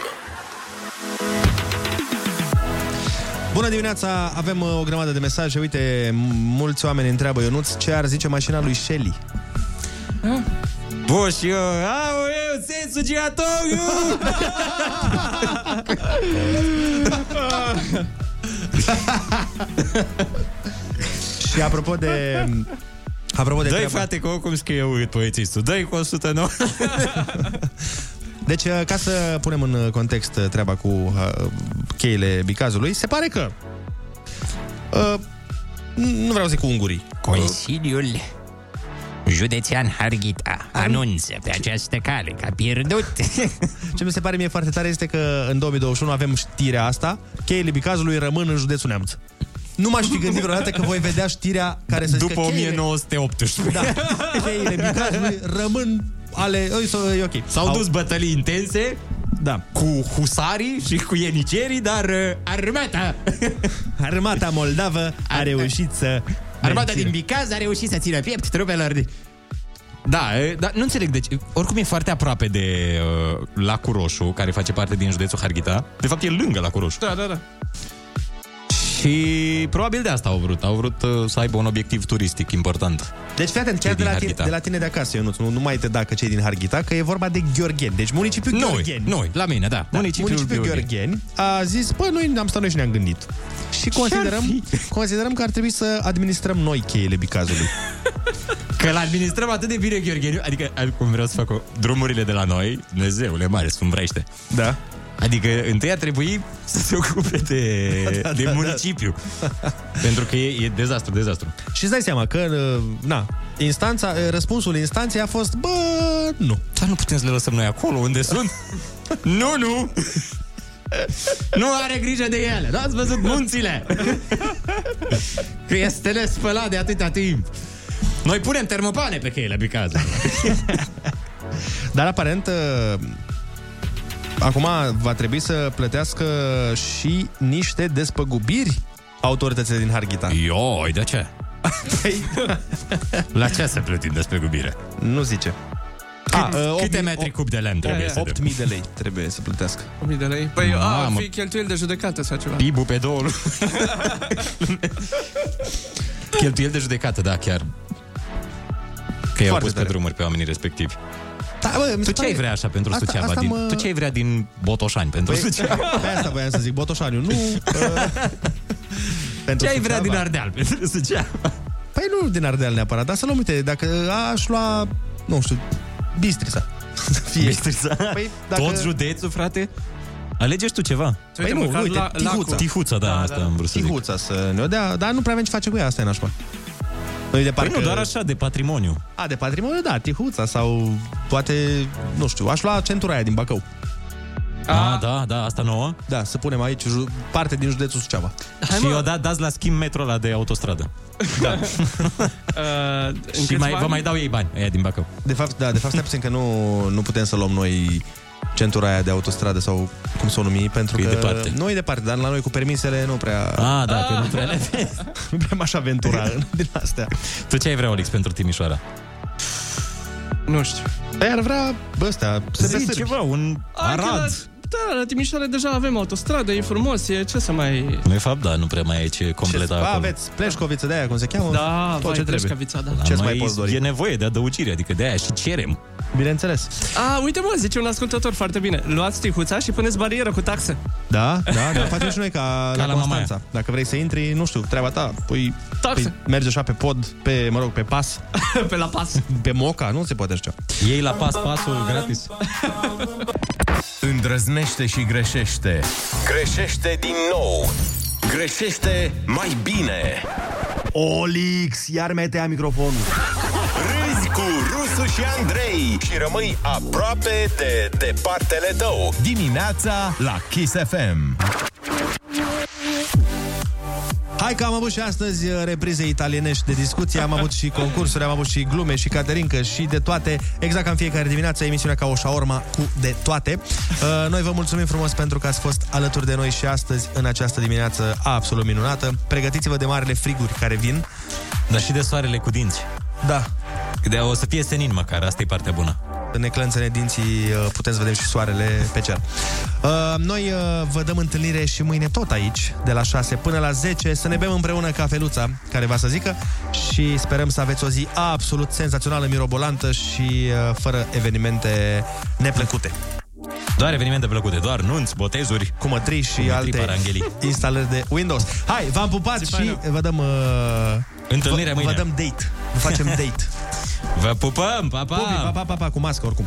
G: Bună dimineața, avem uh, o grămadă de mesaje Uite, m- mulți oameni întreabă Ionuț ce ar zice mașina lui Shelly
H: Bun și eu, au eu, sensul giratoriu!
G: Și apropo de... Apropo de
H: Dă-i,
G: treaba-
H: frate, că oricum scrie urât poețistul. Dă-i cu 109.
G: Deci, uh, ca să punem în uh, context uh, treaba cu uh, cheile bicazului, se pare că... Uh, n- nu vreau să zic cu ungurii.
A: Consiliul Județean Harghita anunță pe această cale că a pierdut
G: Ce mi se pare mie foarte tare este că în 2021 avem știrea asta, cheile bicazului rămân în județul Neamț. Nu m-aș fi gândit vreodată că voi vedea știrea care să zică
H: După 1918.
G: Cheile, da, cheile bicazului rămân ale... E, e ok.
H: S-au dus bătălii intense
G: da.
H: cu husarii și cu ienicerii, dar uh, armata,
G: armata moldavă a reușit să...
A: Armata din Bicaz a reușit să țină piept trupelor de...
H: Da, e, dar nu înțeleg, deci oricum e foarte aproape de uh, Lacul Roșu, care face parte din județul Harghita. De fapt e lângă Lacul Roșu.
I: da, da, da.
H: Și probabil de asta au vrut. Au vrut uh, să aibă un obiectiv turistic important.
G: Deci fii atent,
H: Cei
G: chiar de
H: din
G: la, tine,
H: Harghita.
G: de la tine de acasă, Ionuț, nu, nu mai te da că cei din Harghita, că e vorba de Gheorgheni. Deci municipiul
H: Noi,
G: Gheorgheni.
H: noi, la mine, da. Municipiul
G: municipiul
H: Gheorgheni.
G: Gheorgheni a zis, bă, noi am stat noi și ne-am gândit. Și considerăm, considerăm că ar trebui să administrăm noi cheile bicazului.
H: Că l-administrăm atât de bine Gheorgheniu, adică cum vreau să fac o, drumurile de la noi, Dumnezeule mare, sunt vrește.
G: Da.
H: Adică întâi ar trebui să se ocupe de,
G: Da, da,
H: de
G: da, da.
H: municipiu. Pentru că e, e dezastru, dezastru.
G: Și îți dai seama că, uh, na, instanța, uh, răspunsul instanței a fost, bă, nu.
H: Dar nu putem să le lăsăm noi acolo unde sunt. nu, nu! nu are grijă de ele, nu ați văzut munțile? că este nespălat de atâta timp. Noi punem termopane pe cheile bicază.
G: Dar aparent, uh, acum va trebui să plătească și niște despăgubiri autoritățile din Harghita. Păi-
H: Ioi, de ce? La ce să plătim despre gubire?
G: Nu zice. Ah,
H: Cât, a, câte metri cub de lemn trebuie să
G: 8.000 de lei trebuie să plătească.
I: 1000 de lei. Păi, a, ar
H: Mamă.
I: fi cheltuieli de judecată sau ceva.
H: Pibu pe două luni. Cheltuieli de judecată, da, chiar. Că i-au
G: Foarte
H: pus pe
G: tare.
H: drumuri pe oamenii respectivi.
G: Da, bă, mi se
H: tu ce ai
G: pare-
H: vrea așa pentru
G: Asta-
H: Suceava?
G: asta
H: din...
G: mă-
H: Tu ce ai vrea din Botoșani pentru
G: Păi,
H: Suceava?
G: Pe asta voiam să zic, Botoșaniu, nu... Uh, pentru
H: Ce ai vrea
G: Suceava.
H: din Ardeal pentru Suceava?
G: Păi nu din Ardeal neapărat, dar să luăm, uite, dacă aș lua, nu știu, Bistrița. Să Fie.
H: Bistrița.
G: Păi,
H: dacă... Tot județul, frate? Alegeți tu ceva.
G: Păi nu, uite, tihuța.
H: Tihuța, da, asta am vrut să zic.
G: Tihuța să ne o dea, dar nu prea avem ce face cu ea, asta e nașpa. Noi de
H: Păi
G: parcă-
H: nu, doar așa, de patrimoniu.
G: A, de patrimoniu, da, Tihuța sau poate, nu știu, aș lua centura aia din Bacău.
H: A, da, da, asta nouă.
G: Da, să punem aici ju- parte din județul Suceava.
H: și eu da, dați la schimb metro ăla de autostradă. Da. și mai, vă mai dau ei bani, aia din Bacău.
G: De fapt, da, de fapt, stai puțin că nu, nu putem să luăm noi centura aia de autostradă sau cum să o numi, pentru
H: Că Păi e
G: că...
H: departe.
G: Nu e departe, dar la noi cu permisele nu prea...
H: Ah, da, că nu prea le
G: Nu prea m-aș aventura în- din astea.
H: Tu ce ai vrea, Olix, pentru Timișoara?
I: Nu știu.
G: Păi ar vrea, bă, ăstea,
H: Zi ceva, un Arad.
I: Da, la Timișoara deja avem autostradă, e frumos, e ce să mai...
H: Nu e fapt, da, nu prea mai e ce completa
G: Ba,
H: acolo.
G: aveți pleșcoviță de aia, cum se cheamă?
I: Da,
G: tot
I: vai,
G: ce trebuie.
I: pleșcavița, da.
H: La
G: Ce-ți
H: noi
G: mai poți dori?
H: E nevoie de adăugire, adică de aia și cerem.
G: Bineînțeles.
I: A, uite mă, zice un ascultător foarte bine. Luați tihuța și puneți barieră cu taxe.
G: Da, da, dar facem și noi ca,
I: Ca
G: ca
I: la
G: la Constanța. Dacă vrei să intri, nu știu, treaba ta, pui,
I: Taxe.
G: pui mergi așa pe pod, pe, mă rog, pe pas.
I: pe la pas.
G: Pe moca, nu se poate așa.
H: Ei la pas pasul gratis.
P: Îndrăznește și greșește. Greșește din nou. Greșește mai bine.
N: Olix, iar metea microfonul.
P: Râzi cu Rusu și Andrei și rămâi aproape de departele tău. Dimineața la Kiss FM.
G: Hai că am avut și astăzi uh, reprize italienești de discuție, am avut și concursuri, am avut și glume și caterincă și de toate. Exact ca în fiecare dimineață, emisiunea ca o șaorma cu de toate. Uh, Noi vă mulțumim frumos pentru că ați fost alături de noi și astăzi în această dimineață absolut minunată. Pregătiți-vă de marele friguri care vin.
H: Dar și de soarele cu dinți.
G: Da.
H: De o să fie senin măcar, asta e partea bună.
G: Când ne clănțăne dinții, uh, putem să vedem și soarele pe cer. Uh, Noi uh, vă dăm întâlnire și mâine tot aici, de la 6 până la 10, să ne bem împreună cafeluța, care va să zică, și sperăm să aveți o zi absolut senzațională, mirobolantă și uh, fără evenimente neplăcute.
H: Doar evenimente plăcute, doar nunți, botezuri,
G: cumătrii și alte
H: paranghelii.
G: instalări de Windows. Hai, v-am pupat și vă dăm... Uh,
H: Întâlnirea
G: vă,
H: mâine.
G: Vă dăm date. Vă facem date.
H: Vă pupăm, pa, pa!
G: Pupi, pa, pa, pa, pa, cu mască oricum.